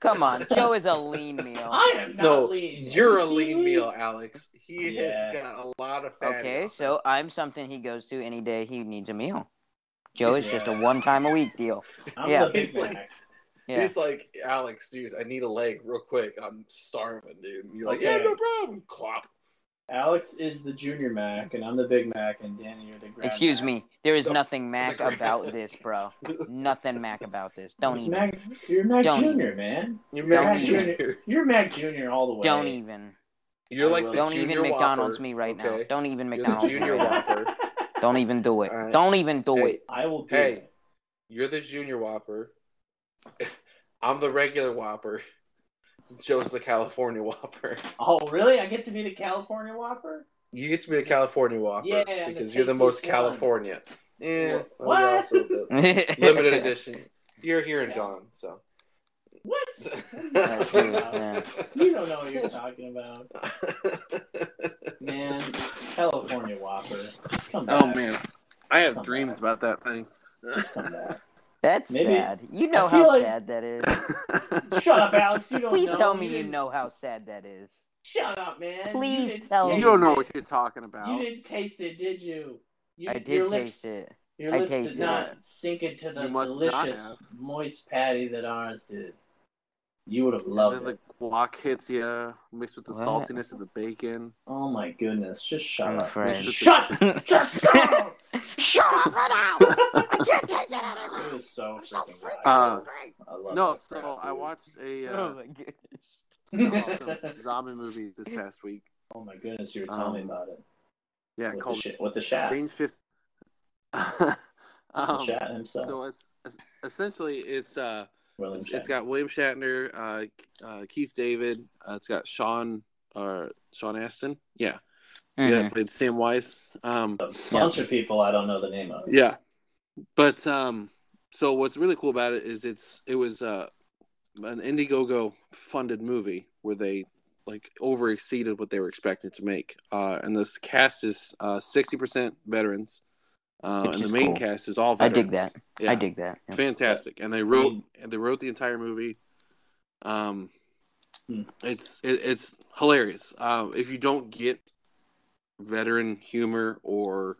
Speaker 1: Come on, Joe is a lean meal.
Speaker 5: I am not
Speaker 2: No,
Speaker 5: lean.
Speaker 2: you're a
Speaker 5: You see
Speaker 2: lean
Speaker 5: me?
Speaker 2: meal, Alex. He
Speaker 5: Yeah.
Speaker 2: has got a lot of fat. in
Speaker 1: Okay,
Speaker 2: him.
Speaker 1: so I'm something he goes to any day he needs a meal. Joe is just a one time a week deal.
Speaker 5: I'm
Speaker 1: Yeah.
Speaker 5: the Big
Speaker 2: He's like-
Speaker 5: Mac.
Speaker 1: Yeah.
Speaker 2: He's like, Alex, dude, I need a leg real quick. I'm starving, dude. And you're like,
Speaker 5: Okay.
Speaker 2: yeah, no problem. Clop.
Speaker 5: Alex is the Junior Mac, and I'm the Big Mac, and Danny, you're the Grand
Speaker 1: Excuse
Speaker 5: Mac.
Speaker 1: me. There is
Speaker 2: The-
Speaker 1: nothing Mac
Speaker 2: grand-
Speaker 1: about this, bro. Nothing Mac about this. Don't
Speaker 5: It's
Speaker 1: even.
Speaker 5: Mac, you're Mac
Speaker 1: Don't
Speaker 5: Junior, man.
Speaker 2: You're
Speaker 1: Don't
Speaker 2: Mac
Speaker 5: even-
Speaker 2: Junior.
Speaker 5: You're Mac Junior all the way.
Speaker 1: Don't even.
Speaker 2: You're like
Speaker 5: I
Speaker 2: the
Speaker 5: will.
Speaker 1: Don't
Speaker 2: junior
Speaker 1: even McDonald's
Speaker 2: whopper.
Speaker 1: me right now.
Speaker 2: okay?
Speaker 1: Don't even
Speaker 2: You're the
Speaker 1: McDonald's me
Speaker 2: junior
Speaker 1: right now.
Speaker 2: whopper.
Speaker 1: Don't even do it.
Speaker 2: All right.
Speaker 1: Don't even do
Speaker 2: Hey,
Speaker 1: it.
Speaker 5: I will do
Speaker 2: Hey.
Speaker 5: it.
Speaker 2: you're the junior whopper. I'm the regular whopper. Joe's the California whopper.
Speaker 5: Oh, really? I get to be the California Whopper?
Speaker 2: You get to be the California whopper
Speaker 5: Yeah, I'm the
Speaker 2: because you're the
Speaker 5: tastiest
Speaker 2: most
Speaker 5: one.
Speaker 2: California. Yeah.
Speaker 5: What?
Speaker 2: Limited edition. You're here and
Speaker 5: Yeah.
Speaker 2: gone, so.
Speaker 5: What?
Speaker 1: true, yeah.
Speaker 5: You don't know what you're talking about, man. California Whopper. Come back.
Speaker 3: Oh man, I have
Speaker 5: Come
Speaker 3: dreams
Speaker 5: back.
Speaker 3: about that thing.
Speaker 5: Just come back.
Speaker 1: That's
Speaker 5: Maybe-
Speaker 1: sad. You know
Speaker 5: I feel
Speaker 1: how
Speaker 5: like-
Speaker 1: sad that is.
Speaker 5: Shut up, Alex. You don't
Speaker 1: Please
Speaker 5: know.
Speaker 1: tell me you
Speaker 5: didn't-
Speaker 1: know how sad that is.
Speaker 5: Shut up, man. You
Speaker 1: Please
Speaker 5: didn't
Speaker 1: tell
Speaker 5: taste
Speaker 1: me.
Speaker 3: you don't know what
Speaker 5: it.
Speaker 3: you're talking
Speaker 5: You
Speaker 3: about.
Speaker 5: didn't taste it, did you? you
Speaker 1: I
Speaker 5: your
Speaker 1: did
Speaker 5: lips,
Speaker 1: taste it.
Speaker 5: Your
Speaker 1: I
Speaker 5: lips did
Speaker 1: tasted
Speaker 5: not
Speaker 1: it.
Speaker 5: sink into the
Speaker 3: You must not
Speaker 5: delicious,
Speaker 3: have.
Speaker 5: moist patty that ours did. You would have
Speaker 3: And
Speaker 5: loved
Speaker 3: then
Speaker 5: it.
Speaker 3: the guac hits you, mixed with the
Speaker 1: What?
Speaker 3: saltiness of the bacon.
Speaker 5: Oh my goodness! Just shut
Speaker 1: I'm
Speaker 5: up.
Speaker 1: afraid.
Speaker 5: Just Shut. Just shut up.
Speaker 1: Shut up right now! I can't take it anymore.
Speaker 5: It was so
Speaker 1: I'm so
Speaker 5: freaking good.
Speaker 1: freaking
Speaker 3: Uh,
Speaker 1: hungry.
Speaker 5: I love
Speaker 3: No,
Speaker 5: that
Speaker 3: so
Speaker 5: crap,
Speaker 3: I
Speaker 5: dude.
Speaker 3: watched a
Speaker 1: Oh
Speaker 3: uh,
Speaker 1: my goodness.
Speaker 3: awesome zombie movie this past week.
Speaker 5: oh my goodness, you were telling me
Speaker 3: Um,
Speaker 5: about it.
Speaker 3: Yeah,
Speaker 5: With the,
Speaker 3: called
Speaker 5: sh- with the Shat,
Speaker 3: Range Fifth.
Speaker 5: the
Speaker 3: um,
Speaker 5: Shat himself.
Speaker 3: so it's essentially it's uh
Speaker 5: William
Speaker 3: it's, it's
Speaker 5: Shatner.
Speaker 3: got William Shatner, uh, uh, Keith David. Uh, it's got Sean or Sean Astin. Yeah, yeah,
Speaker 1: Mhm.
Speaker 3: played Sam Wise. Um,
Speaker 5: a bunch of people I don't know the name of.
Speaker 3: yeah, but um, so what's really cool about it is it's it was uh, an Indiegogo funded movie where they like over exceeded what they were expected to make. Uh, and this cast is uh, sixty percent veterans, uh,
Speaker 1: Which
Speaker 3: and
Speaker 1: is
Speaker 3: the main
Speaker 1: cool.
Speaker 3: cast is all
Speaker 1: I
Speaker 3: veterans.
Speaker 1: dig that.
Speaker 3: Yeah.
Speaker 1: I dig that. Yeah.
Speaker 3: fantastic and they wrote and they wrote the entire movie um
Speaker 5: Hmm.
Speaker 3: it's it, it's hilarious um if you don't get veteran humor or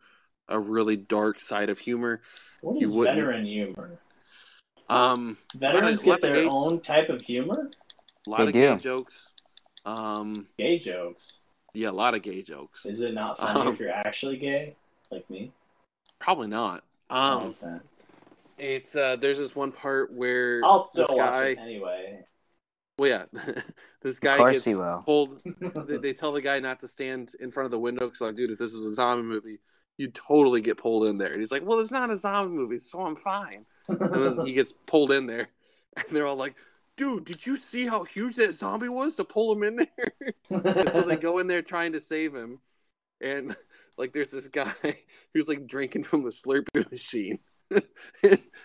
Speaker 3: a really dark side of humor
Speaker 5: What
Speaker 3: You
Speaker 5: is
Speaker 3: wouldn't.
Speaker 5: veteran humor?
Speaker 3: um
Speaker 5: Veterans
Speaker 3: Let
Speaker 5: get
Speaker 3: the
Speaker 5: their
Speaker 3: gay-
Speaker 5: own type of humor.
Speaker 3: a lot
Speaker 1: They
Speaker 3: of gay
Speaker 1: do.
Speaker 3: jokes um
Speaker 5: Gay jokes.
Speaker 2: yeah, a lot of gay jokes.
Speaker 5: Is it not funny
Speaker 2: Um,
Speaker 5: if you're actually gay, like me?
Speaker 2: Probably not.
Speaker 5: I
Speaker 2: Um,
Speaker 5: like that.
Speaker 2: it's uh, there's this one part where
Speaker 5: I'll still
Speaker 2: this
Speaker 5: watch
Speaker 2: guy,
Speaker 5: it anyway.
Speaker 2: well, yeah, this guy
Speaker 1: Of course
Speaker 2: gets
Speaker 1: he will.
Speaker 2: told they, they tell the guy not to stand in front of the window because like, dude, if this was a zombie movie, you'd totally get pulled in there. And he's like, well, it's not a zombie movie, so I'm fine. And then he gets pulled in there, and they're all like, dude, did you see how huge that zombie was to pull him in there? And so they go in there trying to save him, and like there's this guy who's like drinking from a Slurpee machine. they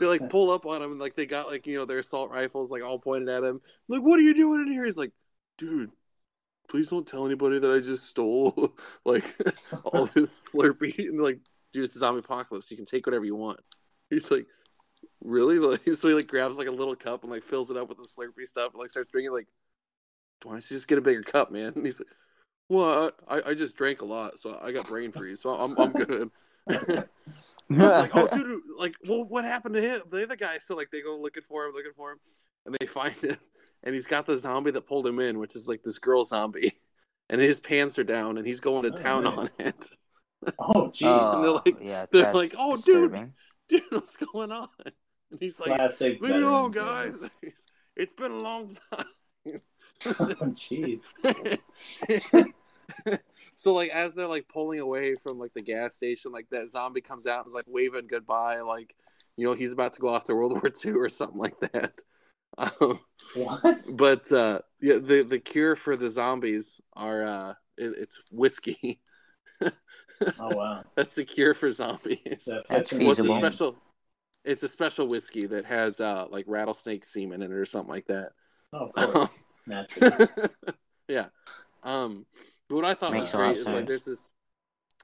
Speaker 2: like pull up on him, and like they got like you know their assault rifles like all pointed at him. Like, what are you doing in here? He's like, dude, please don't tell anybody that I just stole like all this Slurpee. And they're like, dude, it's a zombie apocalypse. You can take whatever you want. He's like. Really? Like, So he like grabs like a little cup and like fills it up with the Slurpee stuff and like starts drinking. Like, why don't you just get a bigger cup, man? And he's like, well, I, I just drank a lot, so I got brain freeze, so I'm, I'm good. I was like, oh, dude, like, well, what happened to him? The other guy, so like, they go looking for him, looking for him, and they find him, and he's got the zombie that pulled him in, which is like this girl zombie, and his pants are down, and he's going to
Speaker 5: Oh,
Speaker 2: town
Speaker 5: nice.
Speaker 2: on it.
Speaker 5: oh, jeez.
Speaker 1: Oh,
Speaker 2: they're like-
Speaker 1: yeah,
Speaker 2: they're
Speaker 1: that's
Speaker 2: like, "Oh, dude."
Speaker 1: disturbing.
Speaker 2: Dude, what's going on? And he's like,
Speaker 5: Classic.
Speaker 2: leave me
Speaker 5: veteran
Speaker 2: alone,
Speaker 5: joke.
Speaker 2: guys. It's been a long time.
Speaker 5: Oh, Jeez.
Speaker 2: so like as they're like pulling away from like the gas station, like that zombie comes out and is like waving goodbye, like you know he's about to go off to World War II or something like that. Um,
Speaker 5: What?
Speaker 2: but uh, yeah, the the cure for the zombies are uh, it, it's whiskey.
Speaker 5: Oh, wow.
Speaker 2: That's the cure for zombies.
Speaker 5: That
Speaker 1: That's
Speaker 5: fits in
Speaker 2: Well, it's a
Speaker 1: feasible.
Speaker 2: special. It's a special whiskey that has uh, like rattlesnake semen in it or something like that. Um,
Speaker 5: Oh, of
Speaker 2: Uh-huh.
Speaker 5: course. Naturally.
Speaker 2: yeah. Um, but what I thought
Speaker 1: Makes
Speaker 2: was
Speaker 1: a lot
Speaker 2: great
Speaker 1: of
Speaker 2: is like
Speaker 1: sense.
Speaker 2: there's this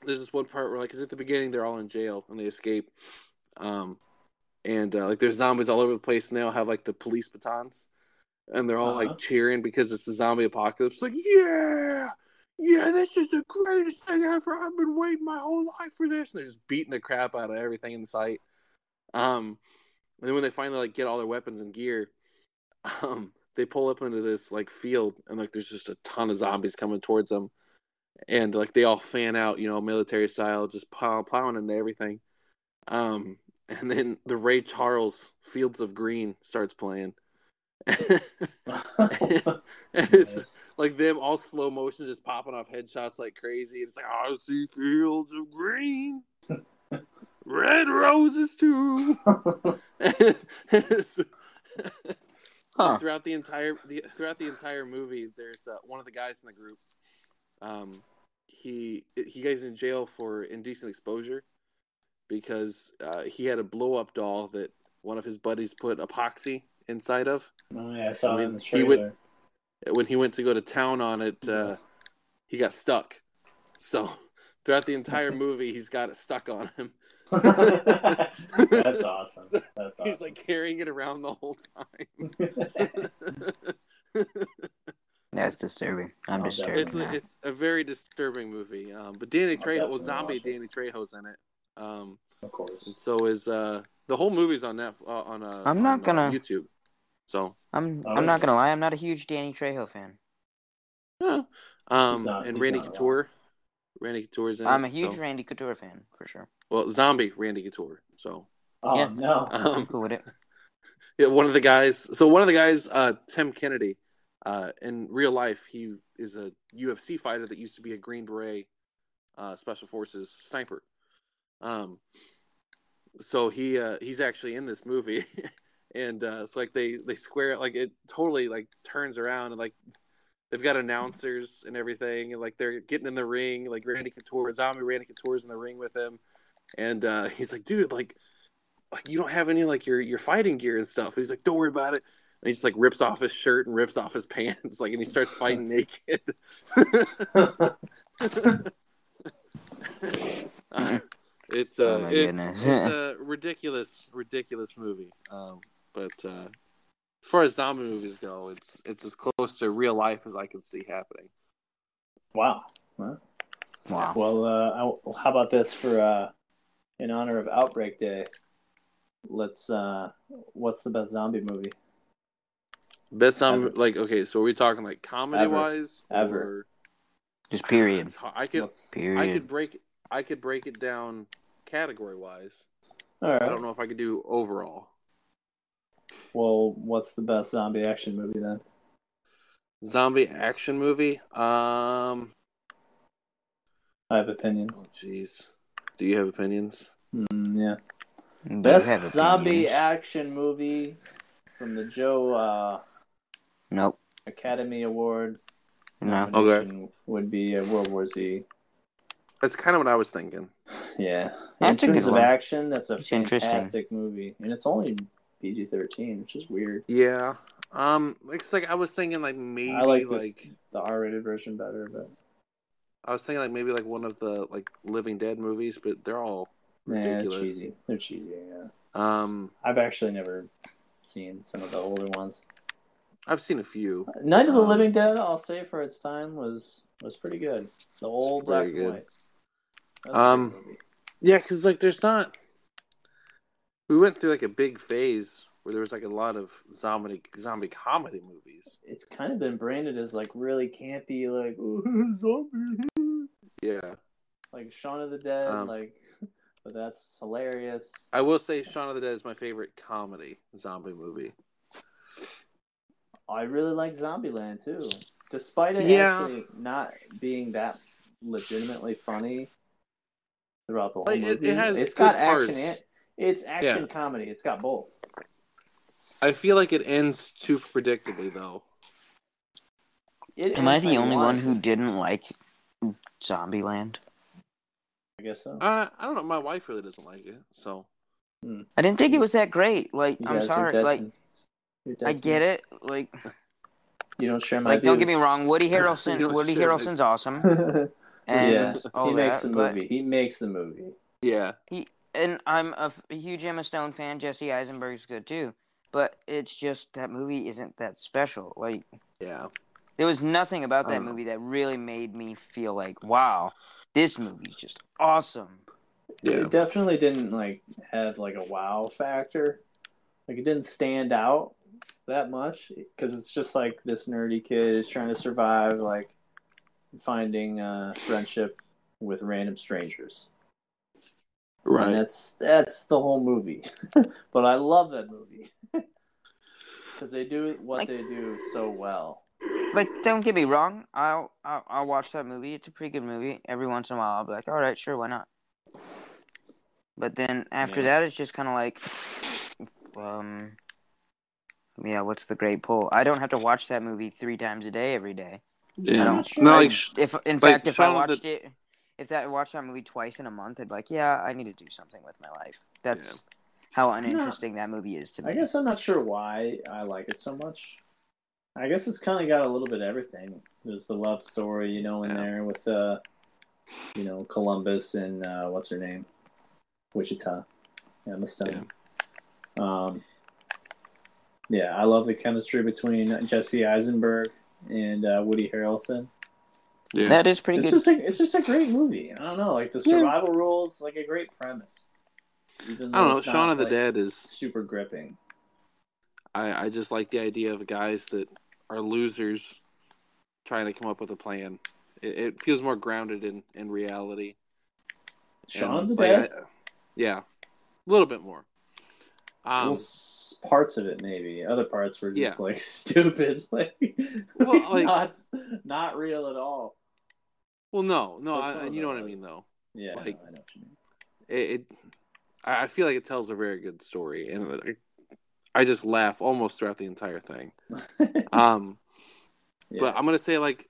Speaker 2: there's this one part where like because at the beginning they're all in jail and they escape, um, and uh, like there's zombies all over the place and they all have like the police batons, and they're all
Speaker 5: Uh-huh.
Speaker 2: like cheering because it's the zombie apocalypse. Like yeah. Yeah, this is the greatest thing ever. I've been waiting my whole life for this. And they're just beating the crap out of everything in sight. Um, and then when they finally like get all their weapons and gear, um, they pull up into this like field and like there's just a ton of zombies coming towards them, and like they all fan out, you know, military style, just plow- plowing into everything. Um, and then the Ray Charles Fields of Green starts playing. and it's like them all slow motion just popping off headshots like crazy. It's like I see fields of green, red roses too.
Speaker 1: Huh.
Speaker 2: Throughout the entire the, throughout the entire movie, there's uh, one of the guys in the group. Um, he he gets in jail for indecent exposure because uh, he had a blow up doll that one of his buddies put epoxy inside of
Speaker 5: oh, yeah, I saw it in the
Speaker 2: He
Speaker 5: trailer.
Speaker 2: would- when he went to go to town on it, uh, he got stuck. So throughout the entire movie, he's got it stuck on him.
Speaker 5: That's awesome.
Speaker 2: So
Speaker 5: That's awesome.
Speaker 2: He's like carrying it around the whole time.
Speaker 1: That's disturbing. I'm
Speaker 5: Oh, that-
Speaker 1: disturbed.
Speaker 2: it's,
Speaker 1: now.
Speaker 2: a, it's a very disturbing movie. Um, but Danny
Speaker 5: I'll
Speaker 2: Trejo, well,
Speaker 5: definitely
Speaker 2: zombie
Speaker 5: watch it.
Speaker 2: Danny Trejo's in it. Um,
Speaker 5: of course.
Speaker 2: and so is uh, the whole movie's on that uh, on uh,
Speaker 1: I'm not
Speaker 2: on, uh,
Speaker 1: gonna-
Speaker 2: YouTube. So
Speaker 1: I'm
Speaker 5: Oh,
Speaker 1: I'm
Speaker 5: yeah.
Speaker 1: not gonna lie. I'm not a huge Danny Trejo fan.
Speaker 2: yeah. um,
Speaker 5: He's not-
Speaker 2: and
Speaker 5: he's
Speaker 2: Randy
Speaker 5: not wrong.
Speaker 2: Couture, Randy Couture's in
Speaker 1: I'm
Speaker 2: it,
Speaker 1: a huge
Speaker 2: so-
Speaker 1: Randy Couture fan for sure.
Speaker 2: well zombie Randy Couture. So
Speaker 5: Oh
Speaker 1: Yeah.
Speaker 5: no.
Speaker 1: I'm
Speaker 2: um,
Speaker 1: cool with it.
Speaker 2: Yeah, one of the guys. So one of the guys, uh, Tim Kennedy, uh, in real life, he is a UFC fighter that used to be a Green Beret uh, Special Forces sniper. Um, so he uh, he's actually in this movie, and uh, it's like they they square it like it totally like turns around and like they've got announcers and everything, and like they're getting in the ring. Like Randy Couture, zombie Randy Couture's in the ring with him, and uh, he's like, dude, like like you don't have any like your your fighting gear and stuff. And he's like, don't worry about it. And he just like rips off his shirt and rips off his pants, like, and he starts fighting naked. Uh, it's uh,
Speaker 1: Oh, my
Speaker 2: it's,
Speaker 1: goodness.
Speaker 2: it's a ridiculous, ridiculous movie. Um, but uh, as far as zombie movies go, it's it's as close to real life as I can see happening.
Speaker 5: wow.
Speaker 1: Wow.
Speaker 5: Well, uh, I, how about this for uh, in honor of Outbreak Day? Let's. Uh, what's the best zombie movie?
Speaker 2: But some
Speaker 5: Ever.
Speaker 2: like okay, so are we talking like comedy wise
Speaker 5: Ever.
Speaker 1: Just period.
Speaker 2: It's hard. I could I
Speaker 1: Period.
Speaker 2: could break I could break it down category wise.
Speaker 5: All
Speaker 2: I
Speaker 5: right.
Speaker 2: don't know if I could do overall.
Speaker 5: Well, what's the best zombie action movie then?
Speaker 2: Zombie action movie. Um
Speaker 5: I have opinions.
Speaker 2: oh jeez. Do you have opinions?
Speaker 5: Mm, yeah.
Speaker 1: You have
Speaker 5: Best
Speaker 1: opinions.
Speaker 5: zombie action movie from the Joe uh,
Speaker 1: Nope.
Speaker 5: Academy Award
Speaker 1: No.
Speaker 5: nomination would be uh, World War Z.
Speaker 2: That's kind of what I was thinking.
Speaker 5: Yeah.
Speaker 1: That's a
Speaker 5: In terms
Speaker 1: good
Speaker 5: of
Speaker 1: one.
Speaker 5: action, that's a
Speaker 1: It's interesting.
Speaker 5: fantastic movie. And it's only PG 13, which is weird.
Speaker 2: Yeah. Um it's like I was thinking like maybe
Speaker 5: I like, this-
Speaker 2: like
Speaker 5: the R rated version better, but
Speaker 2: I was thinking like maybe like one of the like Living Dead movies, but they're all
Speaker 5: yeah,
Speaker 2: ridiculous.
Speaker 5: cheesy. They're cheesy, yeah.
Speaker 2: Um
Speaker 5: I've actually never seen some of the older ones.
Speaker 2: I've seen a few.
Speaker 5: Night of the
Speaker 2: Um,
Speaker 5: Living Dead, I'll say for its time, was was pretty good. The old black
Speaker 2: Very
Speaker 5: and
Speaker 2: good.
Speaker 5: white. That was a
Speaker 2: Um,
Speaker 5: good movie.
Speaker 2: Yeah, because like there's not. We went through like a big phase where there was like a lot of zombie zombie comedy movies.
Speaker 5: it's kind of been branded as like really campy, like zombie,
Speaker 2: Yeah,
Speaker 5: like Shaun of the Dead,
Speaker 2: Um,
Speaker 5: like. But that's hilarious.
Speaker 2: I will say Shaun of the Dead is my favorite comedy zombie movie.
Speaker 5: I really like Zombieland too, despite it
Speaker 2: Yeah.
Speaker 5: actually not being that legitimately funny throughout the whole
Speaker 2: Like, it- it
Speaker 5: movie.
Speaker 2: has
Speaker 5: it's
Speaker 2: good
Speaker 5: got action.
Speaker 2: parts.
Speaker 5: in It, it's action comedy. It's got both.
Speaker 2: I feel like it ends too predictably though.
Speaker 5: It
Speaker 1: Am I
Speaker 5: is
Speaker 1: the only one
Speaker 5: ironic.
Speaker 1: who didn't like Zombieland?
Speaker 5: I guess so.
Speaker 2: Uh, I don't know. My wife really doesn't like it, so
Speaker 1: I didn't think it was that great. Like,
Speaker 5: You
Speaker 1: I'm
Speaker 5: guys are
Speaker 1: sorry.
Speaker 5: dead
Speaker 1: Like,
Speaker 5: to- you're dead
Speaker 1: I
Speaker 5: to
Speaker 1: get
Speaker 5: me.
Speaker 1: it. Like,
Speaker 5: You don't share my
Speaker 1: like don't get me
Speaker 5: views.
Speaker 1: wrong. Woody
Speaker 2: You
Speaker 1: Harrelson.
Speaker 2: don't
Speaker 1: Woody
Speaker 2: share my-
Speaker 1: Harrelson's awesome. And
Speaker 5: yeah,
Speaker 1: all
Speaker 5: he
Speaker 1: that,
Speaker 5: makes the
Speaker 1: but-
Speaker 5: movie. He makes the movie.
Speaker 2: yeah.
Speaker 1: He and I'm a, f- a huge Emma Stone fan. Jesse Eisenberg's good too, but it's just that movie isn't that special. Like
Speaker 2: Yeah,
Speaker 1: there was nothing about
Speaker 2: I
Speaker 1: that
Speaker 5: Oh.
Speaker 2: don't know.
Speaker 1: movie that really made me feel like, wow, this movie's just awesome.
Speaker 2: yeah.
Speaker 5: It definitely didn't like have like a wow factor. Like it didn't stand out that much because it's just like this nerdy kid is trying to survive, like finding uh, friendship with random strangers. And
Speaker 2: Right.
Speaker 5: that's that's the whole movie. but I love that movie because they do what
Speaker 1: Like-
Speaker 5: they do so well.
Speaker 1: Like don't get me wrong, I'll, I'll I'll watch that movie. It's a pretty good movie. Every once in a while, I'll be like, all right, sure, why not? But then after
Speaker 5: Yeah.
Speaker 1: that, it's just kind of like, um, yeah, what's the great pull? I don't have to watch that movie three times a day every day.
Speaker 2: Yeah.
Speaker 1: I don't.
Speaker 2: No,
Speaker 1: I-
Speaker 2: like sh-
Speaker 1: if in
Speaker 2: like,
Speaker 1: fact, if
Speaker 2: Shaun
Speaker 1: I
Speaker 2: of the-
Speaker 1: watched it, if that I watched that movie twice in a month, I'd be like, yeah, I need to do something with my life. That's how uninteresting that movie is to me.
Speaker 5: I guess I'm not sure why I like it so much. I guess it's kind of got a little bit of everything. There's the love story, you know, in
Speaker 2: Yeah.
Speaker 5: there with, uh, you know, Columbus and uh, what's her name, Wichita, Emma Stone. Yeah. Um, yeah, I love the chemistry between Jesse Eisenberg and uh, Woody Harrelson.
Speaker 2: yeah.
Speaker 1: That is pretty
Speaker 5: It's
Speaker 1: good.
Speaker 5: just a, it's just a great movie. I don't know, like the
Speaker 2: Yeah.
Speaker 5: survival rules, like a great premise. Even
Speaker 2: I don't
Speaker 5: though
Speaker 2: know.
Speaker 5: it's not,
Speaker 2: Shaun of the
Speaker 5: like,
Speaker 2: Dead is
Speaker 5: super gripping.
Speaker 2: I, I just like the idea of guys that are losers trying to come up with a plan. It, it feels more grounded in, in reality.
Speaker 5: Shaun of
Speaker 2: And,
Speaker 5: the
Speaker 2: like,
Speaker 5: Dead.
Speaker 2: I- yeah, a little bit more.
Speaker 5: Well,
Speaker 2: Um,
Speaker 5: s- parts of it maybe. Other parts were just
Speaker 2: Yeah.
Speaker 5: like stupid, like,
Speaker 2: Well, like-
Speaker 5: not not real at all.
Speaker 2: well, no, no,
Speaker 5: Well,
Speaker 2: I,
Speaker 5: some
Speaker 2: I-
Speaker 5: of
Speaker 2: you know
Speaker 5: it
Speaker 2: what I
Speaker 5: was.
Speaker 2: mean, though.
Speaker 5: Yeah,
Speaker 2: Like-
Speaker 5: I know what you mean.
Speaker 2: It, it I I feel like it tells a very good story, and I, I just laugh almost throughout the entire thing. Um,
Speaker 5: Yeah.
Speaker 2: But I'm gonna say like,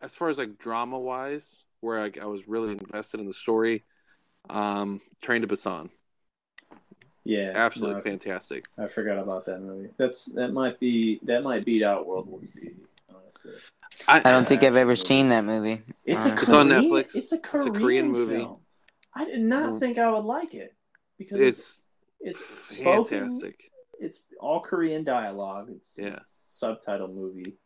Speaker 2: as far as like drama wise, where I, I was really invested in the story, um, Train to Busan,
Speaker 5: yeah,
Speaker 2: absolutely
Speaker 5: no, I-
Speaker 2: fantastic.
Speaker 5: I forgot about that movie. That's that might be that might beat out World War Z. Honestly,
Speaker 1: I don't think I've ever
Speaker 5: Actually.
Speaker 1: seen that movie.
Speaker 5: it's a
Speaker 1: Uh,
Speaker 2: It's on
Speaker 5: Korean-
Speaker 2: Netflix.
Speaker 5: It's
Speaker 2: It's
Speaker 5: a
Speaker 2: a
Speaker 5: Korean,
Speaker 2: Korean movie.
Speaker 5: Film. I did not
Speaker 2: Mhm.
Speaker 5: think I would like it because it's
Speaker 2: it's
Speaker 5: it's spoken.
Speaker 2: fantastic.
Speaker 5: It's all Korean dialogue. It's,
Speaker 2: Yeah.
Speaker 5: it's subtitle movie,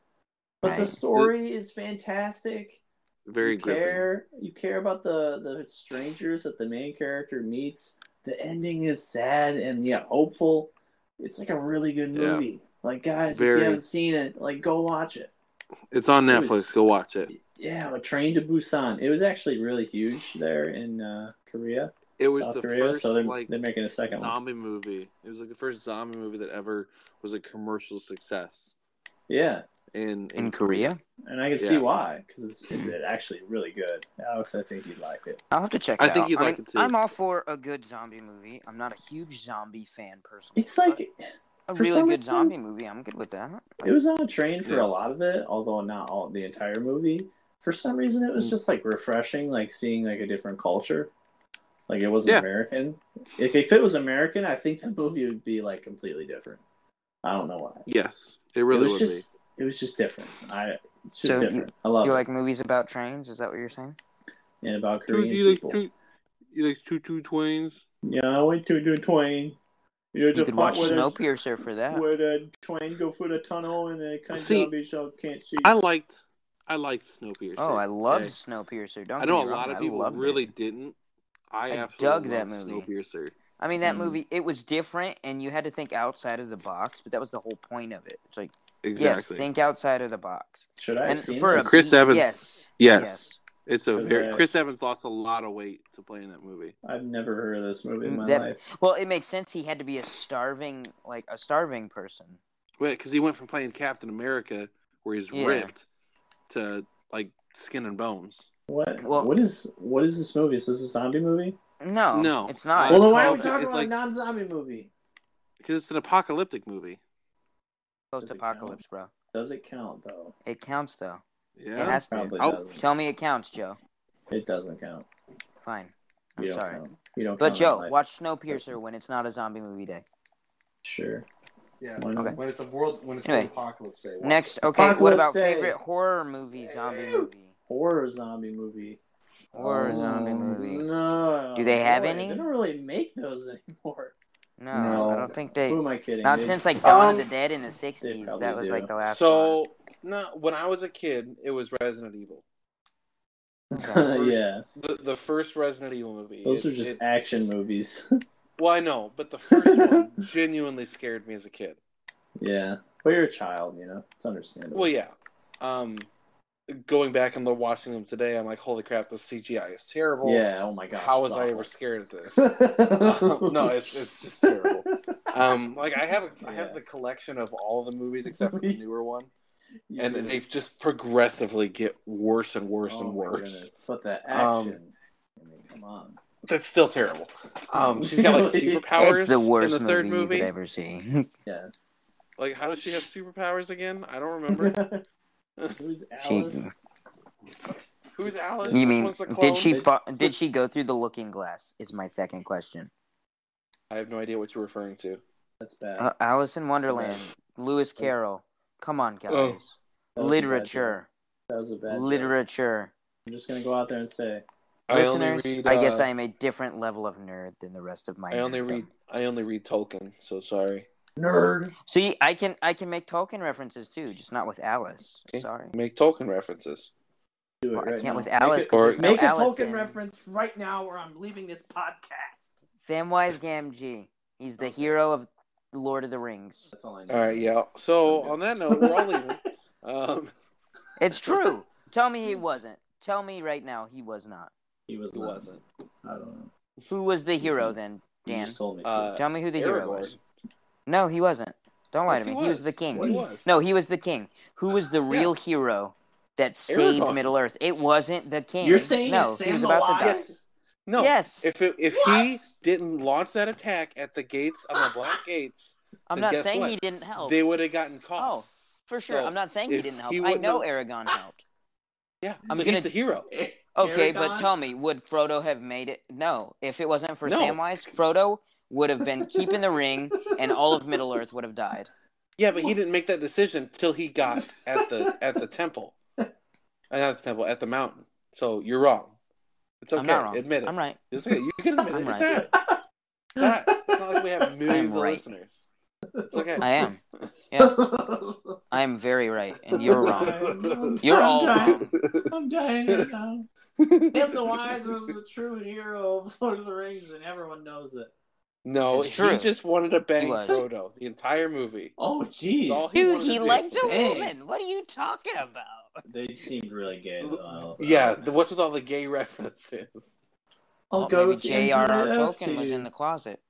Speaker 5: but the
Speaker 1: Right.
Speaker 5: story is fantastic.
Speaker 2: Very
Speaker 5: you
Speaker 2: gripping.
Speaker 5: care you care about the the strangers that the main character meets the ending is sad and yeah hopeful it's like a really good
Speaker 2: Yeah.
Speaker 5: movie like guys if
Speaker 2: Very.
Speaker 5: you haven't seen it like go watch it
Speaker 2: It's on
Speaker 5: It was-
Speaker 2: Netflix. Go watch it.
Speaker 5: It- yeah, a train to Busan. It was actually really huge there in uh, Korea,
Speaker 3: It was
Speaker 5: South
Speaker 3: the
Speaker 5: Korea.
Speaker 3: first
Speaker 5: so they're,
Speaker 3: like
Speaker 5: they're making a second one.
Speaker 3: zombie movie. It was like the first zombie movie that ever was a commercial success
Speaker 5: Yeah,
Speaker 3: in
Speaker 1: in Korea.
Speaker 5: and I can
Speaker 3: Yeah.
Speaker 5: see why because it's, it's actually really good. Alex, I think you'd like it.
Speaker 1: I'll have to check.
Speaker 3: I
Speaker 1: it
Speaker 3: think
Speaker 1: out.
Speaker 3: you'd
Speaker 1: I
Speaker 3: like
Speaker 1: mean,
Speaker 3: it too.
Speaker 1: I'm all for a good zombie movie. I'm not a huge zombie fan personally.
Speaker 5: It's like
Speaker 1: but a
Speaker 5: for
Speaker 1: really
Speaker 5: some
Speaker 1: good
Speaker 5: reason-
Speaker 1: zombie movie. I'm good with that.
Speaker 5: it was on a train for
Speaker 3: Yeah.
Speaker 5: a lot of it, although not all the entire movie. For some reason,
Speaker 3: Mm.
Speaker 5: it was just like refreshing, like seeing like a different culture. Like it wasn't
Speaker 3: Yeah.
Speaker 5: American. If, if it was American, I think the movie would be like completely different. I don't know why.
Speaker 3: Yes, it really
Speaker 5: it was
Speaker 3: would
Speaker 5: just it was just different. I it's just
Speaker 1: So you-
Speaker 5: different. I love
Speaker 1: You
Speaker 5: it.
Speaker 1: like movies about trains? Is that what you're saying?
Speaker 5: and about
Speaker 3: be. Two,
Speaker 5: Korean
Speaker 3: you like
Speaker 5: people.
Speaker 3: two, you like two two twins.
Speaker 5: Yeah, I went to do twain. You know,
Speaker 1: You could watch
Speaker 5: where the-
Speaker 1: Snowpiercer for that.
Speaker 5: where the twain go through the tunnel and the kind
Speaker 3: See,
Speaker 5: of zombies so can't see.
Speaker 3: I liked, I liked Snowpiercer.
Speaker 1: Oh, I loved
Speaker 3: Yeah.
Speaker 1: Snowpiercer. Don't
Speaker 3: I
Speaker 1: get
Speaker 3: know
Speaker 1: me
Speaker 3: a
Speaker 1: wrong,
Speaker 3: lot of
Speaker 1: I
Speaker 3: people
Speaker 1: loved it.
Speaker 3: really didn't. I,
Speaker 1: I dug
Speaker 3: absolutely
Speaker 1: that
Speaker 3: loved
Speaker 1: movie.
Speaker 3: Snowpiercer.
Speaker 1: I mean, that
Speaker 5: Mm.
Speaker 1: movie it was different, and you had to think outside of the box. But that was the whole point of it. It's like
Speaker 3: Exactly.
Speaker 1: yes, think outside of the box.
Speaker 5: Should I have
Speaker 1: and
Speaker 5: seen
Speaker 1: for a
Speaker 5: this?
Speaker 3: Chris
Speaker 1: B-
Speaker 3: Evans.
Speaker 1: yes,
Speaker 3: yes. It's a
Speaker 5: Was
Speaker 3: very
Speaker 5: it-
Speaker 3: Chris Evans lost a lot of weight to play in that movie.
Speaker 5: I've never heard of this movie in my
Speaker 1: Mm, That-
Speaker 5: life.
Speaker 1: Well, it makes sense. He had to be a starving, like a starving person.
Speaker 3: Wait, because he went from playing Captain America, where he's
Speaker 1: Yeah.
Speaker 3: ripped, to like skin and bones.
Speaker 5: What?
Speaker 1: Well-
Speaker 5: what is what is this movie? Is this a zombie movie?
Speaker 1: No,
Speaker 3: No.
Speaker 1: it's not.
Speaker 3: Uh,
Speaker 5: well,
Speaker 3: it's
Speaker 5: then why are we
Speaker 3: called-
Speaker 5: talking
Speaker 3: it's
Speaker 5: about
Speaker 3: like-
Speaker 5: a non-zombie movie?
Speaker 3: Because it's an apocalyptic movie.
Speaker 5: does it
Speaker 1: post-apocalypse, bro.
Speaker 5: Does it count though?
Speaker 1: It counts though. It
Speaker 3: Yeah.
Speaker 1: has to.
Speaker 5: Probably
Speaker 3: I'll-
Speaker 5: doesn't.
Speaker 1: oh, Tell me it counts, Joe.
Speaker 5: It doesn't count.
Speaker 1: Fine. I'm
Speaker 5: You don't
Speaker 1: sorry.
Speaker 5: count. You don't.
Speaker 1: But
Speaker 5: count
Speaker 1: Joe,
Speaker 5: on life.
Speaker 1: watch Snowpiercer when it's not a zombie movie day.
Speaker 5: Sure.
Speaker 2: Yeah.
Speaker 5: Why not?
Speaker 1: Okay.
Speaker 2: When it's a world, when it's
Speaker 1: Anyway.
Speaker 2: world apocalypse day. watch
Speaker 1: Next, okay. what
Speaker 5: Apocalypse
Speaker 1: about
Speaker 5: Day.
Speaker 1: favorite horror movie, zombie movie,
Speaker 5: Horror zombie movie.
Speaker 1: horror
Speaker 2: Oh,
Speaker 1: zombie movie?
Speaker 5: No.
Speaker 1: Do they have
Speaker 5: boy,
Speaker 1: any?
Speaker 5: They don't really make those anymore.
Speaker 1: No,
Speaker 2: No.
Speaker 1: I don't think they.
Speaker 5: Who am I kidding?
Speaker 1: Not
Speaker 5: They-
Speaker 1: since like Dawn
Speaker 2: Um,
Speaker 1: of the Dead in the
Speaker 5: Oh. they
Speaker 1: '60s.
Speaker 5: probably
Speaker 1: That was
Speaker 5: do.
Speaker 1: like the last.
Speaker 2: So no, when I was a kid, it was Resident Evil.
Speaker 1: one. Okay.
Speaker 5: yeah,
Speaker 2: The, the first Resident Evil movie.
Speaker 5: those
Speaker 2: It-
Speaker 5: are just
Speaker 2: it-
Speaker 5: action movies.
Speaker 2: Well, I know, but the first one genuinely scared me as a kid.
Speaker 5: yeah, but you're a child, you know. It's understandable.
Speaker 2: Well, yeah. Um, going back and watching them today, I'm like, holy crap, the CGI is terrible.
Speaker 5: yeah. Oh my gosh.
Speaker 2: How was
Speaker 5: it's
Speaker 2: I
Speaker 5: awful.
Speaker 2: ever scared of this? Um, no, it's it's just terrible. Um, like I have a, I have
Speaker 5: Yeah.
Speaker 2: the collection of all the movies except for the newer one,
Speaker 5: You
Speaker 2: and
Speaker 5: do.
Speaker 2: they just progressively get worse and worse
Speaker 5: Oh
Speaker 2: and
Speaker 5: my
Speaker 2: worse.
Speaker 5: goodness, But the
Speaker 2: Um,
Speaker 5: action. I mean, come on.
Speaker 2: That's still terrible. Um, she's got like
Speaker 5: Really?
Speaker 2: superpowers
Speaker 1: it's the worst
Speaker 2: in the third
Speaker 1: movie,
Speaker 2: movie.
Speaker 1: you could ever see.
Speaker 5: Yeah.
Speaker 2: Like, how does she have superpowers again? I don't remember.
Speaker 5: Who's
Speaker 1: she,
Speaker 5: Alice?
Speaker 2: Who's Alice?
Speaker 1: you
Speaker 2: Which
Speaker 1: mean
Speaker 2: one's the clone?
Speaker 1: did she fa- did she go through the looking glass? Is my second question.
Speaker 2: I have no idea what you're referring to.
Speaker 5: That's bad.
Speaker 1: Uh, Alice in Wonderland, Lewis Carroll. Come on, guys.
Speaker 2: Oh.
Speaker 5: That was a bad
Speaker 1: literature,
Speaker 5: joke. That was a bad. joke.
Speaker 1: literature.
Speaker 5: I'm just gonna go out there and say
Speaker 1: Listeners, I,
Speaker 2: read,
Speaker 1: guess
Speaker 2: uh,
Speaker 1: I am a different level of nerd than the rest of my.
Speaker 2: I only
Speaker 1: nerddom.
Speaker 2: read. I only read Tolkien. So sorry.
Speaker 5: nerd.
Speaker 1: See, I can I can make Tolkien references too, just not with Alice.
Speaker 2: Okay.
Speaker 1: Sorry.
Speaker 2: Make Tolkien references.
Speaker 5: Do it
Speaker 1: Well, I
Speaker 5: right
Speaker 1: can't
Speaker 5: now.
Speaker 1: with Alice.
Speaker 5: Make, it,
Speaker 1: 'cause
Speaker 2: or-
Speaker 1: there's no
Speaker 5: make a
Speaker 1: Alice
Speaker 5: Tolkien
Speaker 1: in-
Speaker 5: reference right now, or I'm leaving this podcast.
Speaker 1: Samwise Gamgee. He's the hero of Lord of the Rings.
Speaker 5: That's all I need.
Speaker 2: All right. Yeah. So
Speaker 5: Okay.
Speaker 2: on that note, we're all leaving. um,
Speaker 1: It's true. Tell me he wasn't. Tell me right now he was not.
Speaker 5: He was.
Speaker 2: it
Speaker 5: not.
Speaker 2: wasn't.
Speaker 5: I don't know.
Speaker 1: Who was the hero then,
Speaker 5: You
Speaker 1: Dan?
Speaker 5: just told me to.
Speaker 2: Uh,
Speaker 1: Tell me who the hero was.
Speaker 2: Aragorn.
Speaker 1: No, he wasn't. Don't lie
Speaker 2: Yes,
Speaker 1: to me.
Speaker 2: he
Speaker 1: He was
Speaker 2: was.
Speaker 1: the king.
Speaker 2: He was.
Speaker 1: No, he was the king. Who was the real hero that saved
Speaker 2: Aragorn.
Speaker 1: Middle Earth? It wasn't the king.
Speaker 5: You're saying
Speaker 1: no,
Speaker 5: it's
Speaker 1: he
Speaker 5: Sam
Speaker 1: was
Speaker 5: the
Speaker 1: about to die.
Speaker 5: Lion?
Speaker 2: Yes. No.
Speaker 1: Yes.
Speaker 2: If it, if he
Speaker 5: What?
Speaker 2: didn't launch that attack at the gates on the black gates,
Speaker 1: I'm
Speaker 2: And
Speaker 1: not
Speaker 2: guess
Speaker 1: saying
Speaker 2: what?
Speaker 1: he didn't help.
Speaker 2: they would have gotten
Speaker 1: Oh,
Speaker 2: caught.
Speaker 1: for sure.
Speaker 2: So,
Speaker 1: I'm not saying he
Speaker 2: if
Speaker 1: didn't help.
Speaker 2: he
Speaker 1: I
Speaker 2: wouldn't
Speaker 1: know
Speaker 2: have- Ah,
Speaker 1: Aragon helped.
Speaker 2: Yeah.
Speaker 1: I'm
Speaker 2: so
Speaker 1: gonna-
Speaker 2: he's the hero.
Speaker 1: Okay, but
Speaker 5: Aragorn?
Speaker 1: tell me, would Frodo have made it? No. If it wasn't for
Speaker 2: No.
Speaker 1: Samwise, Frodo would have been keeping the ring and all of Middle Earth would have died.
Speaker 2: Yeah, but he didn't make that decision till he got at the at the temple, Uh, not the temple, at the mountain. So you're wrong. It's okay.
Speaker 1: I'm not wrong.
Speaker 2: Admit it.
Speaker 1: I'm right.
Speaker 2: It's okay. You can admit
Speaker 1: I'm
Speaker 2: it. It's
Speaker 1: right.
Speaker 2: alright. It's alright. It's not like we have millions of
Speaker 1: right.
Speaker 2: listeners. It's okay.
Speaker 1: I am. I am very right, and you're wrong.
Speaker 5: wrong.
Speaker 1: You're all
Speaker 5: dying.
Speaker 1: wrong.
Speaker 5: I'm dying right now. Tim the Wise was the true hero of Lord of the Rings, and everyone knows it.
Speaker 2: No,
Speaker 1: It's
Speaker 2: he
Speaker 1: true.
Speaker 2: just wanted to bang
Speaker 1: was.
Speaker 2: Frodo the entire movie.
Speaker 5: Oh,
Speaker 2: It's all
Speaker 5: jeez.
Speaker 1: Dude,
Speaker 2: wanted
Speaker 1: he
Speaker 2: to do.
Speaker 1: liked a
Speaker 5: Hey.
Speaker 1: woman. What are you talking about?
Speaker 5: They seemed really uh, gay. though.
Speaker 2: yeah, the, what's with all the gay references?
Speaker 5: I'll
Speaker 1: Well,
Speaker 5: go
Speaker 1: maybe
Speaker 5: with
Speaker 1: J.R.R.
Speaker 5: MJF
Speaker 1: Tolkien was
Speaker 5: to-
Speaker 1: in the closet.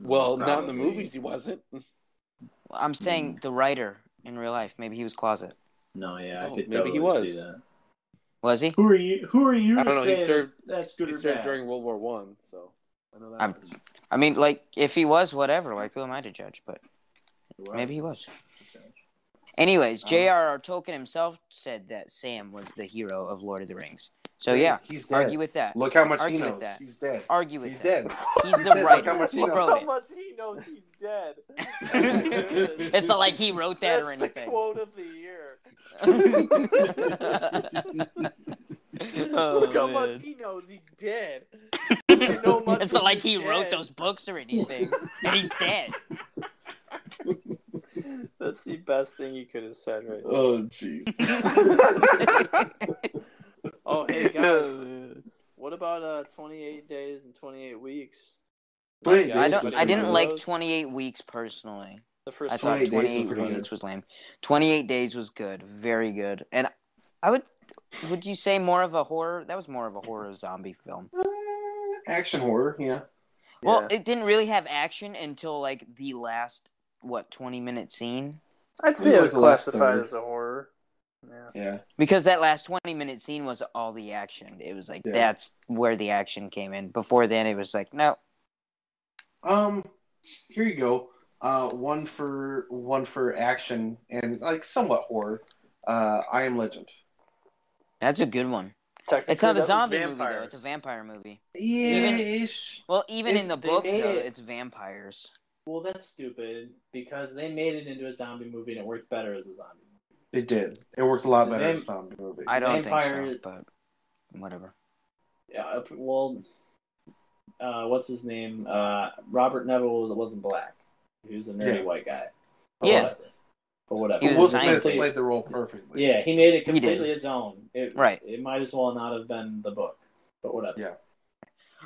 Speaker 2: Well, not in the
Speaker 5: Probably.
Speaker 2: movies, he wasn't.
Speaker 1: I'm
Speaker 5: Hmm.
Speaker 1: saying the writer in real life. Maybe he was closet.
Speaker 5: No, yeah,
Speaker 2: Oh,
Speaker 5: I could
Speaker 2: maybe
Speaker 5: totally
Speaker 2: he
Speaker 5: see
Speaker 2: was.
Speaker 5: that.
Speaker 1: Was he?
Speaker 5: Who are you? Who are you
Speaker 2: I
Speaker 5: to
Speaker 2: don't know, he
Speaker 5: say
Speaker 2: served-
Speaker 5: that's good
Speaker 2: He
Speaker 5: or
Speaker 2: served
Speaker 5: bad?
Speaker 2: during World War One, so I know that.
Speaker 1: I'm-
Speaker 2: much.
Speaker 1: I mean, like, if he was, whatever. Like, who am I to judge? But maybe he was. Anyways,
Speaker 5: Um,
Speaker 1: J.R.R. Tolkien himself said that Sam was the hero of Lord of the Rings. So yeah,
Speaker 4: he's dead.
Speaker 1: argue with that.
Speaker 4: Look how much
Speaker 1: Argue
Speaker 4: he
Speaker 1: with
Speaker 4: knows.
Speaker 1: that.
Speaker 4: He's dead.
Speaker 1: Argue with
Speaker 4: He's
Speaker 1: that.
Speaker 4: dead.
Speaker 1: He's
Speaker 4: He's
Speaker 1: the
Speaker 4: dead. Look
Speaker 1: writer.
Speaker 4: how much
Speaker 1: He
Speaker 4: he knows.
Speaker 1: wrote it.
Speaker 6: much he knows he's dead.
Speaker 1: It's not like he wrote that or
Speaker 6: That's the
Speaker 1: anything.
Speaker 6: quote of the year.
Speaker 1: Oh,
Speaker 6: Look how
Speaker 1: man.
Speaker 6: much he knows he's dead. You know much
Speaker 1: it's not
Speaker 6: when
Speaker 1: like he
Speaker 6: you're
Speaker 1: wrote
Speaker 6: dead.
Speaker 1: those books or anything. and he's dead.
Speaker 5: That's the best thing you could have said right
Speaker 2: Oh jeez.
Speaker 5: Oh,
Speaker 6: hey, guys. What about uh 28 days and 28 weeks?
Speaker 2: Wait,
Speaker 5: Yeah,
Speaker 1: I
Speaker 5: he's
Speaker 1: don't.
Speaker 5: just
Speaker 1: I didn't
Speaker 5: one of
Speaker 1: like
Speaker 6: those.
Speaker 1: 28 weeks personally.
Speaker 5: The first
Speaker 1: I thought
Speaker 4: 28 days
Speaker 1: 28
Speaker 4: was pretty
Speaker 1: weeks
Speaker 4: good.
Speaker 1: was lame. 28 days was good, very good. And I would. Would you say more of a horror? That was more of a horror zombie film.
Speaker 4: Action horror, yeah.
Speaker 1: Well, it didn't really have action until like the last what 20 minute scene.
Speaker 6: I'd
Speaker 4: say it was classified as
Speaker 6: a horror. Yeah.
Speaker 4: Yeah.
Speaker 1: Because that last 20 minute scene was all the action. It was like
Speaker 4: Yeah.
Speaker 1: that's where the action came in. Before then, it was like, no.
Speaker 4: Um, here you go. Uh, one for one for action and like somewhat horror. Uh, I am Legend.
Speaker 1: That's a good one.
Speaker 5: Technically,
Speaker 1: It's not
Speaker 5: that
Speaker 1: a
Speaker 5: was
Speaker 1: zombie movie, though.
Speaker 5: vampires.
Speaker 1: It's a vampire movie.
Speaker 4: Yeah-ish.
Speaker 1: Well, even
Speaker 4: It's-
Speaker 1: in the
Speaker 4: they
Speaker 1: book,
Speaker 4: made
Speaker 1: though,
Speaker 5: it-
Speaker 1: it's vampires.
Speaker 5: Well, that's stupid because they made it into a zombie movie and it worked better as a zombie. movie.
Speaker 4: It did. It worked a lot
Speaker 5: The
Speaker 4: better
Speaker 5: vamp-
Speaker 4: as a zombie movie.
Speaker 1: I don't
Speaker 5: Vampire-
Speaker 1: think so, but whatever.
Speaker 5: Yeah. uh, Well, uh, what's his name? Uh, Robert Neville wasn't black. He was a nerdy
Speaker 4: Yeah.
Speaker 5: white guy.
Speaker 1: Yeah.
Speaker 5: Whatever. But whatever.
Speaker 1: He
Speaker 4: But
Speaker 1: was
Speaker 4: Will
Speaker 1: a
Speaker 4: Smith
Speaker 1: scientist.
Speaker 4: played the role perfectly.
Speaker 5: Yeah, he made it
Speaker 1: He did.
Speaker 5: completely his own. It,
Speaker 1: Right.
Speaker 5: It might as well not have been the book, but whatever.
Speaker 4: Yeah.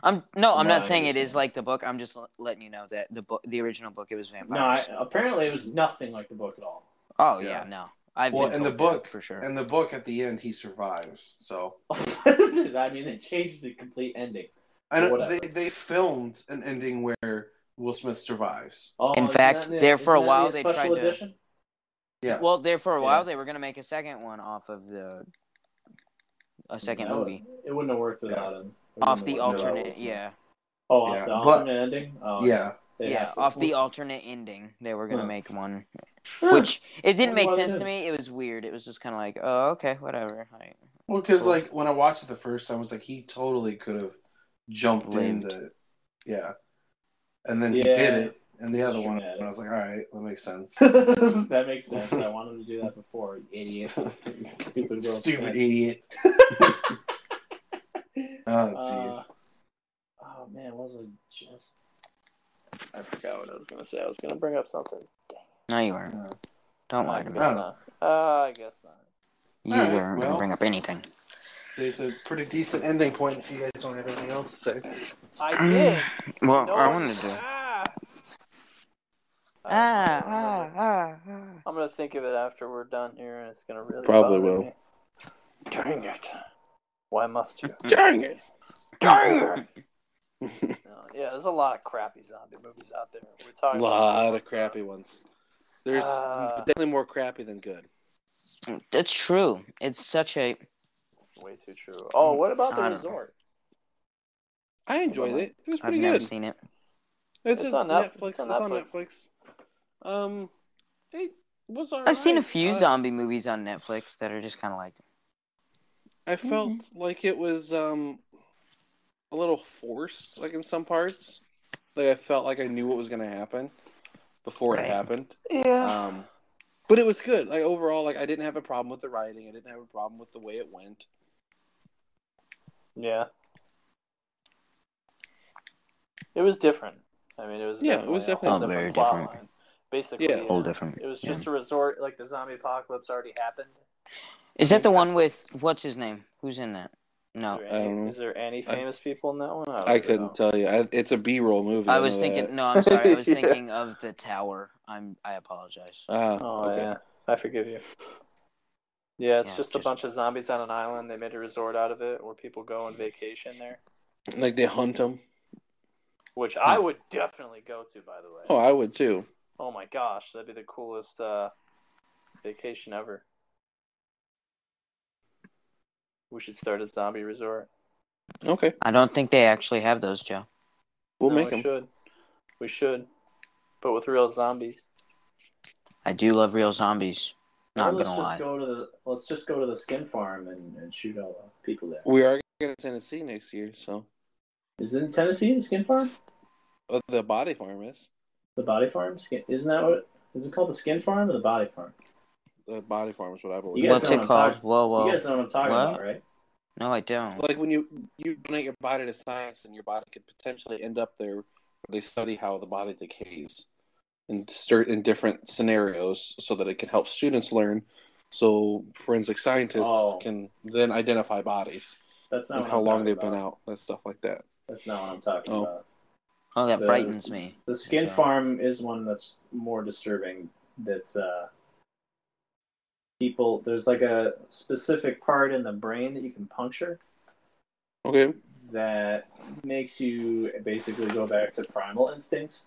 Speaker 1: I'm no, I'm
Speaker 5: No,
Speaker 1: not
Speaker 5: I
Speaker 1: saying it is
Speaker 5: understand.
Speaker 1: like the book. I'm just l- letting you know that the book, the original book, it was
Speaker 5: No, I,
Speaker 1: vampires.
Speaker 5: apparently it was nothing like the book at all.
Speaker 1: oh yeah,
Speaker 4: Yeah.
Speaker 1: no. I've
Speaker 4: Well,
Speaker 1: been
Speaker 4: in the
Speaker 1: told that
Speaker 4: book-
Speaker 1: for sure.
Speaker 4: And the book at the end, he survives. So
Speaker 5: I mean, they changed the complete ending.
Speaker 4: I know
Speaker 5: Whatever.
Speaker 4: they, they filmed an ending where Will Smith survives.
Speaker 5: Oh,
Speaker 1: In
Speaker 5: isn't
Speaker 1: fact,
Speaker 5: that new-
Speaker 1: there for a
Speaker 5: isn't that
Speaker 1: while
Speaker 5: the
Speaker 1: they
Speaker 5: special
Speaker 1: tried to-
Speaker 5: edition?
Speaker 4: Yeah.
Speaker 1: Well, there for a
Speaker 5: Yeah.
Speaker 1: while they were gonna make a second one off of the a second
Speaker 5: That would-
Speaker 1: movie
Speaker 5: It wouldn't have worked without him. It
Speaker 1: off
Speaker 5: wouldn't
Speaker 1: the
Speaker 5: have worked without
Speaker 1: alternate.
Speaker 5: Wilson.
Speaker 1: Yeah,
Speaker 5: Oh, off
Speaker 4: Yeah,
Speaker 5: the
Speaker 4: but-
Speaker 5: alternate ending. Oh,
Speaker 4: yeah.
Speaker 5: they'd
Speaker 1: yeah,
Speaker 5: have to-
Speaker 1: off the alternate ending they were gonna
Speaker 5: Huh.
Speaker 1: make one,
Speaker 5: Huh.
Speaker 1: which it didn't
Speaker 5: Wonder
Speaker 1: make
Speaker 5: why they
Speaker 1: sense to
Speaker 5: did.
Speaker 1: me. It was weird. It was just kind of like, oh okay, whatever. Like,
Speaker 4: Well, because
Speaker 1: Cool.
Speaker 4: like when I watched it the first time, I was like, he totally could have jumped
Speaker 1: Lived.
Speaker 4: into, yeah, and then he
Speaker 5: Yeah.
Speaker 4: did it. And the other
Speaker 5: Sure
Speaker 4: one,
Speaker 5: did.
Speaker 4: and I was like, all right, that makes sense.
Speaker 5: that makes sense. I wanted to do that before, you idiot. Stupid Will
Speaker 4: Stupid
Speaker 5: Smith.
Speaker 4: idiot. oh
Speaker 5: Uh,
Speaker 4: jeez.
Speaker 5: Oh man, was it just? I forgot what I was gonna say. I was gonna bring up something.
Speaker 1: no, you weren't.
Speaker 4: No.
Speaker 1: Don't lie to me.
Speaker 6: Uh,
Speaker 4: guess
Speaker 5: not. Uh, I guess not.
Speaker 1: You
Speaker 4: All right,
Speaker 1: weren't gonna
Speaker 4: well.
Speaker 1: bring up anything.
Speaker 4: it's a pretty decent ending point. If you guys don't have anything else to say.
Speaker 6: I did.
Speaker 1: Well,
Speaker 6: No,
Speaker 1: I wanted to.
Speaker 6: Ah.
Speaker 1: Ah, ah,
Speaker 6: I'm gonna-
Speaker 1: ah, ah.
Speaker 6: I'm gonna think of it after we're done here, and it's gonna really
Speaker 2: Probably
Speaker 6: bother
Speaker 2: will.
Speaker 6: me. Dang it! Why must you?
Speaker 2: Dang it!
Speaker 6: Dang it! no, yeah, there's a lot of crappy zombie movies out there. We're
Speaker 2: A
Speaker 6: talking
Speaker 2: lot
Speaker 6: about-
Speaker 2: of crappy ones. There's
Speaker 6: Uh.
Speaker 2: definitely more crappy than good.
Speaker 1: That's true. It's such a.
Speaker 6: It's way too true. Oh, what about
Speaker 1: I
Speaker 6: the
Speaker 1: don't-
Speaker 6: resort?
Speaker 2: I enjoyed it. It was
Speaker 1: I've
Speaker 2: pretty
Speaker 1: never
Speaker 2: good.
Speaker 1: seen it.
Speaker 2: It's,
Speaker 6: It's
Speaker 2: a
Speaker 6: on Netf-
Speaker 2: Netflix.
Speaker 6: it's on
Speaker 2: It's on Netflix. Um, it was alright.
Speaker 1: I've seen a few
Speaker 2: Uh,
Speaker 1: zombie movies on Netflix that are just kind of like.
Speaker 2: I felt like it was um a little forced, like in some parts. Like I felt like I knew what was gonna happen before
Speaker 1: Right.
Speaker 2: it happened.
Speaker 6: Yeah.
Speaker 2: Um, but it was good. Like overall, like I didn't have a problem with the writing. I didn't have a problem with the way it went.
Speaker 6: Yeah. It was different. I mean, it was
Speaker 2: Yeah, it was
Speaker 6: definitely a whole
Speaker 1: definitely- Oh, very
Speaker 6: plot
Speaker 1: different.
Speaker 6: line. Basically,
Speaker 2: Yeah.
Speaker 6: uh,
Speaker 1: Whole different,
Speaker 6: It was
Speaker 1: yeah.
Speaker 6: just a resort. Like the zombie apocalypse already happened.
Speaker 1: Is that the one with what's his name? Who's in that? No,
Speaker 6: Is there
Speaker 2: I don't
Speaker 6: any,
Speaker 2: know.
Speaker 6: is there any
Speaker 2: I-
Speaker 6: famous people in that one? don't
Speaker 2: I
Speaker 6: really
Speaker 2: couldn't
Speaker 6: know.
Speaker 2: tell you. I, it's a B roll movie.
Speaker 1: I
Speaker 2: know
Speaker 1: was
Speaker 2: that.
Speaker 1: thinking. No, I'm sorry. I was
Speaker 2: Yeah.
Speaker 1: thinking of the tower. I'm. I apologize.
Speaker 2: Ah,
Speaker 6: Oh
Speaker 2: okay.
Speaker 6: yeah, I forgive you. Yeah, it's
Speaker 1: Yeah,
Speaker 6: just,
Speaker 1: just-
Speaker 6: a bunch of zombies on an island. They made a resort out of it where people go on vacation there,
Speaker 2: Like they hunt them.
Speaker 6: which I would definitely go to, by the way.
Speaker 2: Oh, I would too.
Speaker 6: Oh my gosh, that'd be the coolest uh, vacation ever. We should start a zombie resort.
Speaker 2: Okay,
Speaker 1: I don't think they actually have those, Joe.
Speaker 2: we'll
Speaker 6: No,
Speaker 2: make
Speaker 6: we
Speaker 2: them.
Speaker 6: Should. We should, but with real zombies.
Speaker 1: I do love real zombies. Not
Speaker 5: let's
Speaker 1: gonna
Speaker 5: just
Speaker 1: lie.
Speaker 5: go to the let's just go to the skin farm and, and shoot all the people there.
Speaker 2: We are going to Tennessee next year, so
Speaker 5: Is it in Tennessee the skin farm?
Speaker 2: uh, the body farm is
Speaker 5: The body farm? Skin, isn't that what is it called the skin farm or the body farm?
Speaker 2: the body farm is what I've always.
Speaker 5: You guys
Speaker 1: What's
Speaker 5: know
Speaker 1: it
Speaker 5: what I'm
Speaker 1: called?
Speaker 5: talking-
Speaker 1: Whoa, whoa.
Speaker 5: you guys know what I'm talking
Speaker 1: what?
Speaker 5: about, right?
Speaker 1: No, I don't.
Speaker 2: like when you you donate your body to science and your body could potentially end up there where they study how the body decays and start in different scenarios so that it can help students learn so forensic scientists
Speaker 5: Oh.
Speaker 2: can then identify bodies
Speaker 5: That's not
Speaker 2: and
Speaker 5: what
Speaker 2: how
Speaker 5: I'm
Speaker 2: long
Speaker 5: talking
Speaker 2: they've
Speaker 5: about.
Speaker 2: been out and stuff like that
Speaker 5: That's not what I'm talking
Speaker 2: Oh.
Speaker 5: about.
Speaker 1: Oh, that
Speaker 5: The-
Speaker 1: frightens me.
Speaker 5: The skin
Speaker 1: Okay.
Speaker 5: farm is one that's more disturbing. That's uh, people. There's like a specific part in the brain that you can puncture
Speaker 2: okay
Speaker 5: that makes you basically go back to primal instincts.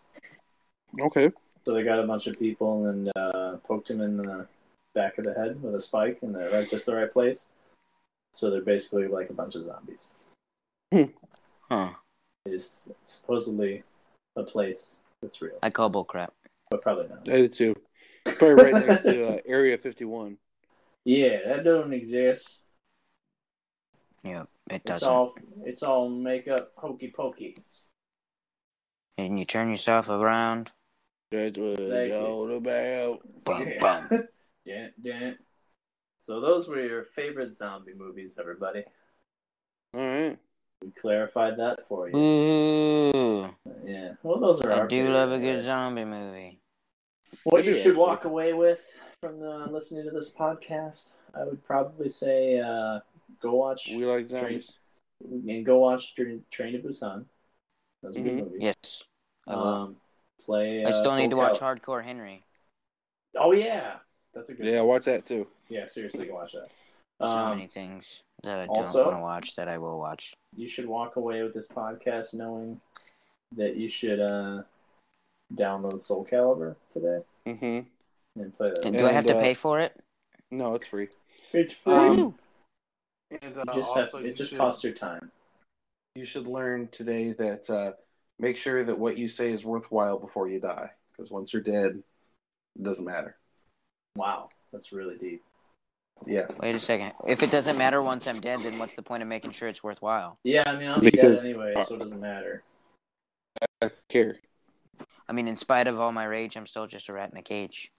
Speaker 2: okay
Speaker 5: So they got a bunch of people and uh, poked him in the back of the head with a spike in the right, just the right place. So they're basically like a bunch of zombies.
Speaker 1: Huh.
Speaker 5: It is supposedly a place that's real,
Speaker 1: I call bull crap.
Speaker 5: but probably not.
Speaker 2: i did too It's probably right next to uh, area 51
Speaker 5: Yeah, that don't exist.
Speaker 1: Yeah, it
Speaker 5: It's
Speaker 1: doesn't.
Speaker 5: all it's all makeup, hokey pokey.
Speaker 1: And you turn yourself around.
Speaker 2: that's what
Speaker 5: Thank
Speaker 2: it's
Speaker 5: you.
Speaker 2: all about
Speaker 1: Bum,
Speaker 5: Yeah.
Speaker 1: bum.
Speaker 5: Dun, dun. So those were your favorite zombie movies, everybody.
Speaker 2: all right
Speaker 5: We clarified that for you.
Speaker 1: Ooh.
Speaker 5: Yeah. Well, those are
Speaker 1: Hmm. I
Speaker 5: our
Speaker 1: do
Speaker 5: favorite,
Speaker 1: love a
Speaker 5: right?
Speaker 1: good zombie movie.
Speaker 5: What
Speaker 2: I
Speaker 5: you
Speaker 2: do,
Speaker 5: should
Speaker 2: actually.
Speaker 5: walk away with from uh, listening to this podcast, I would probably say uh, go watch
Speaker 2: we like zombies
Speaker 5: and go watch Train, Train to Busan. That's a good
Speaker 2: Mhm.
Speaker 5: movie.
Speaker 1: Yes. Mm-hmm. I will.
Speaker 5: Um, play.
Speaker 1: I
Speaker 5: uh,
Speaker 1: still need to
Speaker 5: Soul
Speaker 1: watch
Speaker 5: Cal-
Speaker 1: Hardcore Henry.
Speaker 5: Oh yeah, that's a good.
Speaker 2: yeah watch that too
Speaker 5: Yeah, seriously, go watch that.
Speaker 1: So
Speaker 5: Um,
Speaker 1: many things that I
Speaker 5: also-
Speaker 1: don't want to watch that I will watch.
Speaker 5: you should walk away with this podcast knowing that you should uh, download Soul Calibur today
Speaker 2: mm-hmm
Speaker 5: and play that.
Speaker 1: And do I
Speaker 2: And,
Speaker 1: have to
Speaker 2: uh,
Speaker 1: pay for it?
Speaker 2: no it's free
Speaker 5: It's free.
Speaker 2: um, and uh,
Speaker 5: you just have, it just costs your time.
Speaker 2: you should learn today that uh, make sure that what you say is worthwhile before you die because once you're dead it doesn't matter
Speaker 5: Wow, that's really deep.
Speaker 2: yeah
Speaker 1: Wait a second. If it doesn't matter once I'm dead, then what's the point of making sure it's worthwhile?
Speaker 5: Yeah, I mean, I'll be
Speaker 2: Because-
Speaker 5: dead anyway, so it doesn't matter.
Speaker 2: i care
Speaker 1: I mean, in spite of all my rage, I'm still just a rat in a cage.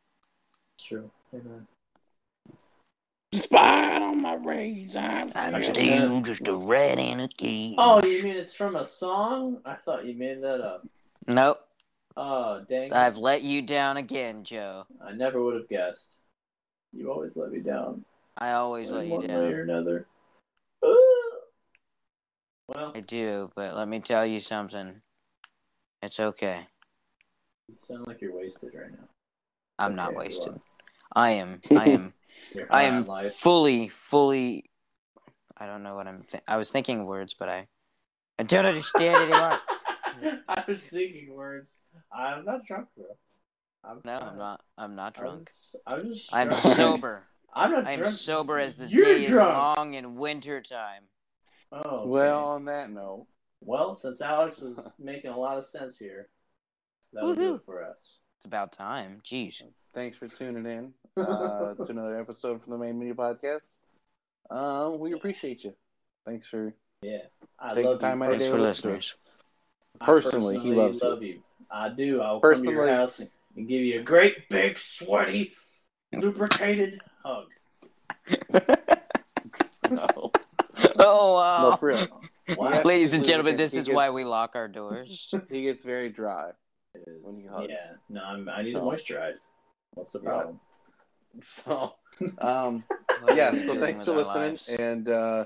Speaker 5: It's true. Amen.
Speaker 2: spot on my rage i'm,
Speaker 1: I'm
Speaker 5: still-
Speaker 1: still just a rat in a cage.
Speaker 5: Oh, you mean it's from a song? I thought you made that up.
Speaker 1: Nope.
Speaker 5: Oh, dang. it.
Speaker 1: I've let you down again, Joe.
Speaker 5: I never would have guessed. You always let me down.
Speaker 1: I always
Speaker 5: in
Speaker 1: let you
Speaker 5: one
Speaker 1: down.
Speaker 5: way or another. Ah. Well,
Speaker 1: I do, but let me tell you something. It's okay.
Speaker 5: you sound like you're wasted right now.
Speaker 1: I'm not
Speaker 5: Okay, well.
Speaker 1: wasted. I am. I am.
Speaker 5: You're high
Speaker 1: I
Speaker 5: on
Speaker 1: am
Speaker 5: life.
Speaker 1: fully, fully. I don't know what I'm. Th- I was thinking words, but I, I don't understand anymore.
Speaker 5: I was thinking words. I'm not drunk, bro. I'm
Speaker 1: No, I'm not. I'm not drunk.
Speaker 5: I'm just.
Speaker 1: I'm
Speaker 5: drunk.
Speaker 1: sober.
Speaker 5: I'm not
Speaker 1: I am
Speaker 5: drunk.
Speaker 1: sober as the
Speaker 5: You're
Speaker 1: day
Speaker 5: drunk.
Speaker 1: is long in winter time.
Speaker 5: Oh. okay.
Speaker 2: well on that note
Speaker 5: Well, since Alex is making a lot of sense here, that will do it for us.
Speaker 1: It's about time. Jeez.
Speaker 2: thanks for tuning in uh, to another episode from the main menu podcast um, we appreciate you thanks for
Speaker 5: Yeah. I
Speaker 2: Take
Speaker 5: love
Speaker 2: the time
Speaker 5: you.
Speaker 2: out of
Speaker 1: Thanks
Speaker 2: Hey,
Speaker 1: for
Speaker 2: listeners.
Speaker 1: listeners.
Speaker 5: I
Speaker 2: personally, he loves you.
Speaker 5: love you. I do. I'll come to
Speaker 2: Personally.
Speaker 5: your house and, and give you a great big sweaty lubricated hug.
Speaker 2: no,
Speaker 1: Oh wow.
Speaker 2: no for real
Speaker 5: Wow.
Speaker 1: Ladies and
Speaker 2: Absolutely.
Speaker 1: gentlemen, this
Speaker 2: He
Speaker 1: is why
Speaker 2: gets-
Speaker 1: we lock our doors.
Speaker 2: he gets very dry when he hugs.
Speaker 5: Yeah. No, I'm, I need
Speaker 2: So.
Speaker 5: to moisturize. What's the
Speaker 2: Yeah.
Speaker 5: problem?
Speaker 2: so um,
Speaker 1: What
Speaker 2: yeah
Speaker 1: are we
Speaker 2: so
Speaker 1: doing
Speaker 2: thanks
Speaker 1: with
Speaker 2: for
Speaker 1: our
Speaker 2: listening
Speaker 1: lives?
Speaker 2: and uh,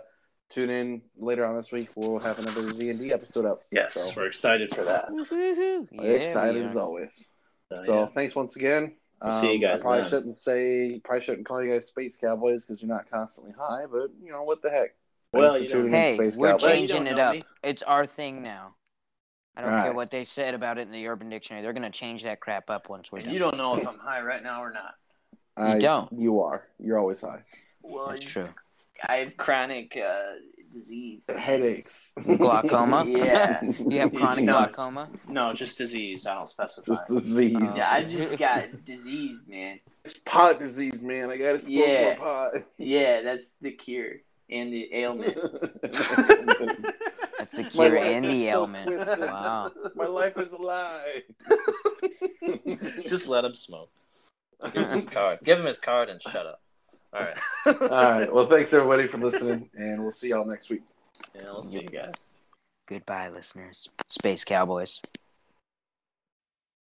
Speaker 2: tune in later on this week we'll have another z&d episode up so,
Speaker 5: we're excited for that.
Speaker 1: Woo-hoo-hoo. Yeah, we
Speaker 2: excited
Speaker 1: are.
Speaker 2: as always
Speaker 5: So,
Speaker 2: so
Speaker 5: yeah.
Speaker 2: thanks once again
Speaker 5: see you guys
Speaker 2: I probably
Speaker 5: then.
Speaker 2: shouldn't say, probably shouldn't call you guys Space Cowboys because you're not constantly high, but you know what the heck.
Speaker 5: Well,
Speaker 2: Thanks
Speaker 5: you
Speaker 2: for
Speaker 5: know-
Speaker 2: tuning in,
Speaker 1: Hey,
Speaker 2: Space
Speaker 1: we're
Speaker 2: Cowboys.
Speaker 5: Cowboys. You
Speaker 1: changing
Speaker 5: don't
Speaker 1: it
Speaker 5: know
Speaker 1: up.
Speaker 5: me.
Speaker 1: It's our thing now. I don't care
Speaker 2: Right.
Speaker 1: what they said about it in the Urban Dictionary. They're gonna change that crap up once we're
Speaker 6: And
Speaker 1: done.
Speaker 6: you don't know if I'm high right now or not.
Speaker 1: You
Speaker 2: I-
Speaker 1: don't.
Speaker 2: You are. You're always high.
Speaker 6: Well,
Speaker 1: That's
Speaker 6: it's-
Speaker 1: true.
Speaker 6: I have chronic uh, disease.
Speaker 2: Headaches.
Speaker 1: Glaucoma.
Speaker 6: Yeah.
Speaker 1: You have chronic
Speaker 5: No.
Speaker 1: glaucoma.
Speaker 5: No, just disease. I don't specify.
Speaker 2: Just disease.
Speaker 1: Oh.
Speaker 6: Yeah, I just got disease, man.
Speaker 2: It's pot disease, man. I gotta smoke
Speaker 6: Yeah.
Speaker 2: more
Speaker 6: Yeah, that's the cure and the ailment.
Speaker 2: pot.
Speaker 1: That's the
Speaker 2: My
Speaker 1: cure
Speaker 2: life
Speaker 1: and
Speaker 2: is
Speaker 1: the
Speaker 2: so
Speaker 1: ailment.
Speaker 2: twisted.
Speaker 1: Wow.
Speaker 2: My life is a lie.
Speaker 5: Just let him smoke. Give him his
Speaker 1: All
Speaker 5: card. Give him his card and shut up. All right.
Speaker 2: All right. Well, thanks everybody for listening, and we'll see y'all next week.
Speaker 5: Yeah, I'll see you guys.
Speaker 1: Goodbye, listeners. Space Cowboys.